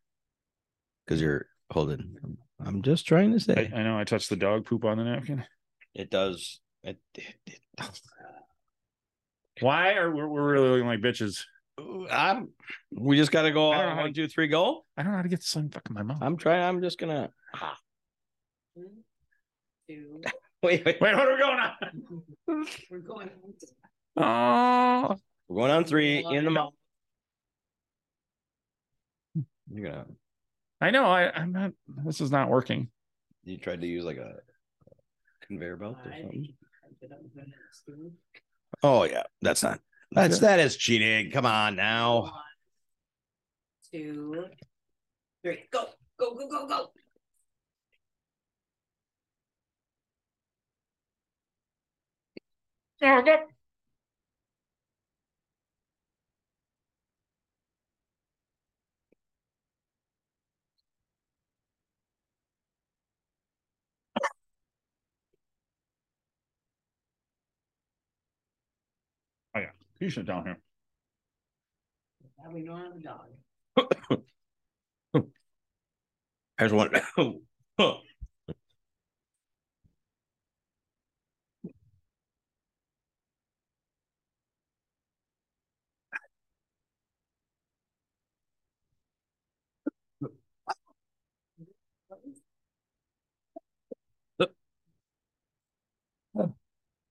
S4: because you're holding. I'm just trying to say
S2: I, I know I touched the dog poop on the napkin.
S4: it does. It, it, it-
S2: Why are we we're really looking like bitches?
S4: I'm. We just gotta go
S2: I don't know
S4: on
S2: how
S4: one, two, three, go.
S2: I don't know how to get this in fucking my mouth.
S4: I'm trying. I'm just gonna.
S3: One, two.
S4: Wait,
S2: Wait,
S4: wait.
S2: what are we going on?
S3: We're going. into-
S2: Oh,
S3: Mm-hmm.
S4: We're going on three in the mouth. You're gonna
S2: I know. I, I'm not. This is not working.
S4: you tried to use like a conveyor belt or
S3: I
S4: something.
S3: think it up with an spoon.
S4: Oh yeah, that's not that's that is cheating. Come on now.
S3: One, two, three. Go, go, go, go, go.
S2: Oh, God. Oh, yeah. You should down here.
S3: Now we know I'm a dog.
S4: Here's one.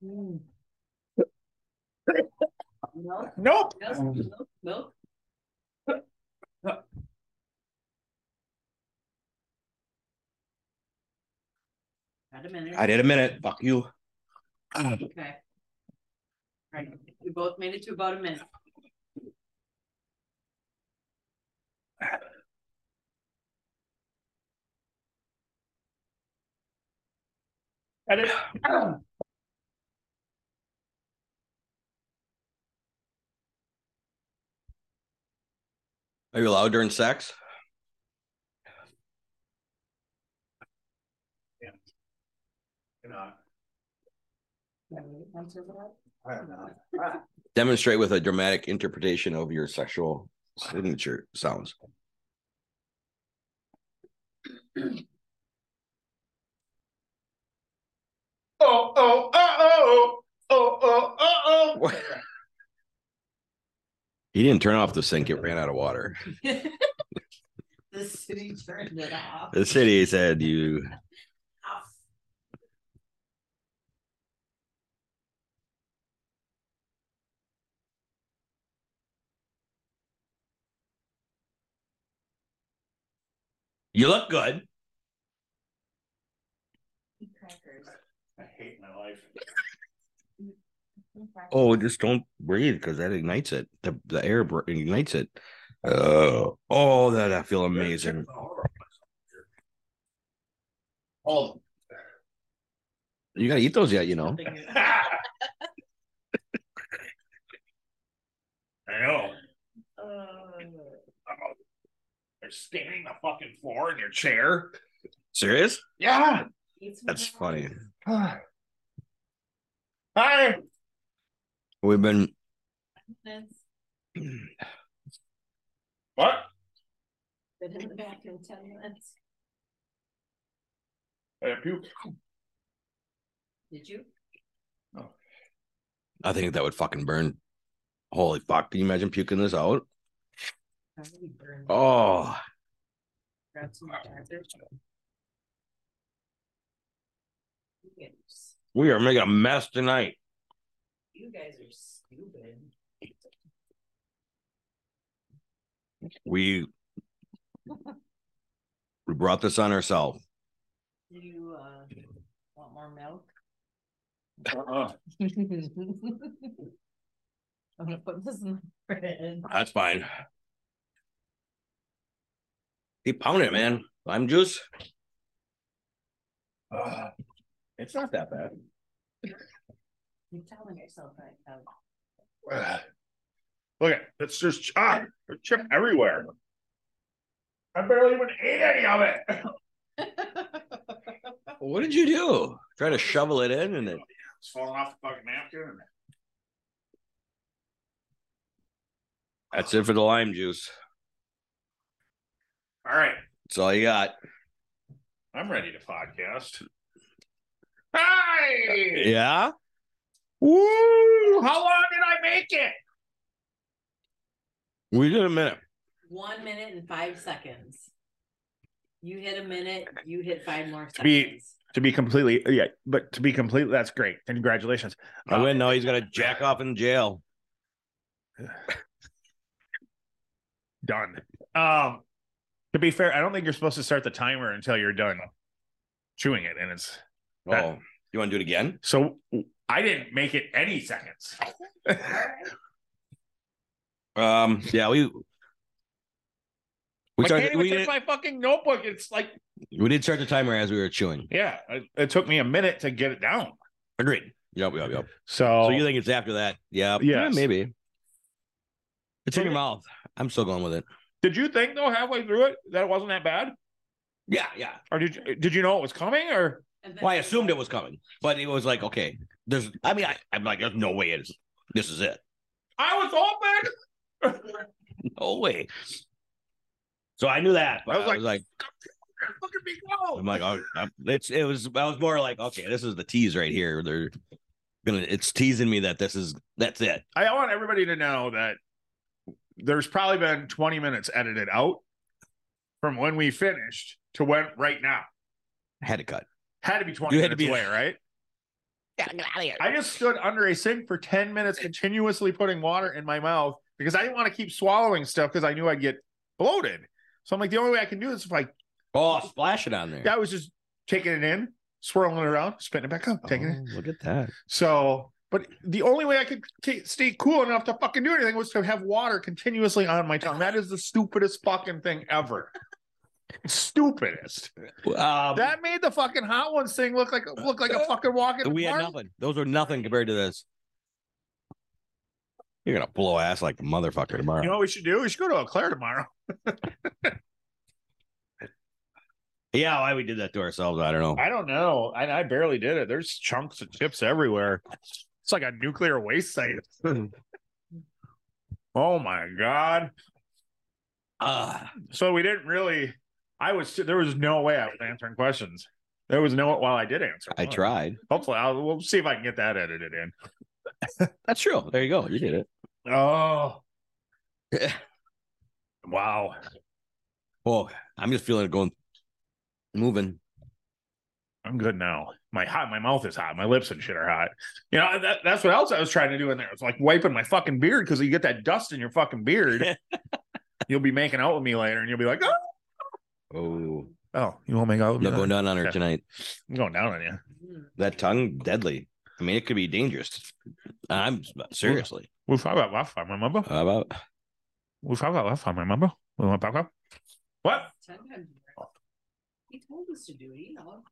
S3: Mm. Milk,
S2: Nope.
S3: milk,
S4: Um.
S3: milk, milk. Got a minute.
S4: I did a minute. Fuck you.
S3: Okay. All right, we both made it to about a minute.
S2: Edit.
S4: Are you allowed during sex? Demonstrate with a dramatic interpretation of your sexual signature sounds.
S2: Oh, oh, oh, oh, oh, oh, oh, oh.
S4: He didn't turn off the sink. It ran out of water.
S3: The city turned it off.
S4: The city said you.
S3: Off.
S4: You look good.
S3: Eat Crackers.
S2: I hate my life.
S4: Oh, just don't breathe because that ignites it. The the air br- ignites it. Oh, oh, that I feel amazing.
S2: Oh.
S4: You gotta eat those yet, you know.
S2: I know.
S3: Uh,
S2: They're staining the fucking floor in your chair.
S4: Serious?
S2: Yeah.
S3: eat some
S4: That's
S3: more.
S4: funny.
S2: Hi.
S4: We've been
S3: Minutes.
S2: What?
S3: Been in the bathroom ten minutes.
S2: I puke.
S3: Did you?
S4: I think that would fucking burn. Holy fuck! Can you imagine puking this out?
S3: I really burned.
S4: Oh,
S3: Grab some crackers. You guys-
S4: we are making a mess tonight.
S3: You guys are stupid.
S4: We we brought this on ourselves.
S3: Do you uh, want more milk?
S2: Uh-uh.
S3: I'm gonna put this in the fridge.
S4: That's fine. Keep pounding it, man. Lime juice.
S2: Uh,
S4: It's not that bad.
S3: You're telling yourself right now.
S2: Look at it's just chop, there's chip everywhere. I barely even ate any of it.
S4: What did you do? Try to shovel it in and it
S2: It's falling off the fucking napkin. and-
S4: That's it for the lime juice.
S2: All right,
S4: That's all you got.
S2: I'm ready to podcast. Hi.
S4: Yeah.
S2: Woo! How long did I make it?
S4: We did a minute.
S3: One minute and five seconds. You hit a minute, you hit five more
S2: To be-
S3: seconds.
S2: To be completely, yeah, but to be completely, that's great. Congratulations. Uh,
S4: I win. No, he's gonna jack off in jail.
S2: Done. Um, To be fair, I don't think you're supposed to start the timer until you're done chewing it, and it's That-
S4: Oh, you want to do it again?
S2: so I didn't make it any seconds.
S4: Um, yeah, we we
S2: I can't
S4: started,
S2: even
S4: we,
S2: take
S4: did,
S2: my fucking notebook. It's like,
S4: we did start the timer as we were chewing.
S2: yeah, it, it took me a minute to get it down.
S4: Agreed. Oh. Yep, yep, yep.
S2: So,
S4: So you think it's after that? Yep. Yeah,
S2: Yes.
S4: maybe. It's in
S2: Maybe-
S4: your mouth. I'm still going with it.
S2: did you think though halfway through it that it wasn't that bad,
S4: Yeah, yeah.
S2: or did you, did you know it was coming, or
S4: Well, I assumed it was coming, but it was like, okay, there's. I mean, I, I'm like, there's no way it's this is it.
S2: I was open?
S4: No way. So I knew that. But I was like,
S2: Look at me go.
S4: I'm like, oh, I'm- it's it was. I was more like, okay, this is the tease right here. They're gonna. It's teasing me that this is that's it.
S2: I want everybody to know that there's probably been 20 minutes edited out from when we finished to when right now.
S4: Had to cut.
S2: Had to be 20
S4: You had to
S2: minutes away,
S4: be-
S2: right?
S4: Yeah, get out of here.
S2: I just stood under a sink for 10 minutes continuously putting water in my mouth because I didn't want to keep swallowing stuff because I knew I'd get bloated. So I'm like, the only way I can do this is if I,
S4: Oh, splash it on there.
S2: I was just taking it in, swirling it around, spitting it back up, taking it.
S4: Oh, Look at that.
S2: So, but the only way I could t- stay cool enough to fucking do anything was to have water continuously on my tongue. That is the stupidest fucking thing ever. stupidest.
S4: Um,
S2: That made the fucking hot ones thing look like look like a fucking walking.
S4: we had
S2: park.
S4: nothing. Those are nothing compared to this. You're gonna blow ass like a motherfucker tomorrow.
S2: You know what we should do? We should go to Eau Claire tomorrow.
S4: yeah, why we did that to ourselves, I don't know.
S2: I don't know. I, I barely did it. There's chunks and chips everywhere. It's like a nuclear waste site. oh my god! Ah.
S4: Uh,
S2: So we didn't really. I was. There was no way I was answering questions. There was no. Well, I did answer.
S4: I
S2: one.
S4: tried.
S2: Hopefully, I'll, we'll see if I can get that edited in.
S4: That's true. There you go. You did it.
S2: Oh, wow!
S4: Oh, I'm just feeling it going, moving.
S2: I'm good now. My hot. My mouth is hot. My lips and shit are hot. You know that, that's what else I was trying to do in there. It's like wiping my fucking beard because you get that dust in your fucking beard. you'll be making out with me later, and you'll be like, oh.
S4: Oh,
S2: Oh, you won't make out with me?
S4: no, going down on her
S2: Okay.
S4: tonight.
S2: I'm going down on you.
S3: Mm,
S4: That tongue, deadly. I mean, it could be dangerous. I'm seriously.
S2: We've talked about Wi-Fi, remember?
S4: How about
S2: We've talked about Wi-Fi, remember? We went back up. What?
S3: Ten times more. He told us to do it, you know.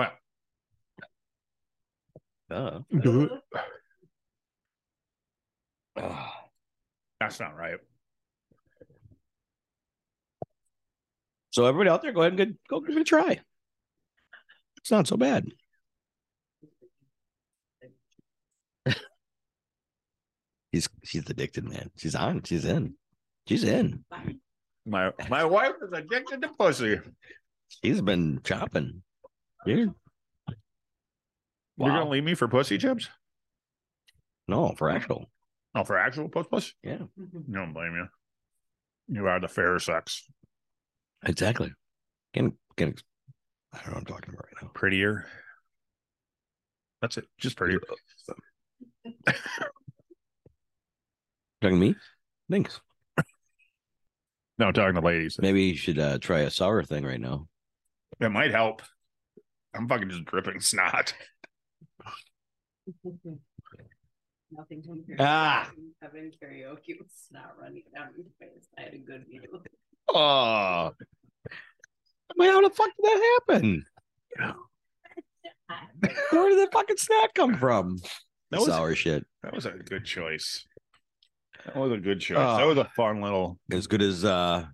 S4: uh,
S2: Do it.
S4: uh,
S2: That's not right.
S4: so everybody out there, go ahead and good, go give it a try. It's not so bad. He's she's addicted, man. She's on. She's in. She's in.
S2: My my wife is addicted to pussy.
S4: She's been chopping. You're,
S2: You're
S4: Wow.
S2: gonna leave me for pussy chips?
S4: no, for actual.
S2: No, for actual puss puss.
S4: Yeah.
S2: You don't blame you. You are the fair sex,
S4: Exactly. Can can I don't know what I'm talking about right now.
S2: prettier. That's it. Just prettier.
S4: Talking to me? Thanks.
S2: No, talking to ladies.
S4: Maybe you should uh, try a sour thing right now.
S2: It might help. I'm fucking just dripping snot.
S3: Nothing compares.
S4: Ah.
S3: Seven karaoke was not running down my face. I had a good view.
S4: Oh. Man, how the fuck did that happen? Hmm. Where did the fucking snack come from?
S2: That was
S4: sour shit.
S2: that was a good choice. That was a good choice.
S4: Ah.
S2: that was a fun little
S4: As good as uh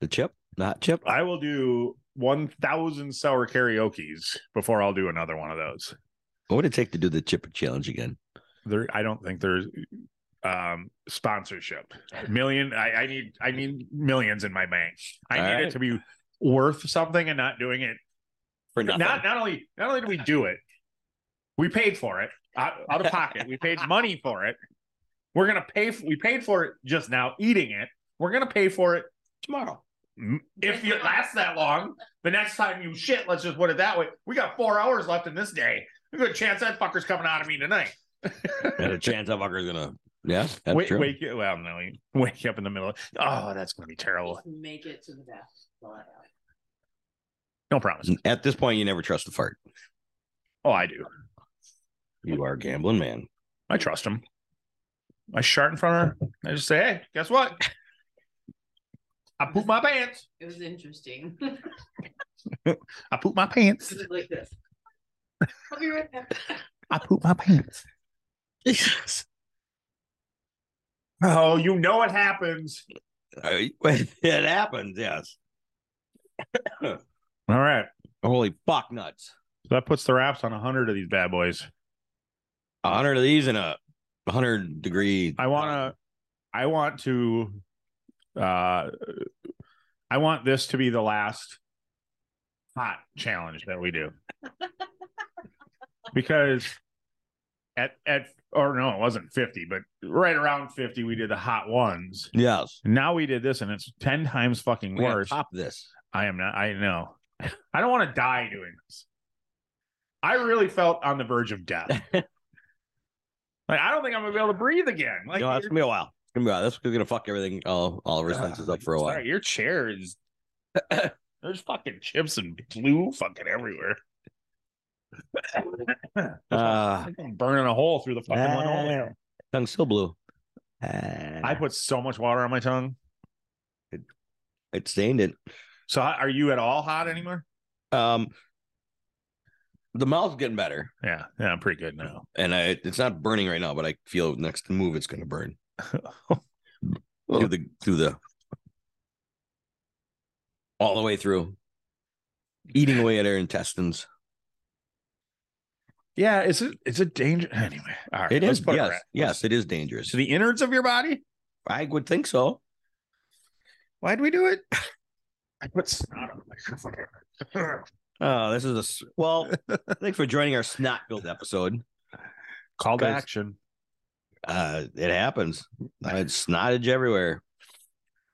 S4: the chip, not chip.
S2: I will do 1,000 sour karaoke's before I'll do another one of those.
S4: What would it take to do the chip challenge again?
S2: There, I don't think there's um sponsorship. Million, I, I need, I need millions in my bank. I
S4: All
S2: need
S4: right.
S2: it to be worth something and not doing it.
S4: For
S7: Uh-huh.
S4: nothing.
S2: Not, not only, not only do we do it, we paid for it out, out of pocket. we paid money for it. We're gonna pay. For, we paid for it just now, eating it. We're gonna pay for it
S4: tomorrow.
S2: Mm, if it lasts that long, the next time you shit, let's just put it that way. We got four hours left in this day. A good chance that fucker's coming out of me tonight.
S4: Got a chance that fucker's gonna Yeah, that's
S2: wake,
S4: true.
S2: wake, well, no, you wake up in the middle. Of, oh, that's gonna be terrible.
S3: Just make it to the bathroom.
S2: No promise.
S4: At this point, you never trust the fart.
S2: Oh, I do.
S4: You are a gambling man.
S2: I trust him. I shart in front of her. I just say, hey, guess what? I poop my pants.
S3: It was interesting.
S2: I poop my pants.
S3: It was like this. I'll be right back.
S2: I poop my pants. Oh, you know it happens.
S4: I- it happens. Yes.
S2: All right.
S4: Holy fuck nuts!
S2: So that puts the wraps on 100 of these bad boys.
S4: A hundred of these in a hundred degree.
S2: I want to, I want to, uh, I want this to be the last hot challenge that we do because at, at, or no, it wasn't 50, but right around 50, we did the hot ones.
S4: Yes.
S2: Now we did this and it's 10 times fucking
S4: We gotta
S2: worse.
S4: Top this.
S2: I am not, I know. I don't want to die doing this. I really felt on the verge of death. Like, I don't think I'm gonna be able to breathe again. Like,
S4: you know, that's gonna be a while. It's gonna be a while. This is gonna fuck everything. All all of our senses up for a while.
S2: Ah, Sorry, your chair is there's fucking chips and glue fucking everywhere.
S4: Ah.
S2: Like I'm burning a hole through the fucking
S4: Ah.
S2: linoleum.
S4: Tongue's still blue.
S2: I put so much water on my tongue.
S4: it stained it.
S2: So, how- are you at all hot anymore?
S4: Um, the mouth's getting better,
S2: Yeah, yeah, I'm pretty good now.
S4: and I it's not burning right now, but I feel next move it's gonna burn through the through the all the way through, eating away at our intestines.
S2: yeah, it's a it's a danger anyway. All right,
S4: It
S2: let's
S4: is
S2: put a
S4: yes,
S2: wrap.
S4: yes, it is dangerous.
S2: So the innards of your body.
S4: I would think so.
S2: Why'd we do it? I put snot on my
S4: Oh, this is a s- well. thanks for joining our snot filled episode.
S2: call to
S4: Guys.
S2: action.
S4: Uh, it happens. I had snotage everywhere.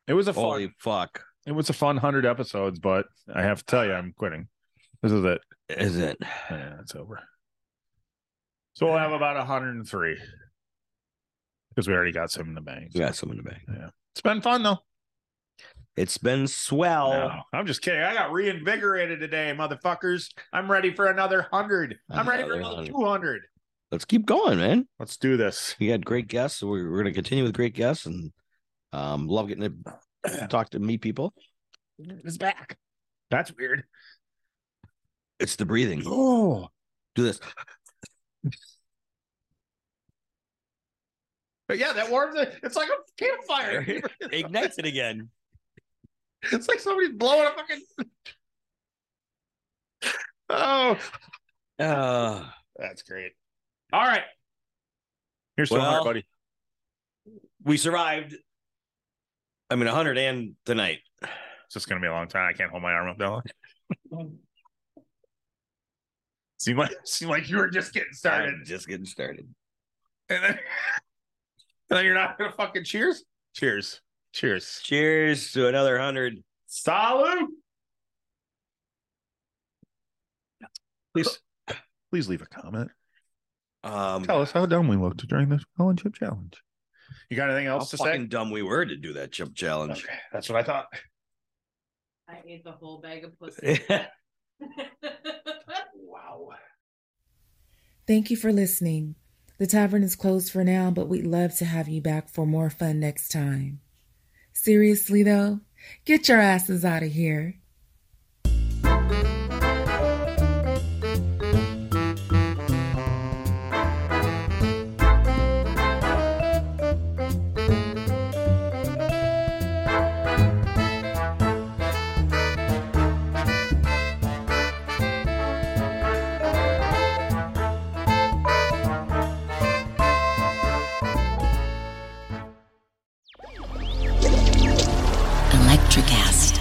S2: It was a fun.
S4: Holy fuck,
S2: It was a fun hundred episodes, but I have to tell you, I'm quitting. This is it.
S4: is it?
S2: Yeah, Eh, it's over. So we'll have about 103 because we already got some in the bank.
S4: We got some in the bag.
S2: It's been fun though.
S4: It's been swell.
S2: No, Oh, I'm just kidding. I got reinvigorated today, motherfuckers. I'm ready for another 100. I'm ready for
S4: Another
S2: another
S4: 100.
S2: 200.
S4: Let's keep going, man.
S2: Let's do this.
S4: We had great guests. So we're, we're going to continue with great guests and um, love getting to talk to meet people.
S2: It's back. That's weird.
S4: It's the breathing.
S2: Oh,
S4: Do this.
S2: but yeah, that warms it. It's like a campfire.
S4: Ignites it again.
S2: It's like somebody's blowing a fucking. Oh,
S4: Uh,
S2: That's great. All right. Here's
S4: Well-
S2: to 100, buddy.
S4: we survived. I mean, 100 and tonight.
S2: It's just going to be a long time. I can't hold my arm up that long. seemed like, seemed like you were just getting started.
S4: I'm just getting started.
S2: And then, and then you're not going to fucking cheers? Cheers. Cheers.
S4: Cheers to another 100.
S2: Salud. Please, please leave a comment.
S4: Um,
S2: Tell us how dumb we looked during this Colin Chip Challenge. You got anything
S4: how
S2: else to
S4: fucking
S2: say?
S4: dumb we were to do that chip challenge.
S2: Okay, that's what I thought.
S3: I ate the whole bag of pussy.
S2: Wow.
S5: Thank you for listening. The tavern is closed for now, but we'd love to have you back for more fun next time. Seriously, though, get your asses out of here.
S9: Electric acid.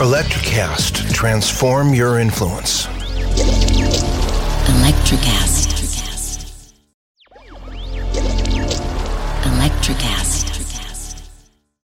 S7: Electrocast, transform your influence.
S9: Electricast. Electricast.